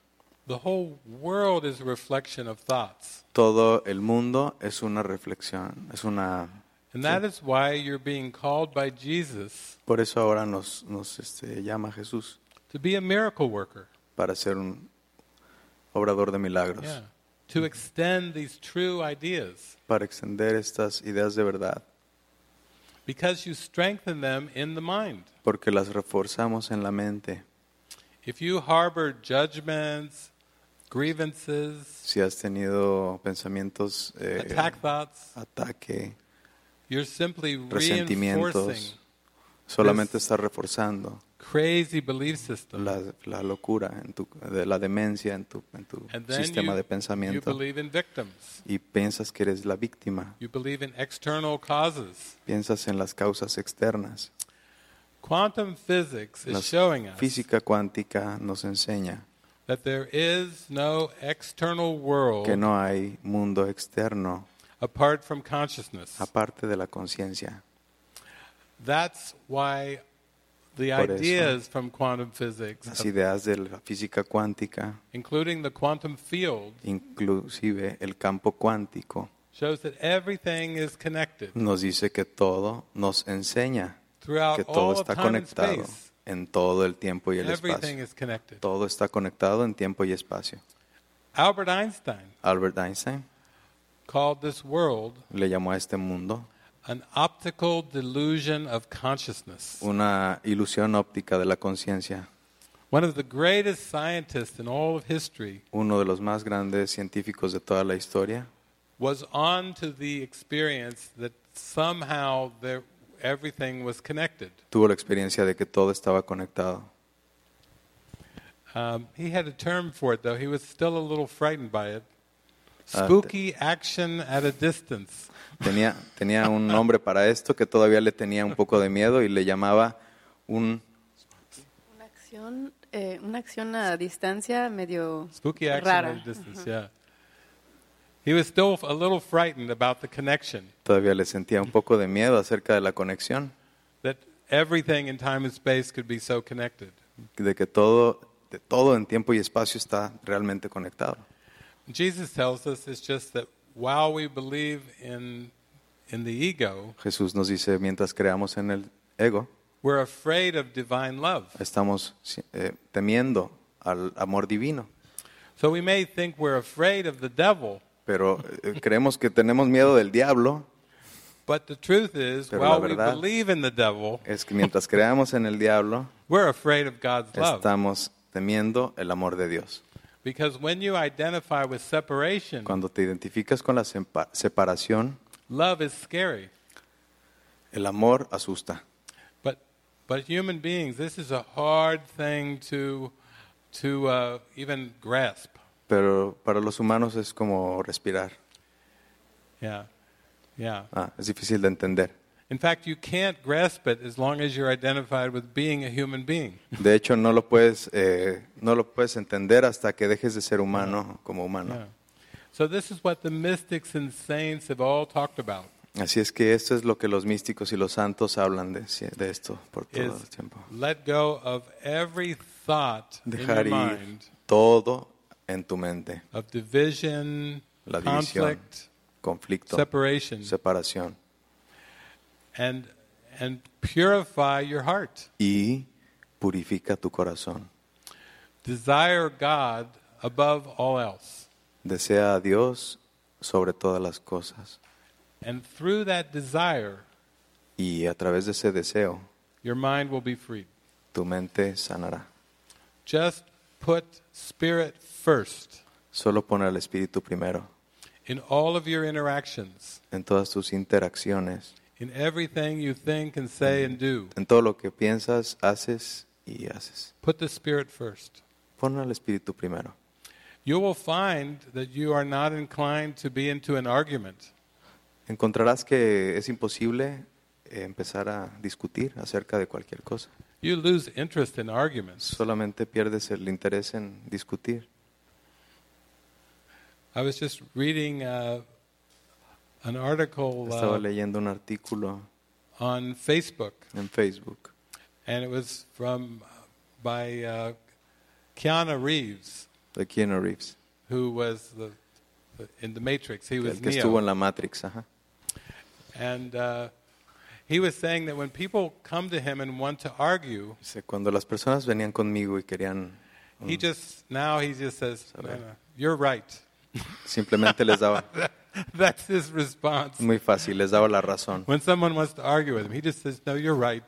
The whole world is a reflection of thoughts. Todo el mundo es una reflexión, es una... And that is why you're being called by Jesus Por eso ahora nos, nos este, llama Jesús to be a miracle worker. para ser un obrador de milagros, Yeah. Mm-hmm. To extend these true ideas para extender estas ideas de verdad, because you strengthen them in the mind. porque las reforzamos en la mente. If you harbor judgments, grievances, Si has tenido pensamientos, eh, attack thoughts, ataque, you're simply reinforcing resentimientos, solamente estás reforzando crazy belief system. la, la locura, en tu, de la demencia en tu, en tu And then sistema de you, you pensamiento believe in victims. y piensas que eres la víctima, You believe in external causes. piensas en las causas externas. Quantum physics is La showing us física cuántica nos enseña that there is no external world que no hay mundo externo apart from consciousness. aparte de la conciencia. That's why the Por eso. ideas from quantum physics, Las ideas de la física cuántica, including the quantum field, inclusive el campo cuántico, shows that everything is connected nos dice que todo nos enseña throughout que all todo of está time and conectado space. en todo el tiempo y el Everything espacio. is connected. Todo está conectado en tiempo y espacio. Albert Einstein Albert Einstein called this world le llamó a este mundo an optical delusion of consciousness. una ilusión óptica de la conciencia. One of the greatest scientists in all of history Uno de los más grandes científicos de toda la historia was on to the experience that somehow there, everything was connected. Tuvo la experiencia de que todo estaba conectado. Um, he had a term for it, though. He was still a little frightened by it. Uh, Spooky action at a distance. Tenía, tenía un nombre para esto que todavía le tenía un poco de miedo y le llamaba un Una acción, eh, una acción a distancia medio Spooky action rara. at a distance, yeah. He was still a little frightened about the connection, todavía le sentía un poco de miedo acerca de la conexión, that everything in time and space could be so connected. de que todo, de todo en tiempo y espacio está realmente conectado. Jesus tells us it's just that while we believe in, in the ego, Jesús nos dice, mientras creamos en el ego, we're afraid of divine love. estamos eh, temiendo al amor divino, So we may think we're afraid of the devil, pero eh, creemos que tenemos miedo del diablo, but the truth is, Pero la while we verdad- believe in the devil, es que mientras creamos en el diablo, we're afraid of God's love. estamos temiendo el amor de Dios. Because when you identify with separation, Cuando te identificas con la sepa- separación, love is scary. el amor asusta. But but human beings, this is a hard thing to to uh, even grasp. Pero para los humanos es como respirar. Yeah, yeah. Ah, es difícil de entender. In fact, you can't grasp it as long as you're identified with being a human being. De hecho, no lo puedes, eh, no lo puedes entender hasta que dejes de ser humano como Yeah. humano. So this is what the mystics and saints have all talked about: Así es que esto es lo que los místicos y los santos hablan de, de esto por todo is el tiempo. let go of every thought in your Dejar ir mind todo en tu mente. of division, La división, conflict, conflicto, separation, separación. and and purify your heart. Y purifica tu corazón. Desire God above all else. Desea a Dios sobre todas las cosas. And through that desire, Y a través de ese deseo, your mind will be freed. tu mente sanará. Just put spirit first Solo pon al Espíritu primero in all of your interactions, en todas tus interacciones, in everything you think and say and do. en todo lo que piensas, haces y haces. Put the spirit first. Pon al Espíritu primero. You will find that you are not inclined to be into an argument. Encontrarás que es imposible eh, empezar a discutir acerca de cualquier cosa. You lose interest in arguments. Solamente pierdes el interés en discutir. I was just reading uh, an article Estaba uh, leyendo un artículo on Facebook en Facebook and it was from by uh, Keanu Reeves, de Keanu Reeves, who was the, the- in the Matrix. He was el que Neo, estuvo en la Matrix. ajá. and uh, he was saying that when people come to him and want to argue, Dice, cuando las personas venían conmigo y querían, Mm. he just now he just says, no, no, "You're right." simplemente les *laughs* daba, *laughs* That's his response. muy fácil, les daba la razón. When someone wants to argue with him, he just says, "No, you're right,"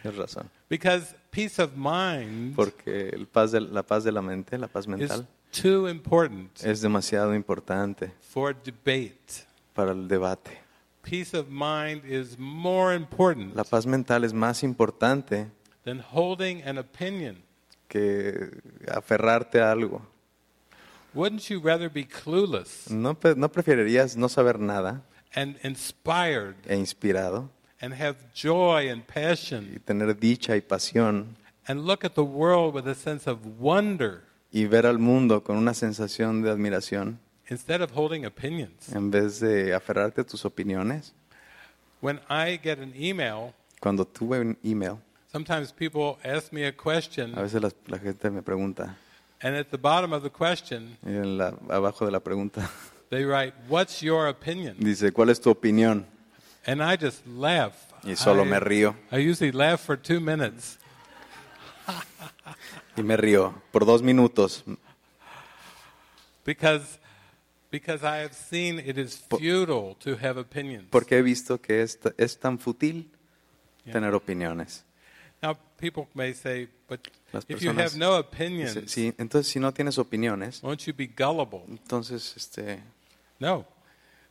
Tienes razón. because peace of mind Porque el paz de, la paz de la mente, la paz is mental, too important es demasiado importante for debate. para el debate. Peace of mind is more important La paz mental es más importante than holding an opinion. que aferrarte a algo. Wouldn't you rather be clueless ¿No, pe- no preferirías no saber nada and inspired e inspirado and have joy and y passion tener dicha y pasión and look at the world with a sense of wonder y ver al mundo con una sensación de admiración instead of holding opinions? en vez de aferrarte a tus opiniones? When I get an email, Cuando tuve un email, sometimes people ask me a a question, veces las- la, gente me pregunta, and at the bottom of the question, y en la- abajo de la pregunta, *laughs* they write, What's your opinion? dice, ¿cuál es tu opinión? And I just laugh. Y solo me I, río. I usually laugh for two minutes. Y me río por dos minutos, Because, because I have seen it is futile to have opinions. porque he visto que es, t- es tan fútil tener opiniones. Now, people may say, but Las if you personas have no Dice, opinions, sí, entonces, si no tienes opiniones, won't you be gullible? entonces, este, No.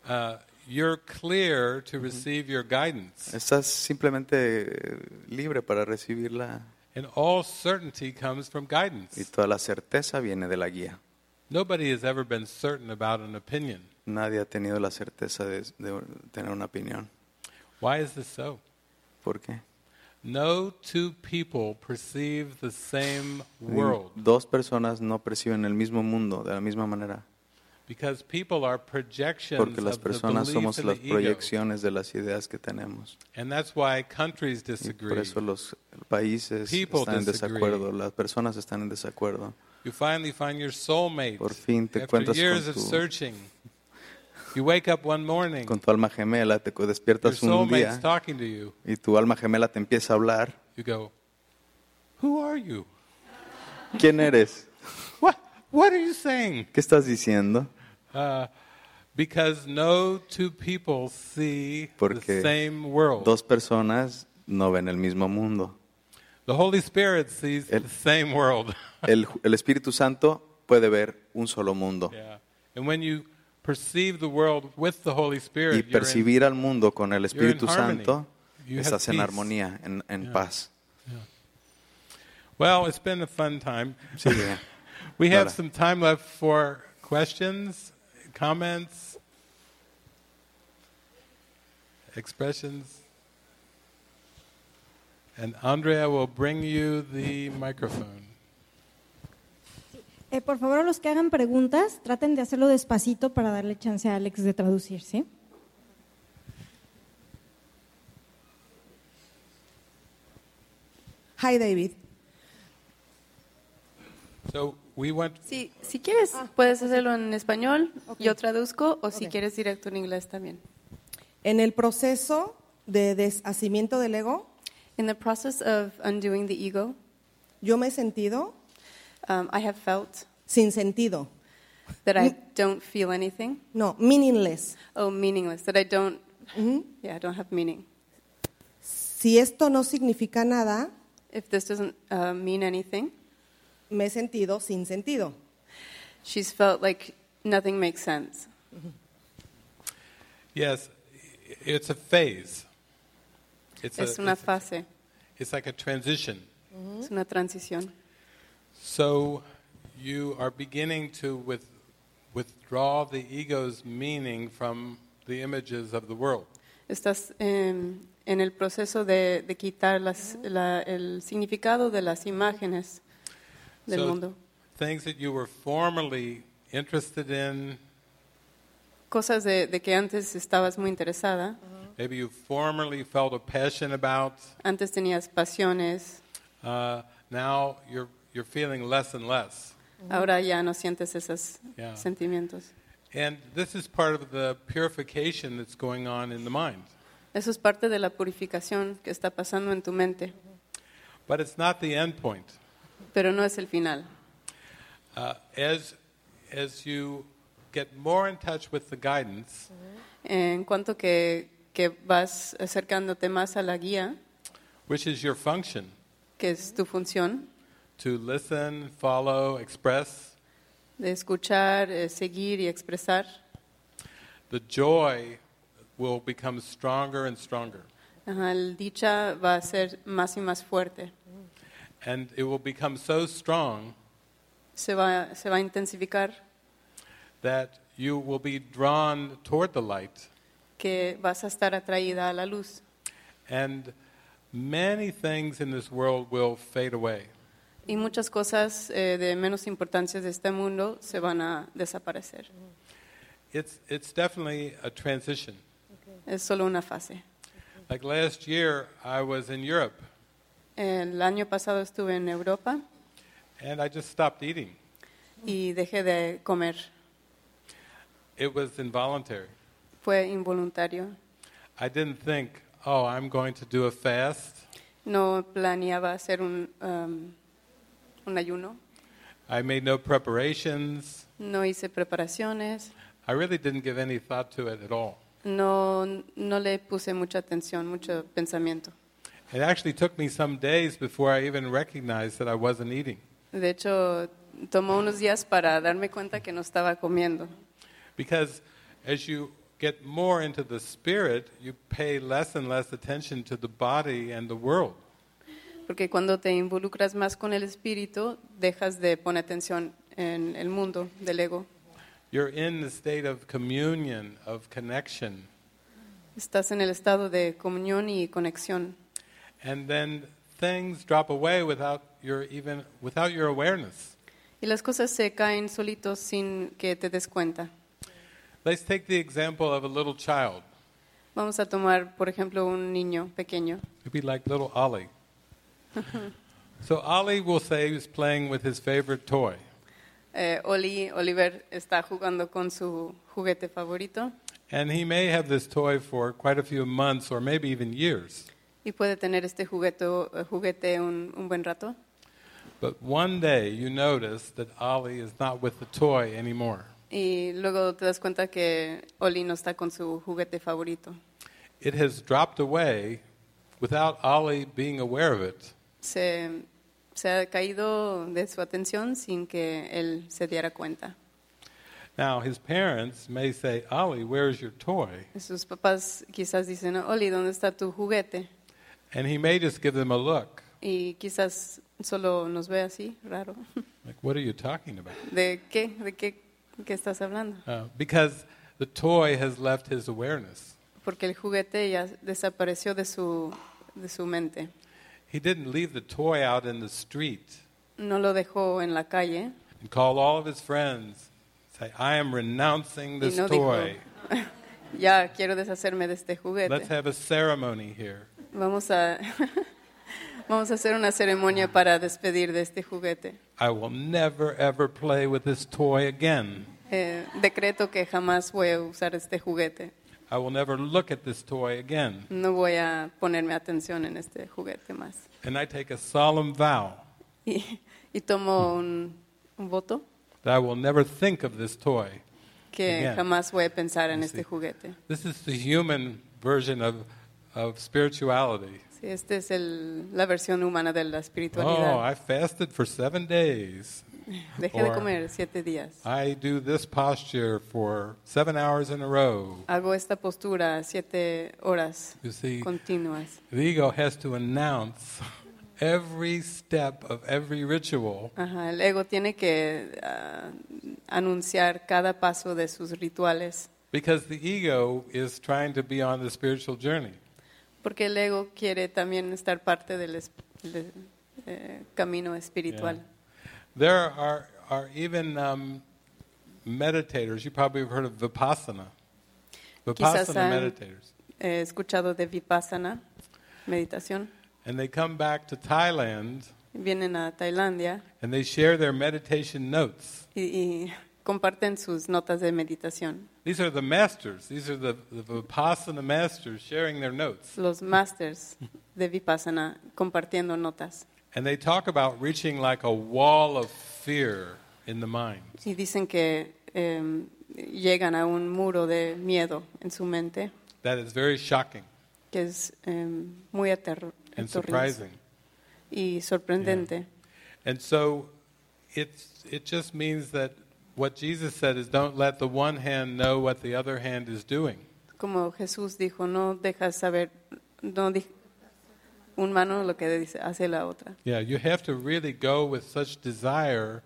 Uh, you're clear to receive your guidance. Estás simplemente eh, libre para recibirla And all certainty comes from y guidance. toda la certeza viene de la guía. Nobody has ever been certain about an opinion. Nadie ha tenido la certeza de, de tener una opinión. Why is this so? ¿Por qué? No two people perceive the same Mm. world Dos personas no perciben el mismo mundo de la misma manera because people are projections porque las of the personas belief somos in las the ego. proyecciones de las ideas que tenemos. And that's why countries Y disagree. por eso los países People están en disagree. desacuerdo, las personas están en desacuerdo. You finally find your soulmate. Por fin After te encuentras years con of tu- searching, you wake up one morning, Con tu alma gemela te co- your despiertas un soulmate's día talking to you. y tu alma gemela te empieza a hablar. You go, Who are you? ¿Quién eres? What, what are you saying? ¿Qué estás diciendo? Uh, because no two people see the Porque same world. Dos personas no ven el mismo mundo. the Holy Spirit sees El- the same world. *laughs* El, el Espíritu Santo puede ver un solo mundo. yeah. And when you perceive the world with the Holy Spirit, Y you're in- percibir al mundo con el you're in Espíritu harmony. Santo, You have estás en peace. armonía, en, en paz. Well, it's been a fun time. Sí, eh. *laughs* We have Nada. some time left for questions, comments, expressions. And Andrea will bring you the microphone. Eh, por favor, a los que hagan preguntas, traten de hacerlo despacito para darle chance a Alex de traducir, ¿sí? Hi, David. So we went Sí, si quieres, puedes hacerlo en español, yo traduzco, o si quieres directo en inglés también. En el proceso de deshacimiento del ego, In the process of undoing the ego, yo me he sentido um, I have felt sin sentido. that I don't feel anything. No, meaningless. Oh, meaningless. That I don't, yeah, I don't have meaning. Si esto no significa nada, If this doesn't uh, mean anything, me he sentido sin sentido. she's felt like nothing makes sense. Yes, it's a phase. It's, Es a, una it's, a- fase, it's like a transition. Mm-hmm. es una transición. So you are beginning to with, withdraw the ego's meaning from the images of the world. Estás em, en el proceso de, de quitar Mm-hmm. las- la- el significado de las imágenes del So mundo. Things that you were formerly interested in, Cosas de, de que antes estabas muy interesada, Mm-hmm. maybe you formerly felt a passion about, antes tenías pasiones, uh, now you're, you're feeling less and less. Mm-hmm. ahora ya no sientes esos Yeah. sentimientos. And this is part of the purification that's going on in the mind. Eso es parte de la purificación que está pasando en tu mente, Mm-hmm. But it's not the end point. pero no es el final. Uh, as, as you get more in touch with the guidance, En cuanto que, que vas acercándote más a la guía, which is your function, que es tu función, to listen, follow, express, de escuchar, eh, seguir y expresar, the joy will become stronger and stronger. ajá, el dicha va a ser más y más fuerte. And it will become so strong Se va, se va a intensificar, that you will be drawn toward the light. que vas a estar atraída a la luz. And many things in this world will fade away. Y muchas cosas eh, de menos importancia de este mundo se van a desaparecer. It's, it's definitely a transition. Es solo una fase. Like last year, I was in Europe El año pasado estuve en Europa and I just stopped eating. y dejé de comer. It was involuntary. Fue involuntario. I didn't think, oh, I'm going to do a fast. No planeaba hacer un, um, un ayuno. I made no preparations. No hice preparaciones. I really didn't give any thought to it at all. No, no le puse mucha atención, mucho pensamiento. It actually took me some days before I even recognized that I wasn't eating De hecho, tomó unos días para darme cuenta que no estaba comiendo. because As you get more into the spirit, you pay less and less attention to the body and the world. Porque cuando te involucras más con el espíritu, dejas de poner atención en el mundo del ego. You're in the state of communion, of connection. Estás en el estado de comunión y conexión. And then things drop away without your even without your awareness. Y las cosas se caen solitos sin que te des cuenta. Let's take the example of a little child, Vamos a tomar, por ejemplo, un niño pequeño. maybe like little Ollie. So Ollie will say he's playing with his favorite toy, Eh, Oli, Oliver está jugando con su juguete favorito and he may have this toy for quite a few months or maybe even years. y puede tener este juguete, juguete un, un buen rato. But one day you notice that Ollie is not with the toy anymore. Y luego te das cuenta que Oli no está con su juguete favorito. It has dropped away without Ollie being aware of it. Se, se ha caído de su atención sin que él se diera cuenta. Now his parents may say, Ollie, where's your toy? Sus papás quizás dicen, Oli, ¿dónde está tu juguete? And he may just give them a look, Y quizás solo nos ve así, raro. *laughs* like, what are you talking about? ¿De qué? ¿De qué, qué estás hablando? Uh, because the toy has left his awareness. Porque el juguete ya desapareció de su, de su mente. He didn't leave the toy out in the street No lo dejó en la calle and call all of his friends, say, I am renouncing y this no dijo, toy. ya quiero deshacerme de este juguete. Let's have a ceremony here. Vamos a, *laughs* vamos a hacer una ceremonia para despedir de este juguete. I will never ever play with this toy again. Eh, decreto que jamás voy a usar este juguete. I will never look at this toy again. No voy a ponerme atención en este juguete más. And I take a solemn vow Y, y tomo un, un voto that I will never think of this toy. que Again. jamás voy a pensar en You este see. juguete. This is the human version of, of spirituality. Sí, esta es el- la versión humana de la espiritualidad. Oh, I fasted for seven days. Dejé de Or- comer siete días. I do this posture for seven hours in a row. Hago esta postura siete horas You see, continuas. the ego has to announce every step of every ritual Ajá, el ego tiene que ah, anunciar cada paso de sus rituales, because the ego is trying to be on the spiritual journey. porque el ego quiere también estar parte del, es- del, eh, camino espiritual. There are, are even um, meditators, you probably have heard of Vipassana. Vipassana Quizás han- meditators. He escuchado de vipassana, meditación. And they come back to Thailand Vienen a Tailandia and they share their meditation notes. y, y comparten sus notas de meditación. These are the masters, these are the, the Vipassana masters sharing their notes. Los masters de vipassana compartiendo notas. And they talk about reaching like a wall of fear in the mind. Y dicen que eh, llegan a un muro de miedo en su mente That is very shocking que es eh, muy aterro- and aterrorizante surprising. y sorprendente. And so it's, it just means that what Jesus said is don't let the one hand know what the other hand is doing. Como Jesús dijo, no dejas saber, no di- un mano lo que dice, hace la otra. Yeah, you have to really go with such desire,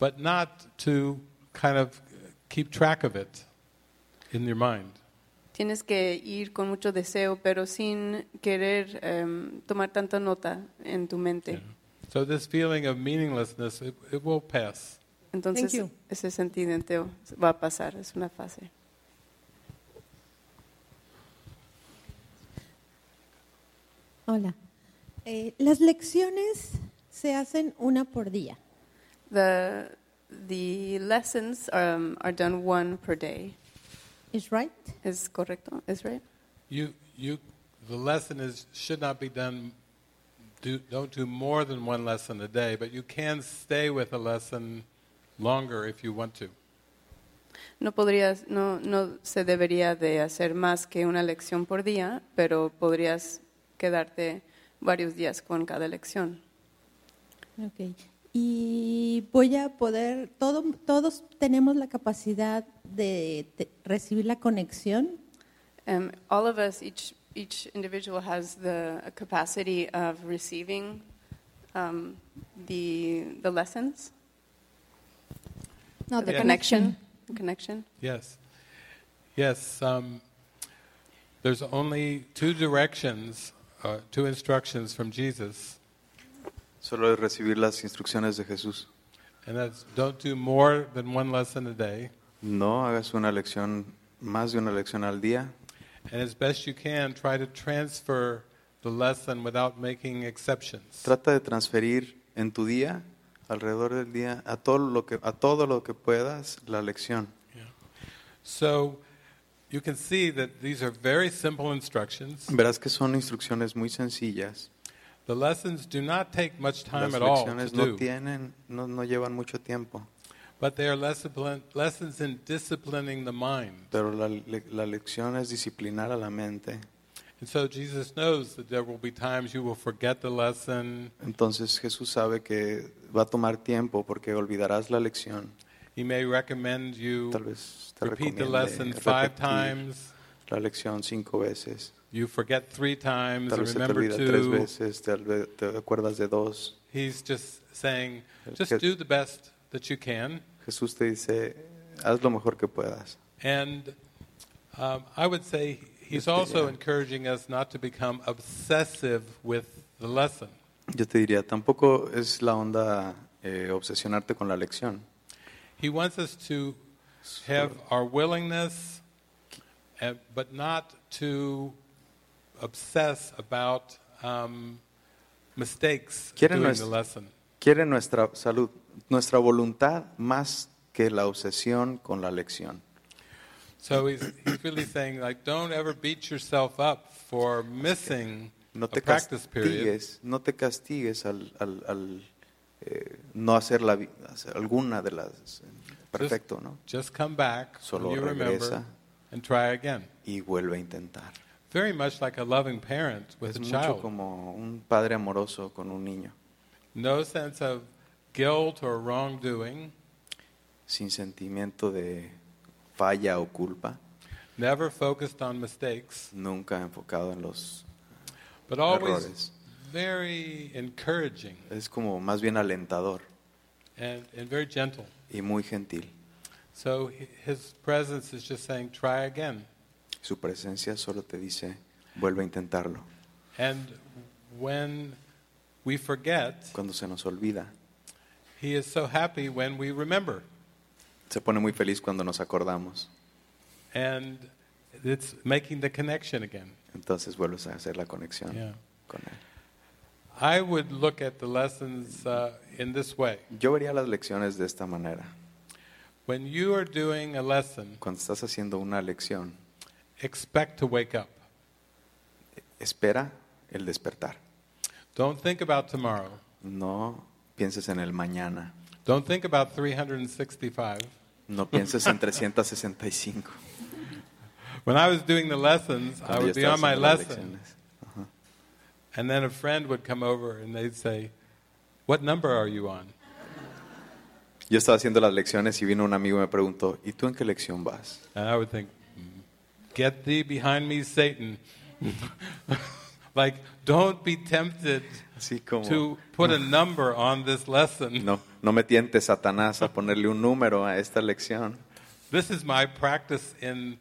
but not to kind of keep track of it in your mind. Tienes que ir con mucho deseo, pero sin querer eh, tomar tanta nota en tu mente. So this feeling of meaninglessness, it, it will pass. Entonces, Thank you. ese sentimiento va a pasar, es una fase. Hola. Eh, las lecciones se hacen una por día. The the lessons um, are done one per day. ¿Es right? ¿Es correcto? ¿Es right? You, you, the lesson is should not be done. Do, don't do more than one lesson a day, but you can stay with a lesson longer if you want to. No podrías, no, no se debería de hacer más que una lección por día, pero podrías quedarte varios días con cada lección. Ok. y voy a poder, todo, todos tenemos la capacidad de te- recibir la conexión Um, all of us, each, each individual has the capacity of receiving um, the, the lessons, No, the the connection. The connection. Yes. Yes. Um, there's only two directions, uh, two instructions from Jesus, Solo es recibir las instrucciones de Jesús. and that's don't do more than one lesson a day, No hagas una lección, más de una lección al día. and as best you can, try to transfer the lesson without making exceptions. Trata de transferir en tu día, alrededor del día, a todo lo que, a todo lo que puedas, la lección. So you can see that these are very simple instructions. Verás que son instrucciones muy sencillas. The lessons do not take much time Las at all to lecciones no do, tienen, no, no llevan mucho tiempo, but they are lesson- lessons in disciplining the mind. pero la, le- la lección es disciplinar a la mente. And so Jesus knows that there will be times you will forget the lesson. Entonces Jesús sabe que va a tomar tiempo porque olvidarás la lección. He may recommend you Tal vez te repeat the recomiende lesson five repetir times. la lección cinco veces. You forget three times, Tal you vez se te remember olvida tres two. veces, tal vez te acuerdas de dos. He's just saying, El just que- do the best that you can. Jesús te dice, haz lo mejor que puedas. And um, I would say he's Este, also ya. encouraging us not to become obsessive with the lesson. Yo te diría, tampoco es la onda eh, obsesionarte con la lección. He wants us to have our willingness, and, but not to obsess about um, mistakes Quiere during nuestra- the lesson. Quiere nuestra salud, nuestra voluntad más que la obsesión con la lección. So he's, he's really saying, like, don't ever beat yourself up for missing No a te practice period. castigues, no te castigues al, al- al, eh, no hacer la, vi- hacer alguna de las eh, perfecto, ¿no? Just come back Solo when you remember regresa. and try again. Y vuelve a intentar. Very much like a loving parent with Es a mucho child. como un padre amoroso con un niño, No sense of guilt or wrongdoing. sin sentimiento de falla o culpa, Never focused on mistakes, nunca enfocado en los but always errores. very encouraging Es como más bien alentador and, and very gentle. y muy gentil. So hi- his presence is just saying, try again. Su presencia solo te dice, vuelve a intentarlo. And when we forget, Cuando se nos olvida, he is so happy when we remember. se pone muy feliz cuando nos acordamos. And it's making the connection again. Entonces vuelves a hacer la conexión Yeah. con él. I would look at the lessons uh, in this way. Yo vería las lecciones de esta manera. When you are doing a lesson, Cuando estás haciendo una lección, expect to wake up. espera el despertar. Don't think about tomorrow. No pienses en el mañana. Don't think about 365. No pienses en 365. When I was doing the lessons, I Cuando ya would be estás on my haciendo las lesson, lecciones. and then a friend would come over and they'd say, What number are you on? Yo estaba haciendo las lecciones y vino un amigo y me preguntó, ¿y tú en qué lección vas? And I would think, "Hmm, Get thee behind me, Satan. *laughs* like, don't be tempted Así como, to put a number on this lesson. no, no me tientes, Satanás, a ponerle un número a esta lección. This is my practice in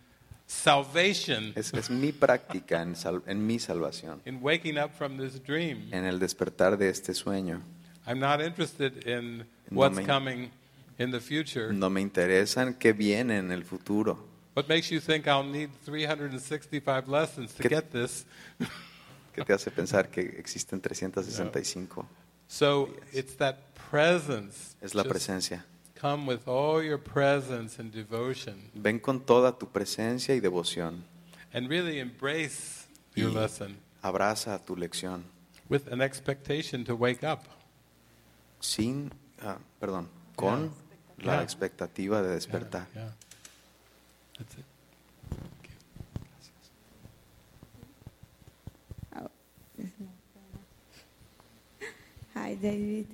salvation, Es, es mi práctica en, sal- en mi salvación, in waking up from this dream. en el despertar de este sueño. I'm not interested in what's me- coming in the future. No me interesan qué viene en el futuro. What makes you think I'll need 365 lessons to Get- get this? *laughs* ¿Qué te hace pensar que existen 365? So it's that presence. Es la Just presencia. Come with all your presence and devotion Ven con toda tu presencia y devoción. and really embrace your lesson Abraza tu lección with an expectation to wake up. sin, ah, perdón, con la Yeah. expectativa de despertar. Yeah. That's it. Hi, David.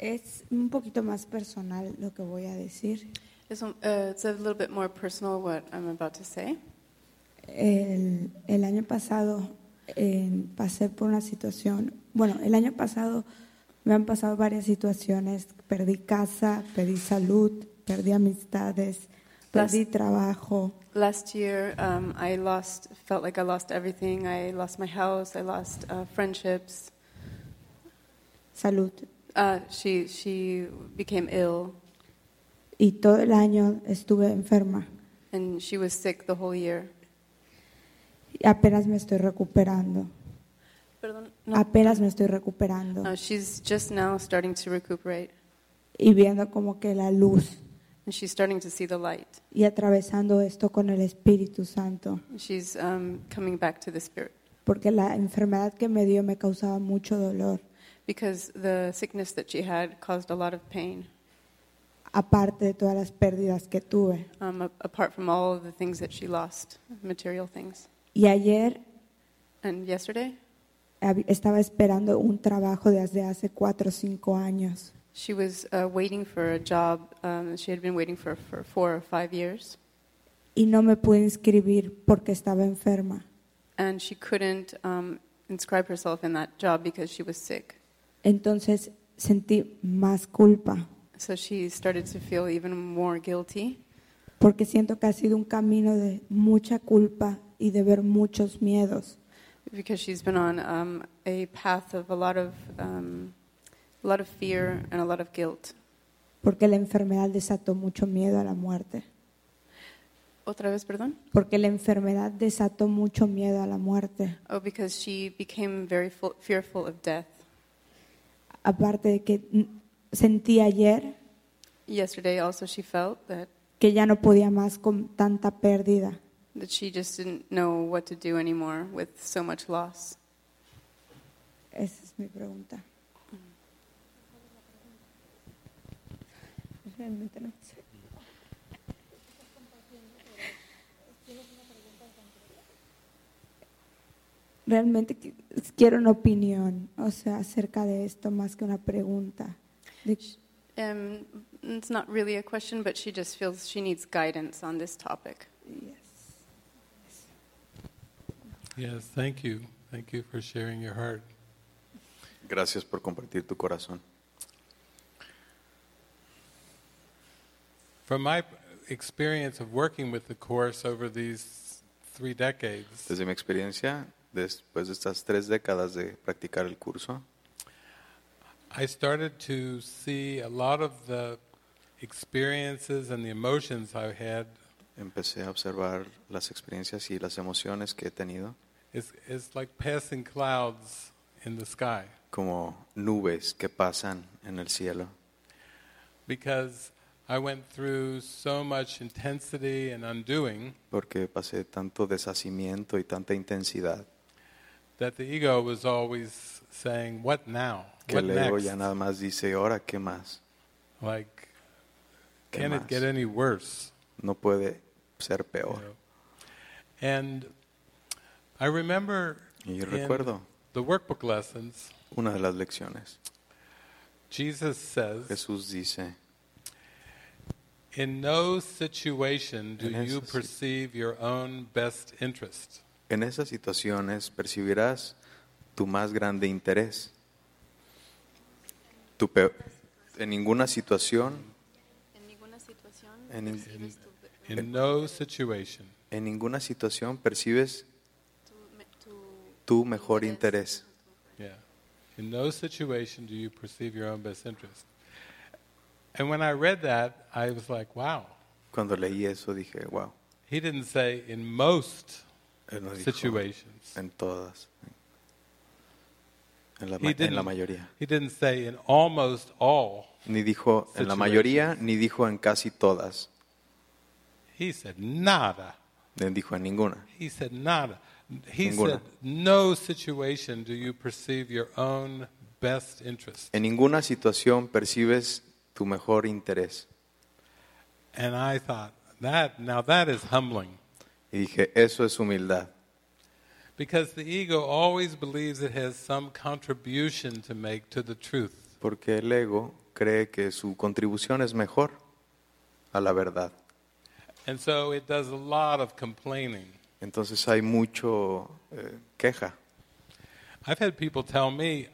Es un poquito más personal lo que voy a decir. It's, um, uh, it's a little bit more personal what I'm about to say. El, el año pasado eh, pasé por una situación, bueno, el año pasado me han pasado varias situaciones. Perdí casa, perdí salud, perdí amistades, Las- perdí trabajo. Last year, um, I lost, felt like I lost everything. I lost my house. I lost uh, friendships. Salud. Uh, she she became ill, Y todo el año estuve enferma. and she was sick the whole year. Y apenas me estoy recuperando. Perdón, Apenas me estoy recuperando. Uh, she's just now starting to recuperate, Y viendo como que la luz. and she's starting to see the light. Y atravesando esto con el Espíritu Santo. She's um, coming back to the spirit Porque la enfermedad que me dio me causaba mucho dolor. because the sickness that she had caused a lot of pain. Aparte de todas las pérdidas que tuve. Um, a- apart from all of the things that she lost, material things. Y ayer And yesterday, hab- estaba esperando un trabajo desde hace cuatro o cinco años. she was uh, waiting for a job. Um, she had been waiting for, for four or five years, Y no me pude inscribir porque estaba enferma. and she couldn't um, inscribe herself in that job because she was sick. Entonces sentí más culpa. So she started to feel even more guilty porque siento que ha sido un camino de mucha culpa y de ver muchos miedos. because she's been on um, a path of a lot of um, a lot of fear and a lot of guilt. Porque la enfermedad desató mucho miedo a la muerte. Otra vez, perdón. Porque la enfermedad desató mucho miedo a la muerte. Oh, because she became very fu- fearful of death. Aparte de que mm, sentí ayer Yesterday, also, she felt that que ya no podía más con tanta pérdida. that she just didn't know what to do anymore with so much loss. Esa es mi pregunta. Pues Realmente no sé. Realmente qui- quiero una opinión, o sea, acerca de esto más que una pregunta. De- Um, it's not really a question, but she just feels she needs guidance on this topic. Yes, thank you. Thank you for sharing your heart. Gracias por compartir tu corazón. From my experience of working with the Course over these three decades, Desde mi experiencia, después de estas tres décadas de practicar el curso, I started to see a lot of the experiences and the emotions I had empecé a observar las experiencias y las emociones que he tenido is, is like passing clouds in the sky. como nubes que pasan en el cielo. Because I went through so much intensity and undoing porque pasé tanto deshacimiento y tanta intensidad that the ego was always saying, What now? que What el ego next? ya nada más dice, ahora, ¿qué más? Like, ¿Qué can más? it get any worse? No puede ser you peor. know? And I remember Y yo in recuerdo the workbook lessons, una de las lecciones. Jesus says, Jesús dice, In no situation do En esa you sí. perceive your own best interest. en esas situaciones percibirás tu más grande interés. Tu pe- en ninguna situación, en, nin- In no situation. en ninguna situación percibes tu mejor interés. Yeah. In no situation do you perceive your own best interest. And when I read that, I was like, wow. Cuando leí eso dije, wow. He didn't say in most Él no dijo, situations. En todas. En la, ma- He en la didn't, mayoría. he didn't say in almost all. Ni dijo en la mayoría, ni dijo en casi todas, He said nada. ni dijo en ninguna. He said nada. He Ninguna. said no situation do you perceive your own best interest. En ninguna situación percibes tu mejor interés. And I thought, that now that is humbling. Y dije, eso es humildad. Because the ego always believes it has some contribution to make to the truth. Porque el ego cree que su contribución es mejor a la verdad. And so it does a lot of complaining. Entonces hay mucho eh, queja. I've had people tell me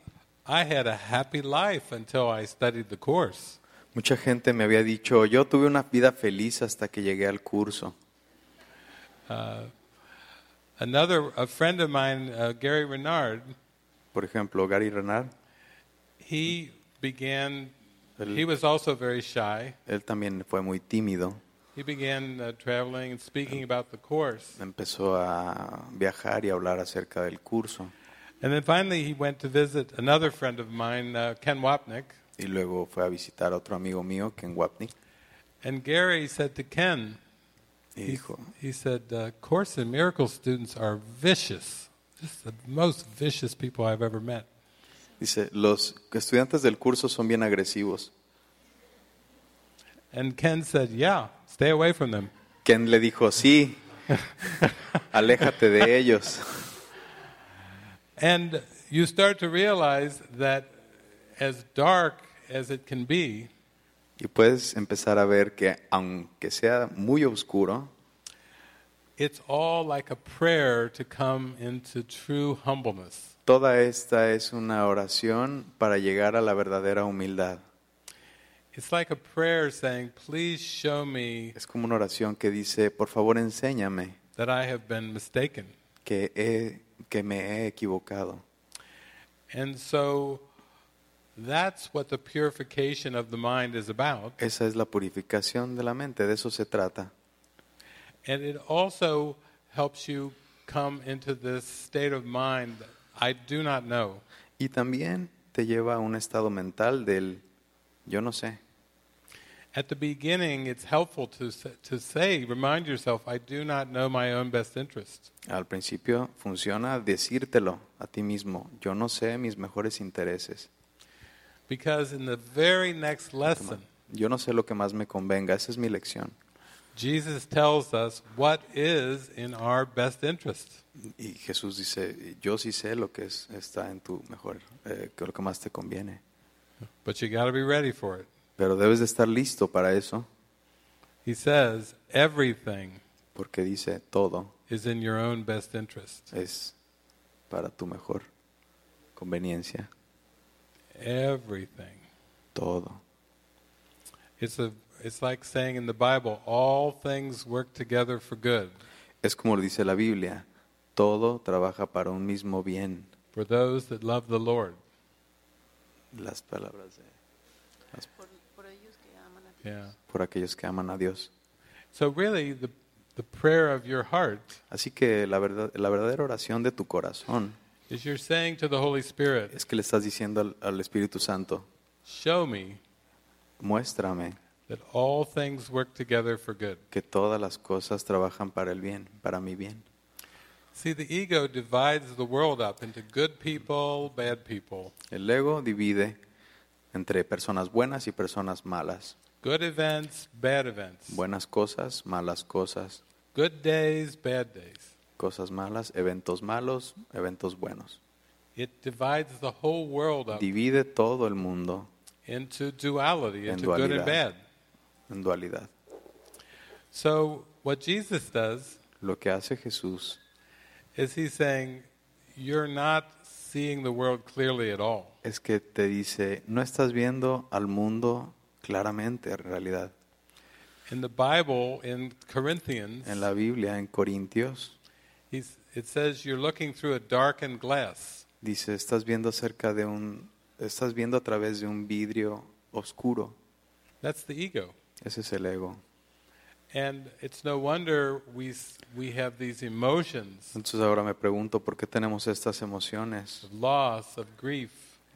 I had a happy life until I studied the course. Mucha gente me había dicho, yo tuve una vida feliz hasta que llegué al curso. Uh, another, a friend of mine, uh, Gary Renard, Por ejemplo, Gary Renard, he began, he was also very shy. él también fue muy tímido. He began uh, traveling and speaking about the course. Empezó a viajar y a hablar acerca del curso. And then finally he went to visit another friend of mine, uh, Ken Wapnick. Y luego fue a visitar a otro amigo mío, Ken Wapnick. And Gary said to Ken, he, he said, uh, Course in Miracles students are vicious. Just the most vicious people I've ever met. Dice, los estudiantes del curso son bien agresivos. And Ken said, Yeah, stay away from them. Ken le dijo, sí, aléjate de ellos. And you start to realize that as dark as it can be, Y puedes empezar a ver que aunque sea muy oscuro, it's all like a prayer to come into true humbleness. toda esta es una oración para llegar a la verdadera humildad. It's like a prayer saying, Please show me Es como una oración que dice, por favor enséñame that I have been mistaken. que, he- que me he equivocado. And so that's what the purification of the mind is about. Esa es la purificación de la mente, de eso se trata. And it also helps you come into this state of mind I do not know. Y también te lleva a un estado mental del yo no sé. At the beginning, it's helpful to, s- to say, remind yourself, I do not know my own best interest. Al principio funciona decírtelo a ti mismo, yo no sé mis mejores intereses, Because in the very next lesson, yo no sé lo que más me convenga, esa es mi lección. Jesus tells us what is in our best interest. Y Jesús dice, yo sí sé lo que es, está en tu mejor, eh, que lo que más te conviene. But you got to be ready for it. Pero debes de estar listo para eso, He says, everything porque dice, todo is in your own best interest. es para tu mejor conveniencia, Everything. todo. It's, a, it's like saying in the Bible, all things work together for good Es como lo dice la Biblia, todo trabaja para un mismo bien. for those that love the Lord. Las palabras de- las- Yeah. por aquellos que aman a Dios. So, really, the, the prayer of your heart Así que la, verdad, la verdadera oración de tu corazón is you're saying to the Holy Spirit, es que le estás diciendo al, al Espíritu Santo, Show me muéstrame that all things work together for good. que todas las cosas trabajan para el bien, para mi bien. See, the ego divides the world up into good people, bad people, El ego divide entre personas buenas y personas malas, good events, bad events, buenas cosas, malas cosas, good days, bad days. cosas malas, eventos malos, eventos buenos. It divides the whole world up Divide todo el mundo into duality, en into good and bad. dualidad. En dualidad. So, what Jesus does Lo que hace Jesús is he's saying, You're not seeing the world clearly at all. es que te dice, no estás viendo al mundo claramente en realidad. In the Bible, in Corinthians, En la Biblia, en Corintios, he's, it says you're looking through a darkened glass. dice, estás viendo acerca de un, estás viendo a través de un vidrio oscuro. That's the ego. Ese es el ego. And it's no wonder we, s- we have these emotions Entonces ahora me pregunto, ¿por qué tenemos estas emociones, of loss, of grief,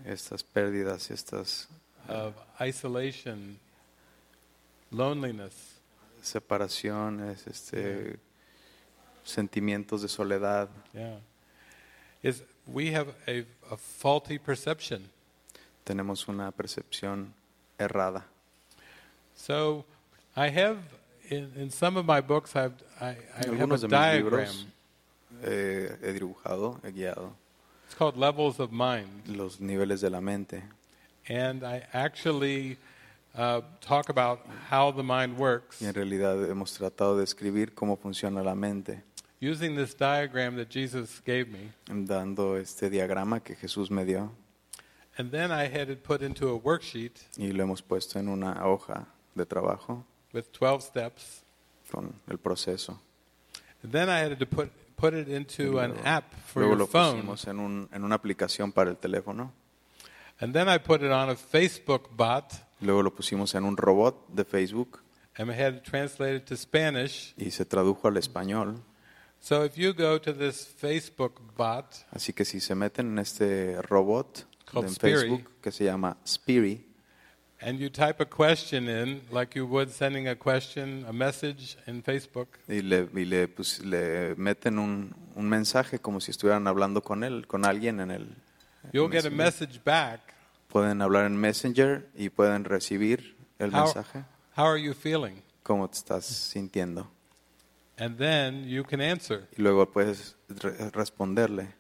estas pérdidas, estas of isolation, loneliness. separaciones, este, sentimientos de soledad? Yeah. Is we have a, a faulty perception. Tenemos una percepción errada. So I have, in, in some of my books, I've, I, I En have algunos a de mis diagram. libros eh, he dibujado, he guiado It's called Levels of Mind. los niveles de la mente. and I actually uh, talk about how the mind works Y en realidad hemos tratado de escribir cómo funciona la mente, using this diagram that Jesus gave me. dando este diagrama que Jesús me dio And then I had it put into a worksheet y lo hemos puesto en una hoja de trabajo with 12 steps. con el proceso. And then I had to put, put it into an app for Luego your lo phone. pusimos en, un- en una aplicación para el teléfono, And then I put it on a Facebook bot luego lo pusimos en un robot de Facebook and I had it translated to Spanish. y se tradujo al español. So if you go to this Facebook bot, Así que si se meten en este robot Called en Spiri. Facebook que se llama Spiri And you type a question in, like you would sending a question, a message in Facebook. y le, y le, pus- le meten un, un mensaje como si estuvieran hablando con él, con alguien en el... You'll get a Messenger. message back. Pueden hablar en Messenger y pueden recibir el How, mensaje, how are you feeling? cómo te estás sintiendo. And then you can answer Y luego puedes re- responderle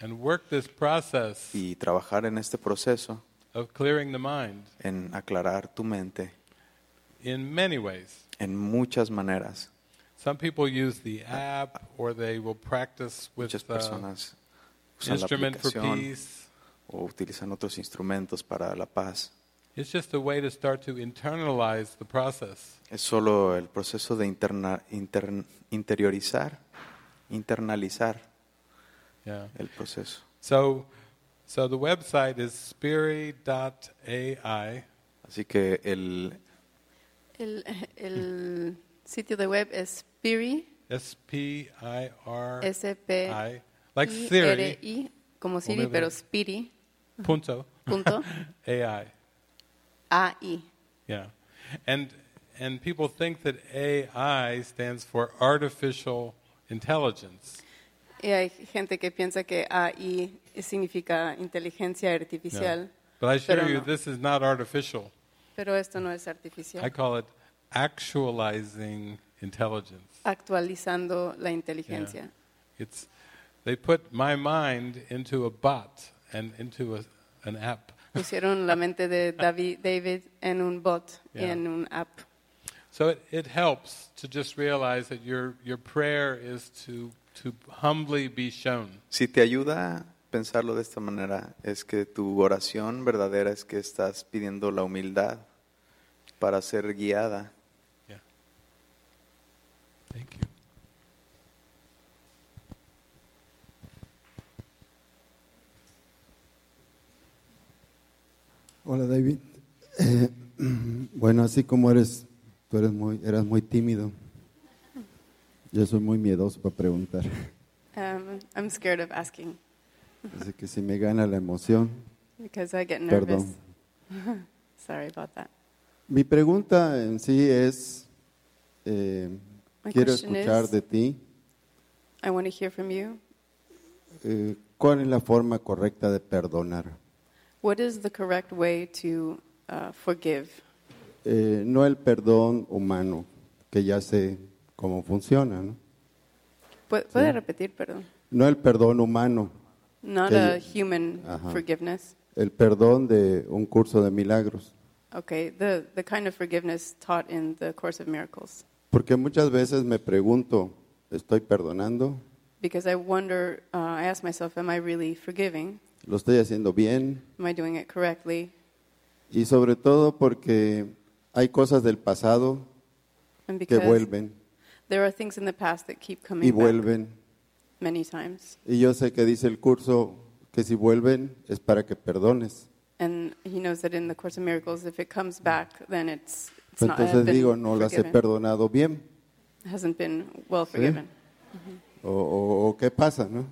and work this process y trabajar en este proceso, of clearing the mind en aclarar tu mente in many ways. en muchas maneras. Some people use the app or they will practice with Muchas uh, personas usan la instrument for aplicación peace. o utilizan otros instrumentos para la paz. It's just a way to start to internalize the process. Es solo el proceso de interna- intern- interiorizar, internalizar Yeah. el proceso. So, so the website is spiri.ai. Así que el El, el sitio de web es Spiri, S P I R S P I, like I R Siri, I, como muy Siri, bien. pero Spiri, punto, *laughs* punto, AI. AI. Yeah. And, and people think that AI stands for artificial intelligence. Y hay gente que piensa que AI significa inteligencia Yeah. artificial, But I Pero assure you, no. this is not artificial. pero esto no es I artificial. call it actualizing intelligence. Actualizando la inteligencia. It's, they put my mind into a bot and into a, an app. Pusieron la mente de Davi- David en un bot y Yeah. en un app. So it, it helps to just realize that your, your prayer is to, to humbly be shown. si te ayuda a pensarlo de esta manera es que tu oración verdadera es que estás pidiendo la humildad para ser guiada. Thank you. Hola David. Eh, *clears throat* bueno, así como eres, tú eres muy, eras muy tímido. Yo soy muy miedoso para preguntar, *laughs* Um, I'm scared of asking así que si me gana la emoción, because I get nervous. *laughs* perdón. Sorry about that. Mi pregunta en sí es, eh, My quiero question escuchar is- de ti I want to hear from you. eh, cuál es la forma correcta de perdonar. What is the correct way to uh, forgive? Eh, no el perdón humano, que ya sé cómo funciona, ¿no? Pu- Puede repetir, perdón. No el perdón humano, Not Que- a human Ajá. forgiveness. el perdón de un curso de milagros. Okay, the, the kind of forgiveness taught in the Course of Miracles. Porque muchas veces me pregunto, ¿estoy perdonando? Because I wonder, uh, I ask myself, am I really forgiving? ¿Lo estoy haciendo bien? Am I doing it correctly? Y sobre todo porque hay cosas del pasado And que because vuelven there are things in the past that keep coming y back vuelven. many times. Y yo sé que dice el curso que si vuelven es para que perdones. And he knows that in the Course of Miracles, if it comes back, then it's, it's not I have Mm. Entonces been digo, no las he forgiven. perdonado bien. hasn't been well forgiven. Mm-hmm. O, o- o qué pasa, ¿no?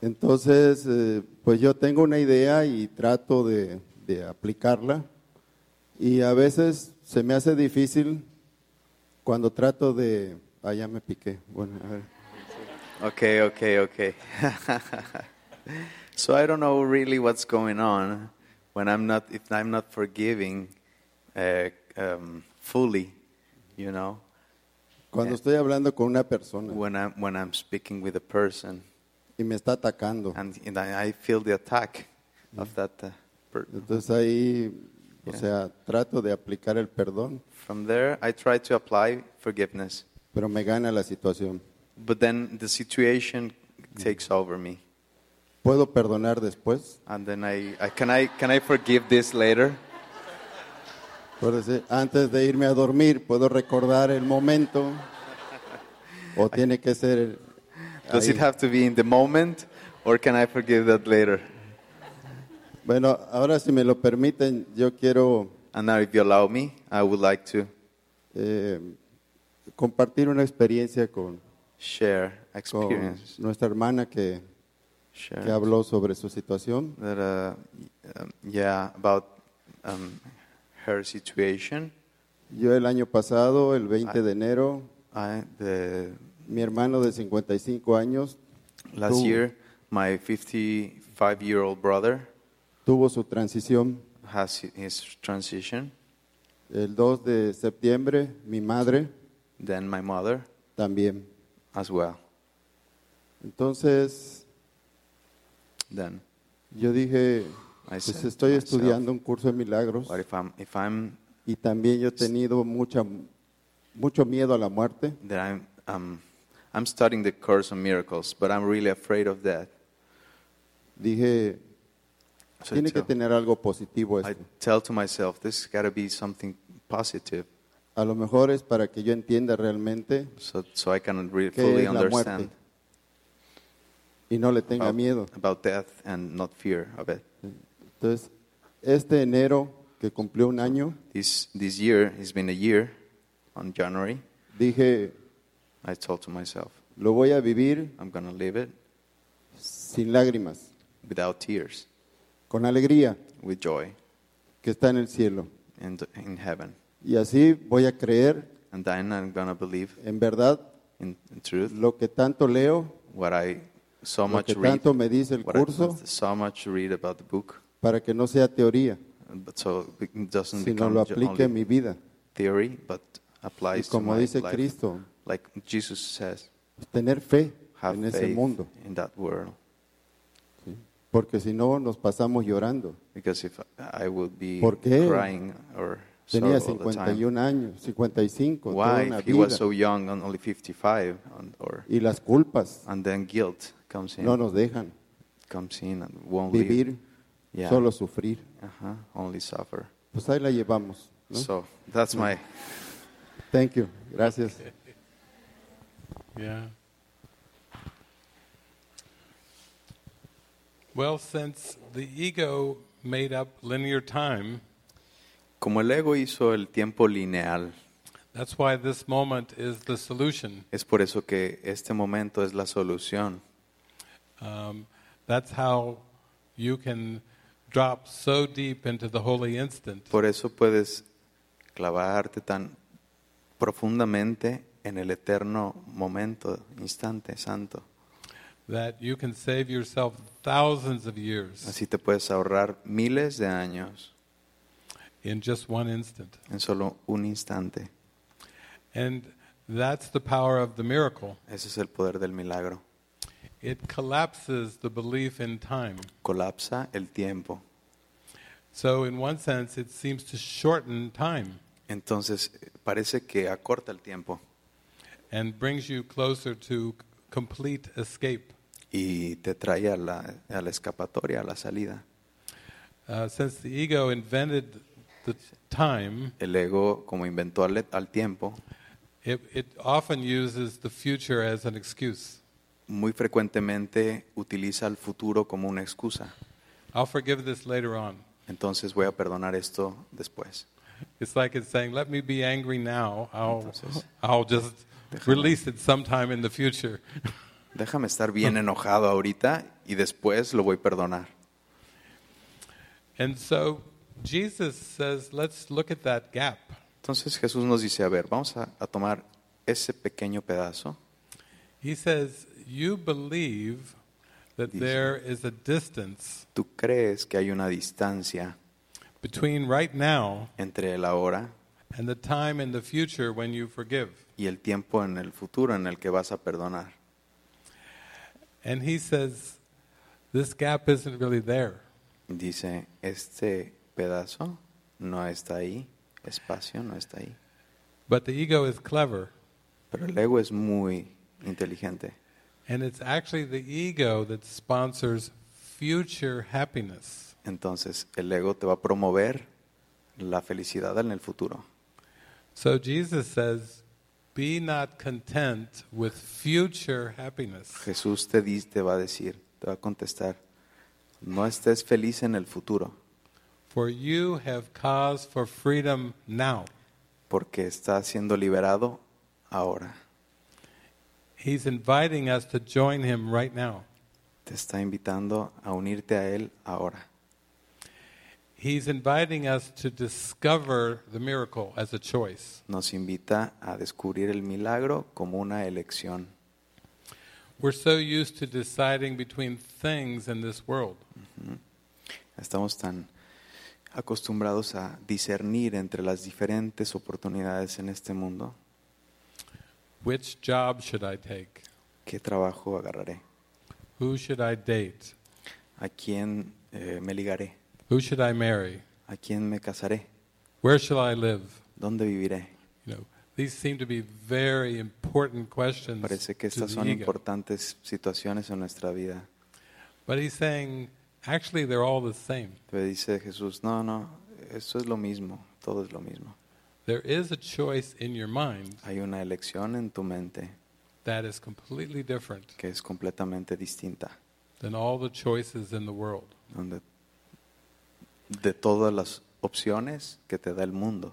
Entonces, eh, pues yo tengo una idea y trato de, de aplicarla y a veces se me hace difícil cuando trato de... Ah, ya me piqué. Bueno, a ver. Ok, ok, ok. *laughs* so I don't know really what's going on when I'm not if I'm not forgiving uh, um, fully, you know, Cuando estoy hablando con una persona when I'm when I'm speaking with a person y me está atacando, and, and I I feel the attack of that uh, per- Entonces ahí, o sea, trato de aplicar el perdón, From there, I try to apply forgiveness. pero me gana la situación. But then the situation takes over me. ¿Puedo perdonar después? And then I, I, can, I, can I forgive this later? Por decir, antes de irme a dormir, ¿puedo recordar el momento? ¿O tiene que ser Does it ahí? have to be in the moment? Or can I forgive that later? Bueno, ahora si me lo permiten, yo quiero And now, if you allow me, I would like to eh, compartir una experiencia con, share con experience nuestra hermana que, que habló sobre su situación. that, uh, um, yeah, about um, her situation. Yo el año pasado, el 20 de enero, Ah, mi hermano de 55 años Last tuvo, year, my 55 year old brother tuvo su transición. has his transition. El 2 de septiembre, mi madre Then, my mother también. as well. Entonces, Then, yo dije, I pues said estoy to myself, estudiando un curso de milagros what if I'm, if I'm y también yo he tenido mucha, mucho miedo a la muerte. that I'm, um, I'm studying the Course on Miracles, but I'm really afraid of that. Dije, So I tiene que tell- tener algo positivo I esto. tell to myself, this has got to be something positive, A lo mejor es para que yo entienda realmente so, so I can really qué fully es la muerte understand y no le tenga about, miedo. about death and not fear of it. Entonces, este enero que cumplió un año, This, this year has been a year on January. dije, I told to myself, lo voy a vivir I'm going to live it sin lágrimas, without tears, con alegría with joy que está en el cielo. in, the- in heaven. Y así voy a creer, And then I'm going to believe en verdad, in, in truth lo que tanto leo, what I so lo much que read, tanto me dice el what I curso, so much read about the book, para que no sea teoría, but so it doesn't sino become lo ju- aplique only en mi vida. theory, but applies Y como to my dice life. Cristo, Like Jesus says, tener fe have en ese faith mundo, in that world. porque si no nos pasamos llorando. Because if I would be ¿Por qué? crying or Tenía sorrow all the time, 51 años, 55, toda Why una if he was vida. so young, and only 55, and, or y las culpas and then guilt comes in, no nos dejan comes in and won't leave. vivir, Yeah. solo sufrir. Uh-huh, only suffer. Pues ahí la llevamos. ¿no? So that's my Thank you, gracias. *laughs* Yeah. Well, since the ego made up linear time, como el ego hizo el tiempo lineal. that's why this moment is the solution. Es por eso que este momento es la solución. Um, that's how you can drop so deep into the holy instant. Por eso puedes clavarte tan profundamente en el eterno momento, instante santo. that you can save yourself thousands of years Así te puedes ahorrar miles de años in just one instant. en solo un instante. And that's the power of the miracle. Ese es el poder del milagro. It collapses the belief in time. Colapsa el tiempo. So, in one sense, it seems to shorten time Entonces parece que acorta el tiempo and brings you closer to c- complete escape. y te trae a la, a la escapatoria, a la salida. Uh, since the ego invented the time, El ego, como inventó al, al tiempo, it, it often uses the future as an excuse. muy frecuentemente utiliza el futuro como una excusa. I'll forgive this later on. Entonces voy a perdonar esto después. It's like it's saying, "Let me be angry now. I'll, I'll just release it sometime in the future." Déjame estar bien enojado ahorita y después lo voy a perdonar. And so Jesus says, "Let's look at that gap. Entonces Jesús nos dice, a ver, vamos a, a tomar ese pequeño pedazo. He says, "You believe that there is a distance Tú crees que hay una distancia between right now entre el ahora and the time in the future when you forgive." y el tiempo en el futuro en el que vas a perdonar. And he says, "This gap isn't really there. Dice, este pedazo no está ahí, espacio no está ahí. But the ego is clever. Pero el ego es muy inteligente. And it's actually the ego that sponsors future happiness. Entonces el ego te va a promover la felicidad en el futuro. So Jesus says, Be not content with future happiness. Jesús te, dice, te va a decir, te va a contestar, no estés feliz en el futuro, For you have cause for freedom now. porque estás siendo liberado ahora. He's inviting us to join him right now. Te está invitando a unirte a Él ahora. He's inviting us to discover the miracle as a choice. Nos invita a descubrir el milagro como una elección. We're so used to deciding between things in this world. Ujú. Estamos tan acostumbrados a discernir entre las diferentes oportunidades en este mundo. Which job should I take? ¿Qué trabajo agarraré? Who should I date? ¿A quién eh, me ligaré? Who should I marry? ¿A quién me casaré? Where shall I live? ¿Dónde viviré? You know, these seem to be very important questions Parece que to estas the son ego. importantes situaciones en nuestra vida. But he's saying, actually, they're all the same. Pero dice Jesús, no, no, esto es lo mismo, todo es lo mismo. There is a choice in your mind Hay una elección en tu mente that is completely different que es completamente distinta, than all the choices in the world. donde de todas las opciones que te da el mundo.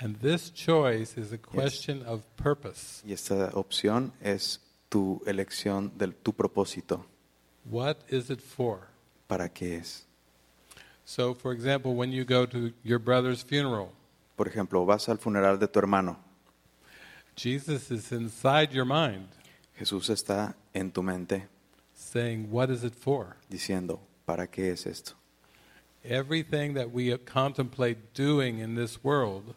And this choice is a question of purpose. Y esta opción es tu elección del tu propósito. What is it for? ¿Para qué es? So, for example, when you go to your brother's funeral, Por ejemplo, vas al funeral de tu hermano. Jesus is inside your mind Jesús está en tu mente saying, What is it for? diciendo, ¿para qué es esto? Everything that we contemplate doing in this world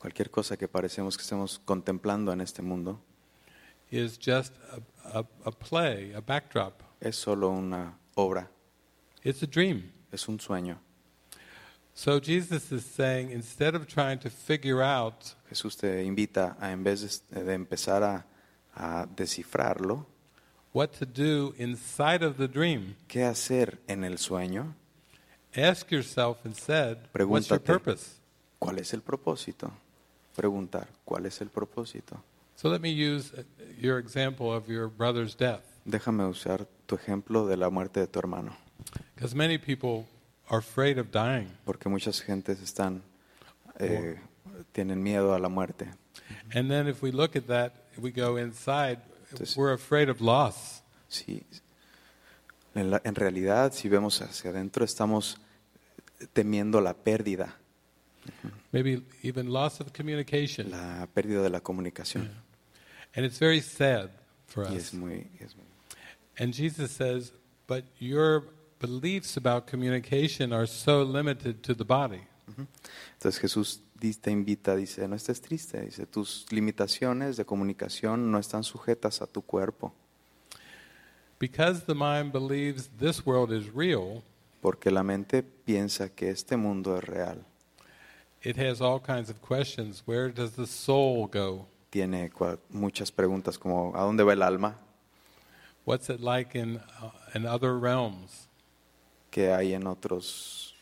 Cualquier cosa que parecemos que estemos contemplando en este mundo is just a, a, a play, a backdrop. es solo una obra, It's a dream. es un sueño. So Jesus is saying, instead of trying to figure out Jesús te invita a, en vez de, de empezar a, a descifrarlo, what to do inside of the dream, ¿qué hacer en el sueño? ask yourself instead, What's your Pregúntate, purpose? ¿cuál es el propósito? Preguntar, ¿cuál es el propósito? So let me use uh, your example of your brother's death, Déjame usar tu ejemplo de la muerte de tu hermano, because many people are afraid of dying, porque muchas gentes están, eh, tienen miedo a la muerte. and then if we look at that, we go inside. We're afraid of loss. Sí. En, la- en realidad, si vemos hacia adentro, estamos temiendo la pérdida, Maybe even loss of communication, la pérdida de la comunicación. and it's very sad for Y us. es muy, es muy- And Jesus says, "But your beliefs about communication are so limited to the body." Entonces Jesús di- te invita, dice, no estés triste, dice, tus limitaciones de comunicación no están sujetas a tu cuerpo, Because the mind believes this world is real, porque la mente piensa que este mundo es real. it has all kinds of questions. Where does the soul go? Tiene cua- muchas preguntas como, ¿a dónde va el alma? What's it like in, uh, in other realms? ¿Qué hay en otros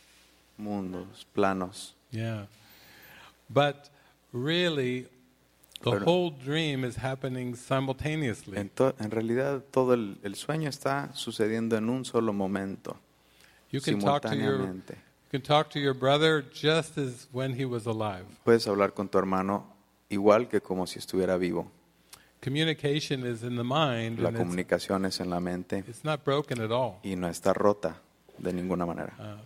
mundos, planos? Yeah. But really, the Pero- whole dream is happening simultaneously. En, to- en realidad todo el, el sueño está sucediendo en un solo momento, You can talk to your, you simultáneamente. can talk to your brother just as when he was alive. Puedes hablar con tu hermano igual que como si estuviera vivo. Communication is in the mind, La and it's, comunicación es en la mente it's not broken at all. y no está rota de ninguna manera. Uh,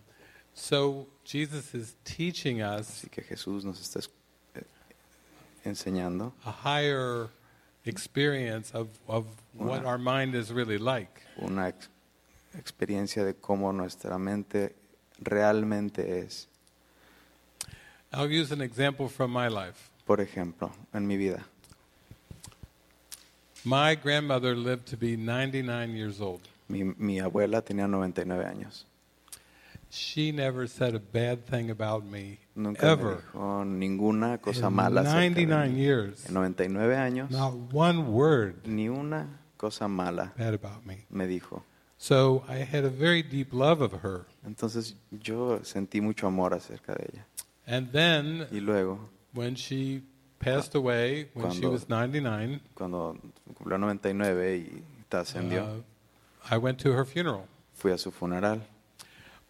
so Jesus is teaching us Así que Jesús nos está es- eh, enseñando a higher experience of, of what Una- our mind is really like. una ex- experiencia de cómo nuestra mente realmente es. I'll use an example from my life. Por ejemplo, en mi vida, My grandmother lived to be 99 years old. mi, mi abuela tenía 99 años She never said a bad thing about me, Nunca me ever. dijo ninguna cosa In mala. acerca de mí. 99 years. En 99 años. Not one word Ni una cosa mala bad about me. me dijo. So I had a very deep love of her. Entonces yo sentí mucho amor acerca de ella. And then Y luego, when she passed away, when she Cuando- was 99, cuando cumplió 99 y te ascendió, uh, I went to her funeral. fui a su funeral.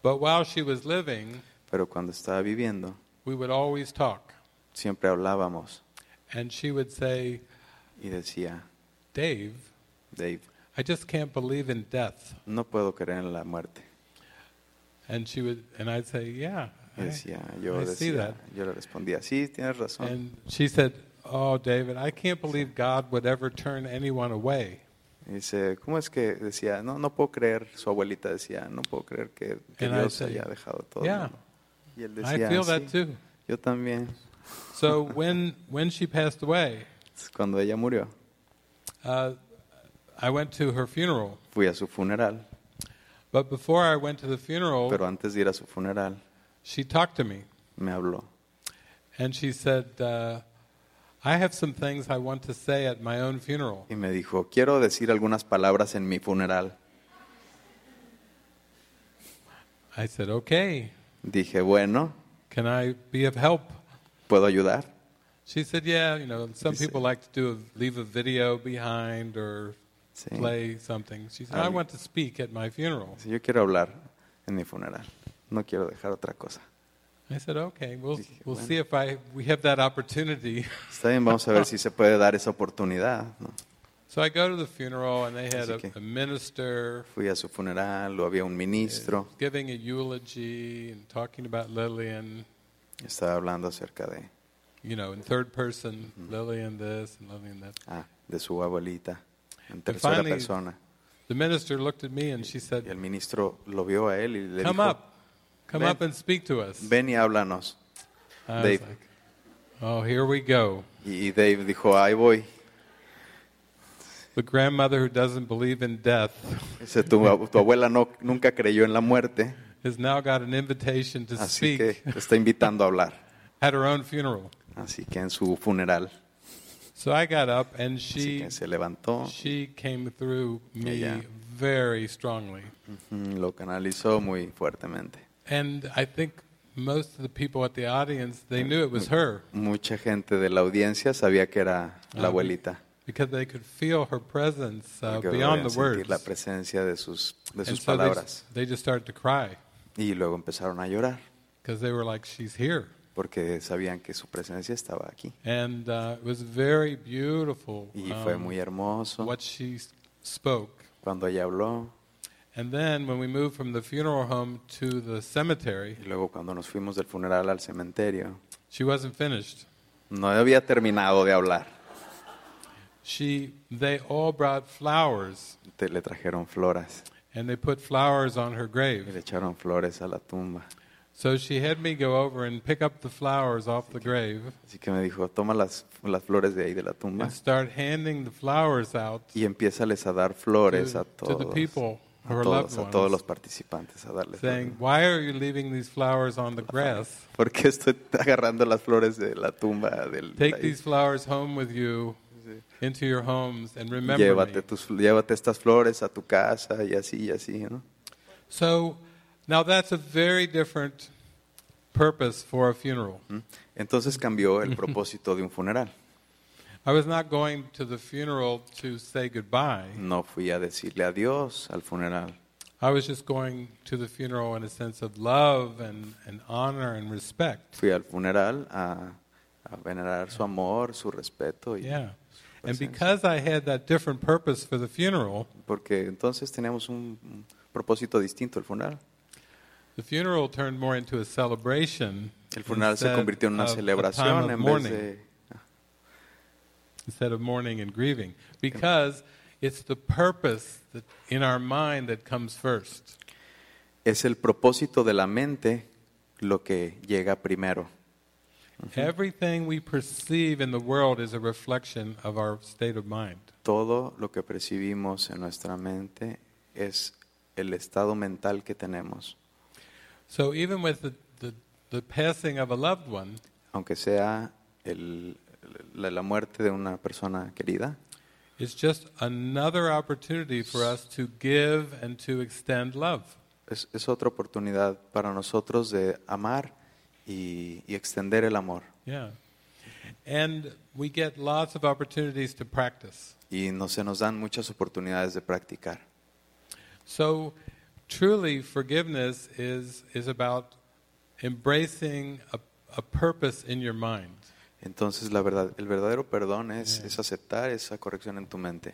But while she was living, Pero cuando estaba viviendo, we would always talk. siempre hablábamos And she would say, y decía, Dave, Dave, I just can't believe in death. no puedo creer en la muerte. And she would, and I'd say, yeah. Y I- decía, yo, I see decía, yo le respondía, sí, tienes razón. And she said, oh, David, I can't believe God would ever turn anyone away. Y dice, ¿cómo es que decía? No, no puedo creer, su abuelita decía, no puedo creer que, que And I Dios say, haya dejado todo. yeah, Y él I decía, feel "Sí, that too. yo también. *laughs* So when, when she passed away, Cuando ella murió, uh, I went to her funeral. fui a su funeral, But before I went to the funeral, pero antes de ir a su funeral, she talked to me. me habló. And she said, uh, I have some things I want to say at my own funeral. Y me dijo, quiero decir algunas palabras en mi funeral. I said, okay, Dije, bueno, can I be of help? ¿puedo ayudar? She said, yeah, you know, some people like to do a, leave a video behind or play something. She said, I Alguien- want to speak at my funeral. Dice, Yo quiero hablar en mi funeral, no quiero dejar otra cosa. I said, okay, we'll, we'll bueno. see if I, we have that *laughs* opportunity. Está bien, vamos a ver si se puede dar esa oportunidad. ¿no? *laughs* So I go to the funeral, and they had Así a, que- a minister Fui a su funeral, lo había un ministro, giving a eulogy and talking about Lillian, Eh. estaba hablando acerca de, you know, in third person, Lillian this and Lillian that. Mm-hmm. ah, de su abuelita, en tercera finally- persona. The minister looked at me and she said, Y el ministro lo vio a él y le Come dijo, up, come Ven. up and speak to us. ven y háblanos. I was Dave. like, oh, here we go. Y y Dave dijo, ahí voy. The grandmother who doesn't believe in death Dice, tu, ab- tu abuela no, nunca creyó en la muerte, *laughs* has now got an invitation to así speak que te está invitando a hablar. at her own funeral. Así que en su funeral So I got up and she que se levantó, she came through me Ella. very strongly. mm, lo canalizó muy fuertemente. And I think most of the people at the audience they knew it was her Ah. um, Mucha gente de la audiencia sabía que era la abuelita. because they could feel her presence uh, porque beyond podían the sentir words. la presencia de sus, de And sus so they, palabras. s- they just started to cry Y luego empezaron a llorar because they were like, "She's here." porque sabían que su presencia estaba aquí. And uh, it was very beautiful. Y fue um, muy hermoso What she s- spoke. cuando ella habló. And then when we moved from the funeral home to the cemetery, Y luego cuando nos fuimos del funeral al cementerio, she wasn't finished. no había terminado de hablar. She, they all brought flowers, Te- le trajeron flores, and they put flowers on her y le grave. echaron flores a la tumba. So she had me go over and pick up the flowers off the grave Así que me dijo, toma las, las flores de ahí de la tumba and start handing the flowers out y empiézales a dar flores to, a to the todos. people, A her todos, loved a todos los ones, participantes, a darles saying, "Why are you leaving these flowers on the grass? ¿Por qué estoy agarrando las flores de la tumba del de Take ahí? these flowers home with you into your homes and remember me." llévate, tus, llévate estas flores a tu casa y así y así, ¿no? So now that's a very different purpose for a funeral. ¿Mm? Entonces *laughs* cambió el propósito de un funeral. I was not going to the funeral to say goodbye. No fui a decirle adiós al funeral. I was just going to the funeral in a sense of love and, and honor and respect. Fui al funeral a, a venerar su amor, su respeto y Yeah. And because I had that different purpose for the funeral, porque entonces teníamos un, un propósito distinto el funeral. the funeral turned more into a celebration. El funeral se instead convirtió en una of a time celebración of en vez mourning, de instead of mourning and grieving. Because it's the purpose that in our mind that comes first. es el propósito de la mente lo que llega primero. Everything we perceive in the world is a reflection of our state of mind. Todo lo que percibimos en nuestra mente es el estado mental que tenemos. So even with the, the, the passing of a loved one, aunque sea el- la, la muerte de una persona querida, it's just another opportunity for us to give and to extend love. es, es otra oportunidad para nosotros de amar y, y extender el amor. Yeah. And we get lots of opportunities to practice. Y no se nos dan muchas oportunidades de practicar. So truly forgiveness is is about embracing a, a purpose in your mind. Entonces, la verdad, el verdadero perdón es, es aceptar esa corrección en tu mente.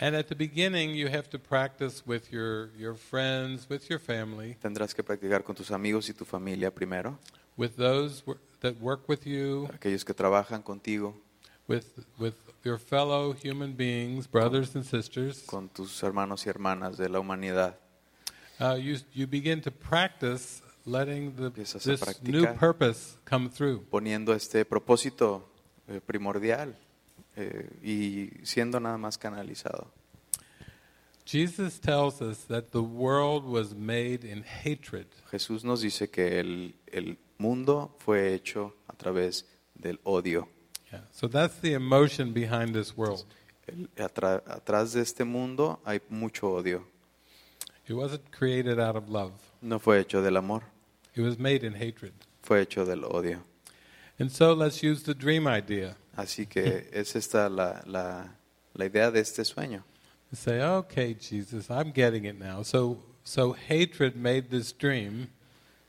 And at the beginning you have to practice with your, your friends, with your family, Tendrás que practicar con tus amigos y tu familia primero, with those wor- that work with you, aquellos que trabajan contigo, with with your fellow human beings, brothers and sisters. con tus hermanos y hermanas de la humanidad. Uh, you you begin to practice letting the, Empiezas a this new practicar purpose come through. poniendo este propósito eh, primordial eh, y siendo nada más canalizado. Jesus tells us that the world was made in hatred. Jesús nos dice que el, el mundo fue hecho a través del odio. Yeah. So that's the emotion behind this world. El- atra- atrás de este mundo hay mucho odio. It wasn't created out of love. No fue hecho del amor, It was made in hatred. fue hecho del odio. And so let's use the dream idea. Así *laughs* que es esta la, la- la idea de este sueño. Say, okay, Jesus, I'm getting it now. So so hatred made this dream.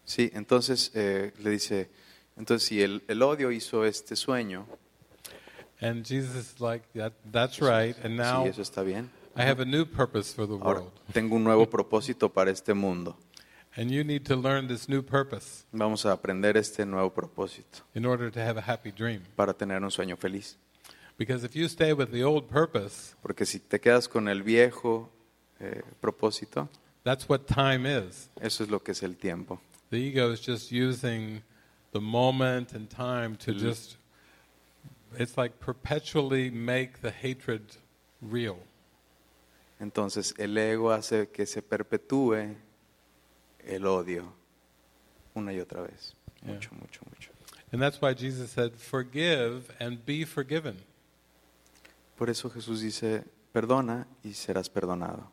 Sí, entonces eh, le dice, entonces si el- el odio hizo este sueño, And Jesus is like, that, that's right. And now sí, eso está bien. I have a new purpose for the Ahora, world. tengo un nuevo propósito para este mundo. And you need to learn this new purpose Vamos a aprender este nuevo propósito in order to have a happy dream. para tener un sueño feliz. Because if you stay with the old purpose, Porque si te quedas con el viejo eh, propósito, that's what time is. eso es lo que es el tiempo. The ego is just using the moment and time to Mm. just, it's like perpetually make the hatred real. Entonces el ego hace que se perpetúe el odio una y otra vez. Yeah. Mucho, mucho, mucho. And that's why Jesus said, forgive and be forgiven. Por eso Jesús dice, perdona y serás perdonado.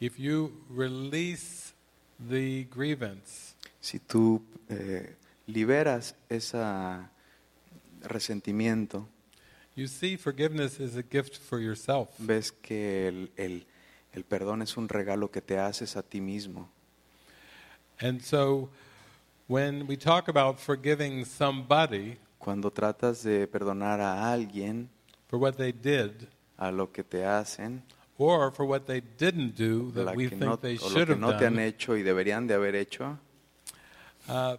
If you release the grievance, Si tú eh, liberas ese resentimiento, you see forgiveness is a gift for yourself. ves que el, el- el perdón es un regalo que te haces a ti mismo. And so when we talk about forgiving somebody Cuando tratas de perdonar a alguien for what they did a lo que te hacen, or for what they didn't do la that we que no, think they o should lo que have no te han done, hecho y deberían de haber hecho, uh,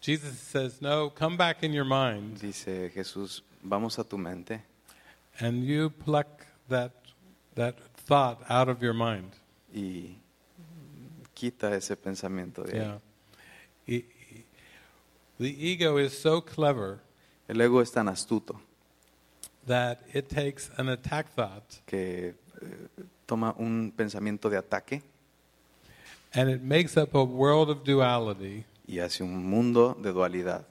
Jesus says, no, come back in your mind dice Jesús, vamos a tu mente and you pluck that, that thought out of your mind. y quita ese pensamiento de ahí. Yeah. E- e- the ego is so clever El ego es tan astuto that it takes an attack thought que eh, toma un pensamiento de ataque and it makes up a world of duality y hace un mundo de dualidad,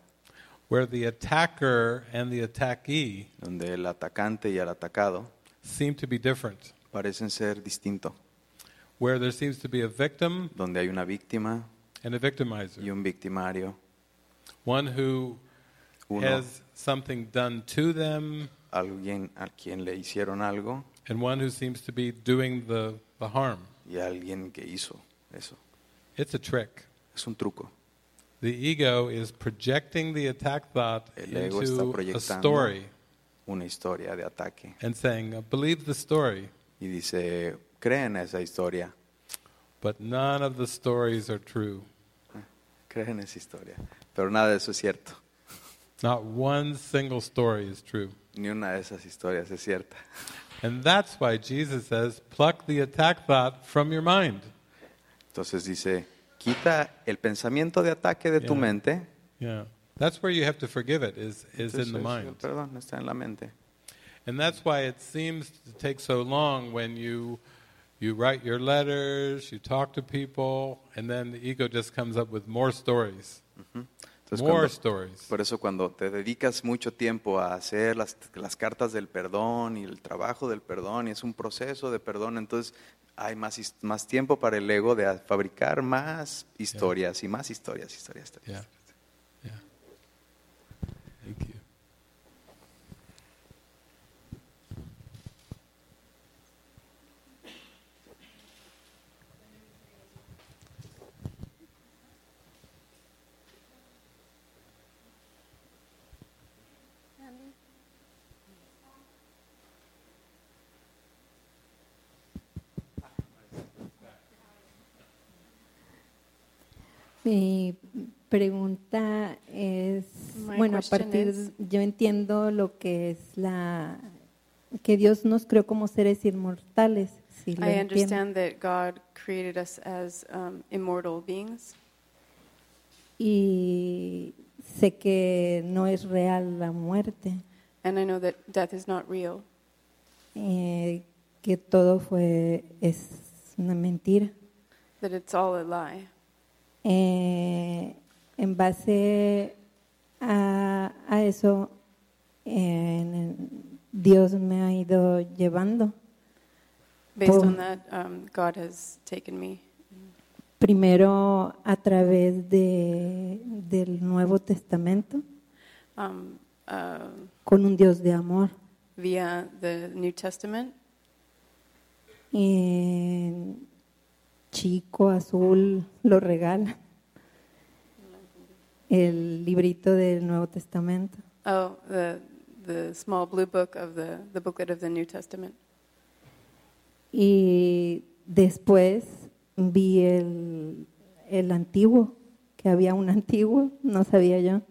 where the attacker and the attackee donde el atacante y el atacado seem to be different, parecen ser distintos, where there seems to be a victim donde hay una víctima and a victimizer, y un victimario, one who Uno. has something done to them alguien a quien le hicieron algo and one who seems to be doing the, the harm. y alguien que hizo eso. It's a trick. Es un truco. The ego is projecting the attack thought El ego está into a proyectando. story Una historia de ataque. and saying, believe the story, Y dice, creen esa historia, but none of the stories are true. creen esa historia. Pero nada de eso es cierto. Not one single story is true. Ni una de esas historias es cierta. And that's why Jesus says, pluck the attack thought from your mind. Entonces dice, quita el pensamiento de ataque de tu Yeah. mente. Yeah. That's where you have to forgive it, is, is in the Entonces, mind. Perdón, está en la mente. And that's why it seems to take so long when you you write your letters, you talk to people, and then the ego just comes up with more stories. Entonces, more cuando- stories. *laughs* Por eso cuando te dedicas mucho tiempo a hacer las, las cartas del perdón y el trabajo del perdón y es un proceso de perdón, entonces hay más, his- más tiempo para el ego de a- fabricar más historias y más historias, historias, historias. Mi pregunta es, My bueno, a question partir, is- yo entiendo lo que es la, que Dios nos creó como seres inmortales, sí lo I entiendo. understand that God created us as um, immortal beings, Y sé que no es real la muerte, and I know that death is not real, eh, que todo fue, es una mentira. that it's all a lie. Eh, en base a, a eso, eh, Dios me ha ido llevando. Based Por- on that, um, God has taken me primero a través de, del Nuevo Testamento, um, uh, con un Dios de amor. via the New Testament, Eh, chico azul lo regala, el librito del Nuevo Testamento. oh, the, the small blue book of the, the booklet of the New Testament. Y después vi el, el antiguo, que había un antiguo, no sabía yo.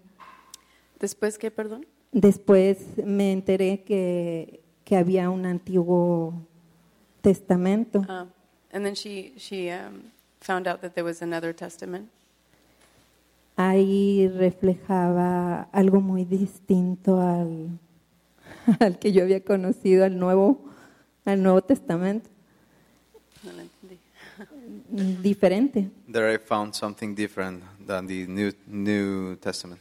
Después que, perdón? Después me enteré que, que había un antiguo testamento Um, and then she, she um, found out that there was another testament. ahí reflejaba algo muy distinto al, *laughs* al que yo había conocido, al nuevo, al nuevo testamento, Mm, No la entendí. diferente. There I found something different than the New, New Testament.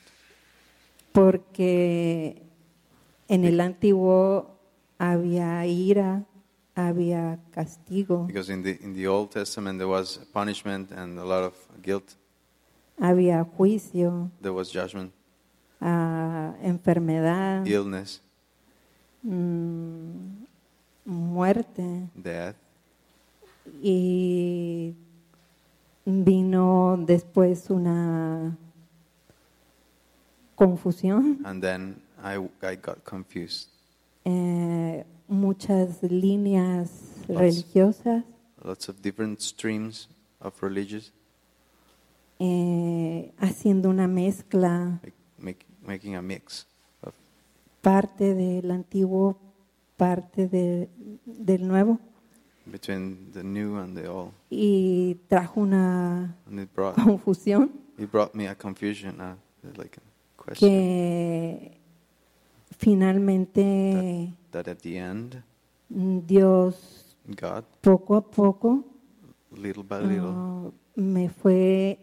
porque en el antiguo había ira, había castigo, Because in the, in the Old Testament there was punishment and a lot of guilt, había juicio, there was judgment, ah, enfermedad, illness, mm, muerte death. y vino después una confusión, And then I, I got confused. eh, muchas líneas Lots. religiosas. Lots of different streams of religious, eh, haciendo una mezcla make, making a mix of parte del antiguo, parte de- del nuevo, between the new and the old. y trajo una And it brought confusión it brought me a confusion, uh, like a question que finalmente that at the end, Dios God, poco a poco little by little, ah, me fue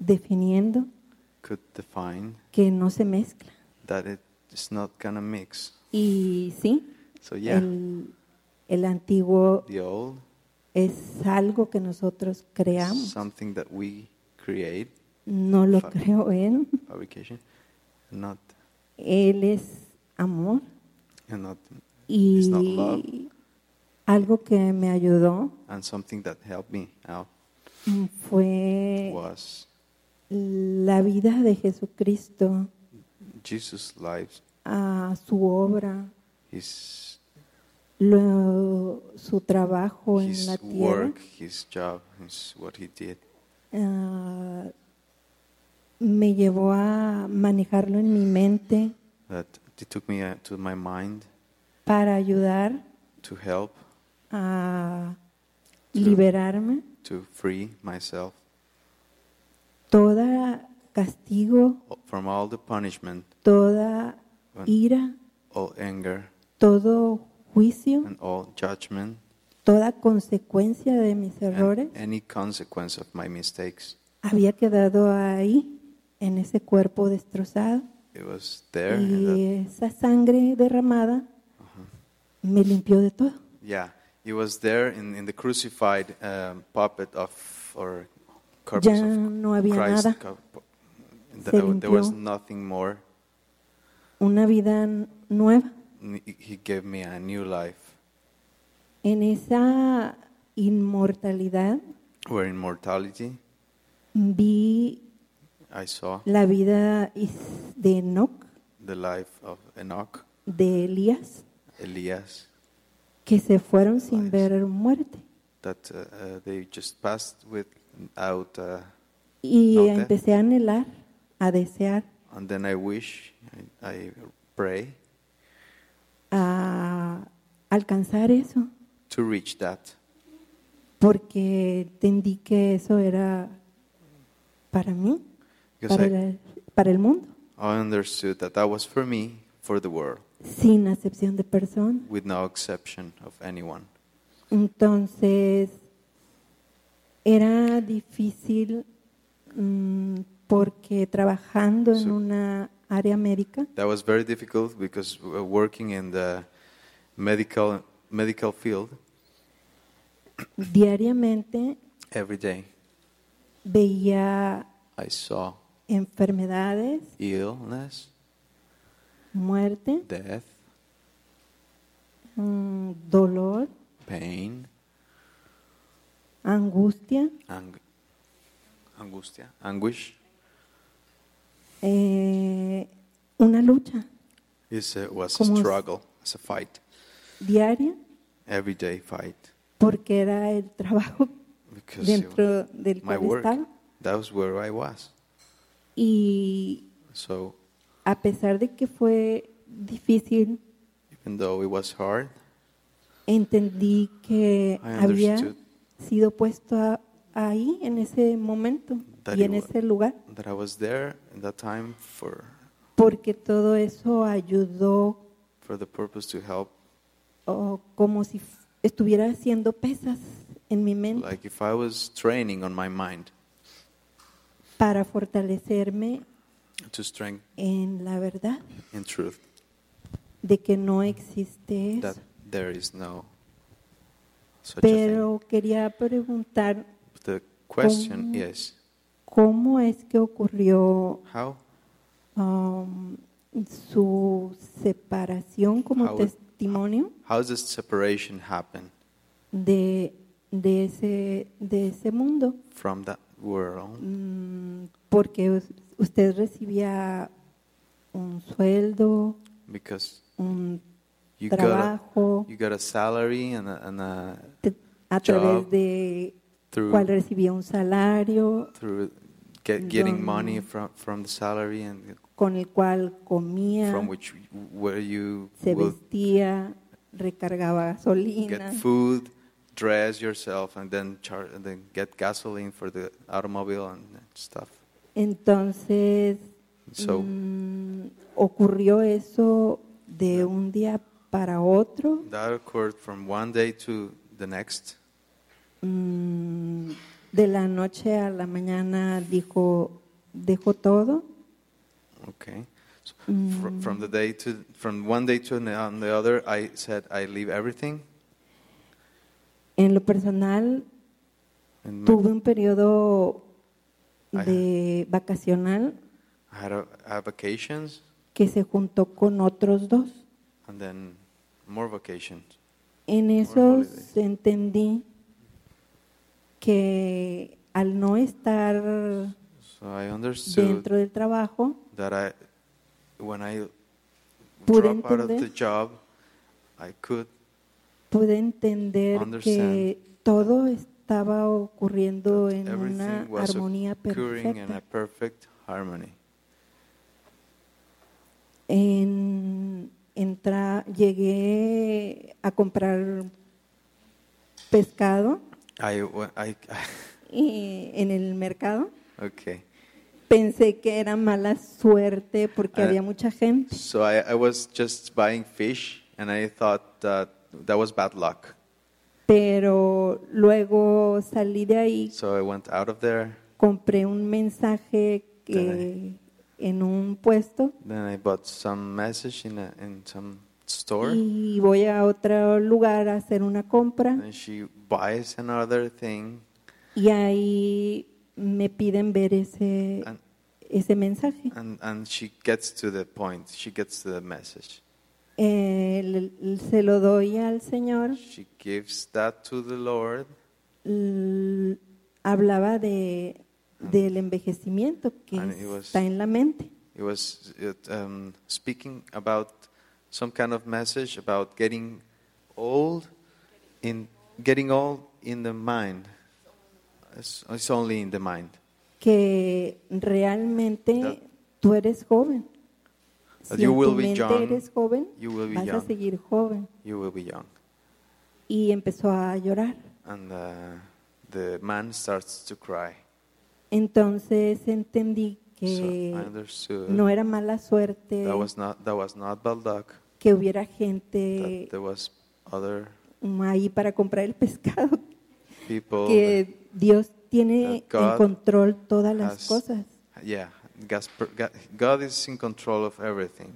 definiendo could define que no se mezcla. that it is not gonna mix. Y sí, So yeah, el, el antiguo the old es algo que nosotros creamos. something that we create No lo Fa- creo *laughs* él. fabrication, not Él es amor and not It's not love. y algo que me ayudó and something that helped me out mm, fue was la vida de Jesucristo, Jesus' life, a su obra, His lo- su trabajo en la His tierra. work, His job, His what He did. Ah, me llevó a manejarlo en mi mente that it took me uh, to my mind para ayudar to help a liberarme to free myself toda castigo, from all the punishment toda Bueno. ira, all anger todo juicio and all judgment toda consecuencia de mis errores any consequence of my mistakes. había quedado ahí, en ese cuerpo destrozado. It was there. Mm-hmm. in that- Y esa sangre derramada me limpió de todo. yeah, it was there in, in the crucified um, puppet of or corpse Ya of no había Christ. nada. co- po- Se There, there was limpió. nothing more. Una vida n- nueva. N- He gave me a new life En esa inmortalidad where immortality vi I saw la vida is- de Enoch, the life of Enoch, de Elías, Elias, que se fueron sin ver muerte. that uh, uh, they just passed without. Uh, Y no death. empecé a anhelar, a desear, And then I wish, I, I pray a alcanzar eso, to reach that porque entendí que eso era para mí, Because para I- el- para el mundo, I understood that that was for me, for the world, sin acepción de persona. with no exception of anyone. Entonces, era difícil mm, porque trabajando en una área médica, That was very difficult because uh, working in the medical medical field diariamente every day, veía I saw enfermedades, illness, muerte, death, mm, dolor, pain, angustia, ang- angustia, anguish. eh, una lucha It's a- was a Como es- struggle, it's a fight, diaria everyday fight. porque era el *laughs* trabajo Because it dentro was del my cual work, estaba that was where I was. y So a pesar de que fue difícil even though it was hard, entendí que I había understood. sido puesto a- ahí en ese momento That y it en wa- ese lugar, that I was there at that time for porque todo eso ayudó for the purpose to help. o como si f- estuviera haciendo pesas en mi mente Like if I was training on my mind para fortalecerme to strength en la verdad in truth, de que no existe eso. that there is no such a thing. Pero quería preguntar The question ¿Cómo? is cómo es que ocurrió how um, su separación como How- testimonio. how does this separation happen de, de, ese, de ese mundo, from that world? mm, porque us- usted recibía un sueldo, Because un you got a, trabajo you got a salary and a, and a te- a job través de through- cual recibía un salario through get, getting money Don- from from the salary and con el cual comía, from which where you se will vestía, recargaba gasolina, get food, dress yourself, and then char- and then get gasoline for the automobile and stuff. entonces So- mm, ocurrió eso de un día para otro That occurred from one day to the next. Mm, de la noche a la mañana dijo, dejó todo. Okay. So Mm. fr- from the day to from one day to the- on the other, I said I leave everything. En lo personal, And my- tuve un periodo de vacacional I had a, I had vacations que se juntó con otros dos. and then more vacations. En esos entendí que al no estar So I understood dentro del trabajo, that I, when I Pude drop out of entender. the job, I could pude entender que Understand. todo estaba ocurriendo en una everything was armonía occurring in perfecta. a perfect harmony. En, entra, llegué a comprar pescado I, wa- I, *laughs* y- en el mercado. okay. Pensé que era mala suerte porque Ah. había mucha gente. So I, I was just buying fish, and I thought that that was bad luck. pero luego salí de ahí, So I went out of there. compré un mensaje que- en un puesto Then I bought some message in, a, in some store. y voy a otro lugar a hacer una compra And she buys another thing. y ahí me piden ver ese, ese mensaje. And, and she gets to the point. She gets to the message. Eh, le- se lo doy al Señor. She gives that to the Lord. L- hablaba de, del envejecimiento que And it was- está en la mente. It was it, um, speaking about some kind of message about getting old in getting old in the mind. It's, it's only in the mind. que realmente tú eres joven. That Si you en will tu be mente young, eres joven, you will be vas a young. seguir joven. You will be young. Y empezó a llorar. And uh, the man starts to cry. Entonces entendí So I que understood no era mala suerte that was not that was not bad luck. que hubiera That gente there was other ahí para comprar el pescado, people. que Dios tiene that God en control todas las has- cosas yeah, Gaspar- Ga- God is in control of everything.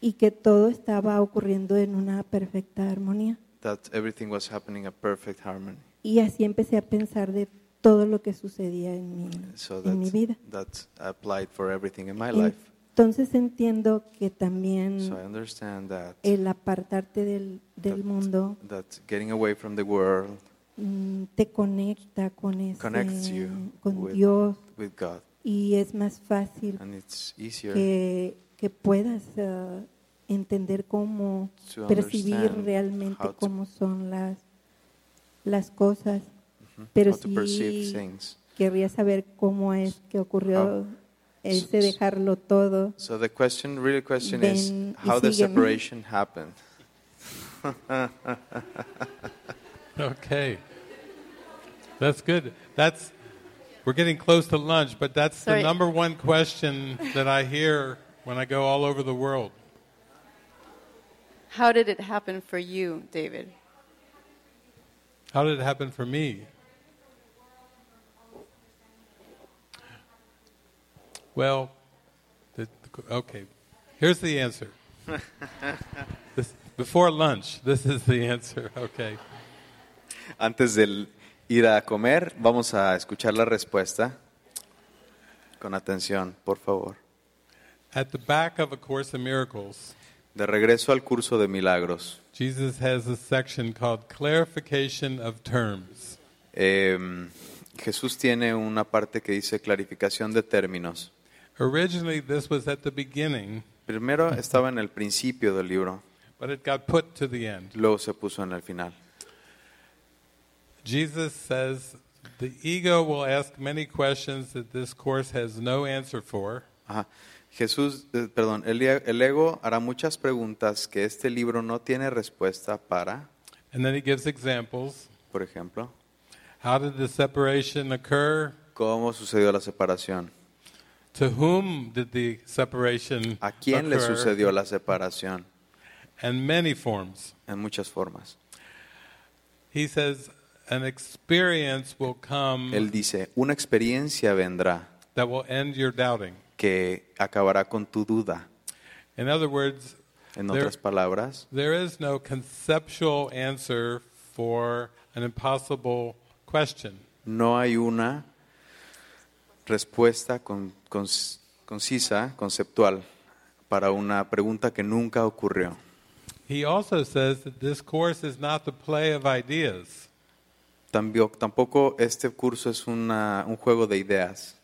y que todo estaba ocurriendo en una perfecta armonía. That everything was happening in perfect harmony. Y así empecé a pensar de todo lo que sucedía en mi, So en mi vida. Mm. that that applied for everything in my life. Entonces entiendo que también So I understand that el apartarte del, del mundo that getting away from the world mm, te conecta con ese, connects you con with, Dios with God, y es más fácil and it's easier que, que puedas eh, entender cómo To percibir understand realmente how to- cómo son las, las cosas. Mhm. Pero How to perceive sí things. querría saber cómo es que ocurrió ese dejarlo todo. So the question, real question is Ven y how the sígueme. separation happened. Okay. That's good. That's we're getting close to lunch, but that's Sorry. the number one question that I hear when I go all over the world. How did it happen for you, David? How did it happen for me? Well, the, okay. Here's the answer. This, before lunch, this is the answer. *laughs* Okay. *laughs* Antes de ir a comer, vamos a escuchar la respuesta con atención, por favor. At the back of A Course in Miracles, De regreso al curso de milagros, Jesus has a section called Clarification of Terms. eh, Jesús tiene una parte que dice clarificación de términos. Originally, this was at the beginning, Primero estaba en el principio del libro, but it got put to the end. luego se puso en el final. Jesus says the ego will ask many questions that this course has no answer for. Ajá. Jesús, eh, perdón, el, e- el ego hará muchas preguntas que este libro no tiene respuesta para, And then he gives examples. por ejemplo, How did the separation occur? cómo sucedió la separación, To whom did the separation a quién le occur? sucedió la separación, And many forms. en muchas formas. He says an experience will come Él dice, una experiencia vendrá that will end your doubting. que acabará con tu duda. In other words, En there- otras palabras, There is no conceptual answer for an impossible question. no hay una respuesta con- con- concisa, conceptual, para una pregunta que nunca ocurrió. He also says that this course is not the play of ideas. Tambio- tampoco este curso es una- un juego de ideas,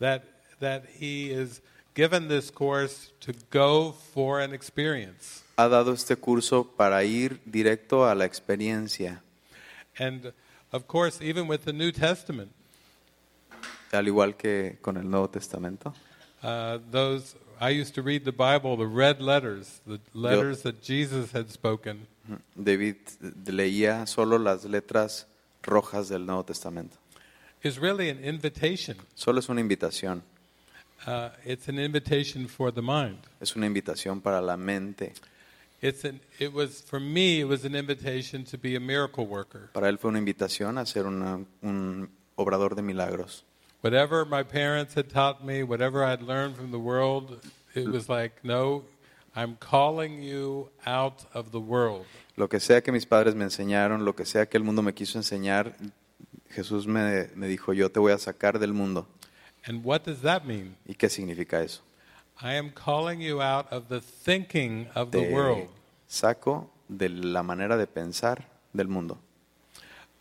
That that he is given this course to go for an experience. ha dado este curso para ir directo a la experiencia. And of course, even with the New Testament, Al igual que con el Nuevo Testamento. uh, those I used to read the Bible, the red letters, the letters that Jesus had spoken, David eh, leía solo las letras rojas del Nuevo Testamento. is really an invitation. Solo es una invitación. Uh, it's an invitation for the mind. Es una invitación para la mente. It's an, it was, for me, it was an invitation to be a miracle worker. Para él fue una invitación a ser una- un obrador de milagros. Whatever my parents had taught me, whatever I'd learned from the world, it was like, no, I'm calling you out of the world. Lo que sea que mis padres me enseñaron, lo que sea que el mundo me quiso enseñar, Jesús me, me dijo, yo te voy a sacar del mundo. And what does that mean? ¿Y qué significa eso? I am calling you out of the thinking of the Te world. saco de la manera de pensar del mundo.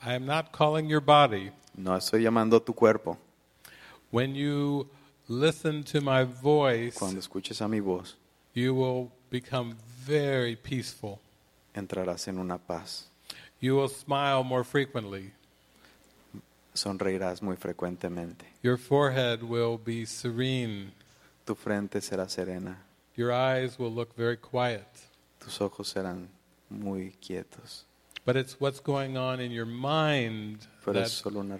I am not calling your body. No estoy llamando a tu cuerpo. When you listen to my voice, Cuando escuches a mi voz, you will become very peaceful. entrarás en una paz. You will smile more frequently. Sonreirás muy frecuentemente. Your forehead will be serene. Tu frente será serena. Your eyes will look very quiet. Tus ojos serán muy quietos. But it's what's going on in your mind Pero es that solo una-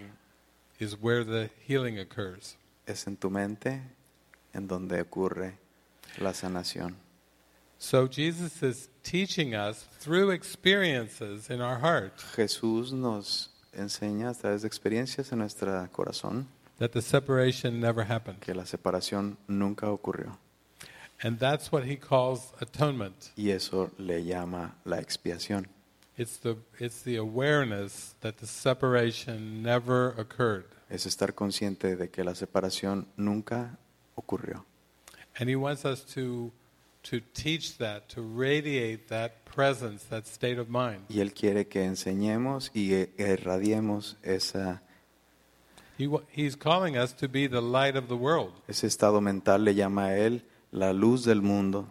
is where the healing occurs. es en tu mente en donde ocurre la sanación. So Jesus is teaching us through experiences in our heart Jesús nos enseña a través de experiencias en nuestro corazón that the separation never happened. que la separación nunca ocurrió. And that's what he calls atonement. Y eso le llama la expiación. It's the, it's the awareness that the separation never occurred. Es estar consciente de que la separación nunca ocurrió. And he wants us to, to teach that, to radiate that presence, that state of mind. Y Él quiere que enseñemos y e- irradiemos esa, He, wa- he's calling us to be the light of the world. ese estado mental, le llama a Él la luz del mundo.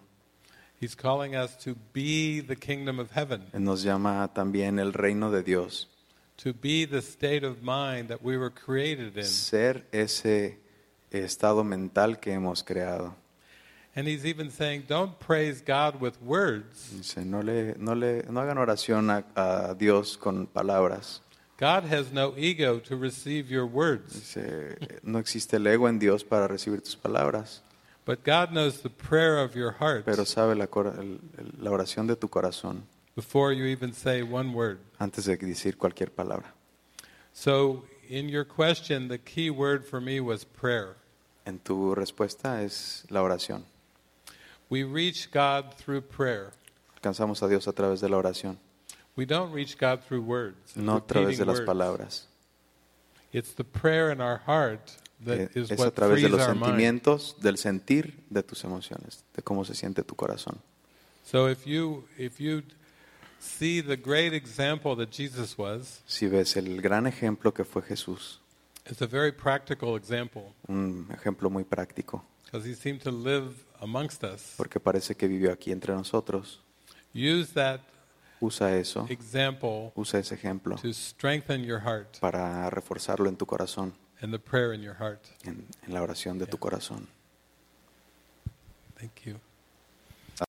He's calling us to be the kingdom of heaven, Él nos llama también el reino de Dios. to be the state of mind that we were created in. Ser ese estado mental que hemos creado. And he's even saying, don't praise God with words. Dice, no, le, no, le, no hagan oración a, a Dios con palabras. God has no ego to receive your words, Dice, no existe el ego en Dios para recibir tus palabras, but God knows the prayer of your heart pero sabe la, cora- el- el- la oración de tu corazón before you even say one word. antes de decir cualquier palabra. So, in your question, the key word for me was prayer. En tu respuesta es la oración. We reach God through prayer. Alcanzamos a Dios a través de la oración, We don't reach God through words. no a través de repeating las words. palabras. It's the prayer in our heart Eh, that is Es a what través de frees los our mind. sentimientos, del sentir, de tus emociones, de cómo se siente tu corazón. So if you if you see the great example that Jesus was, Si ves el gran ejemplo que fue Jesús, it's a very practical example un ejemplo muy práctico, because he seemed to live amongst us. porque parece que vivió aquí entre nosotros. Use that Usa eso, example usa ese ejemplo to strengthen your heart para reforzarlo en tu corazón, and the prayer in your heart. en, en la oración de tu corazón. Thank you.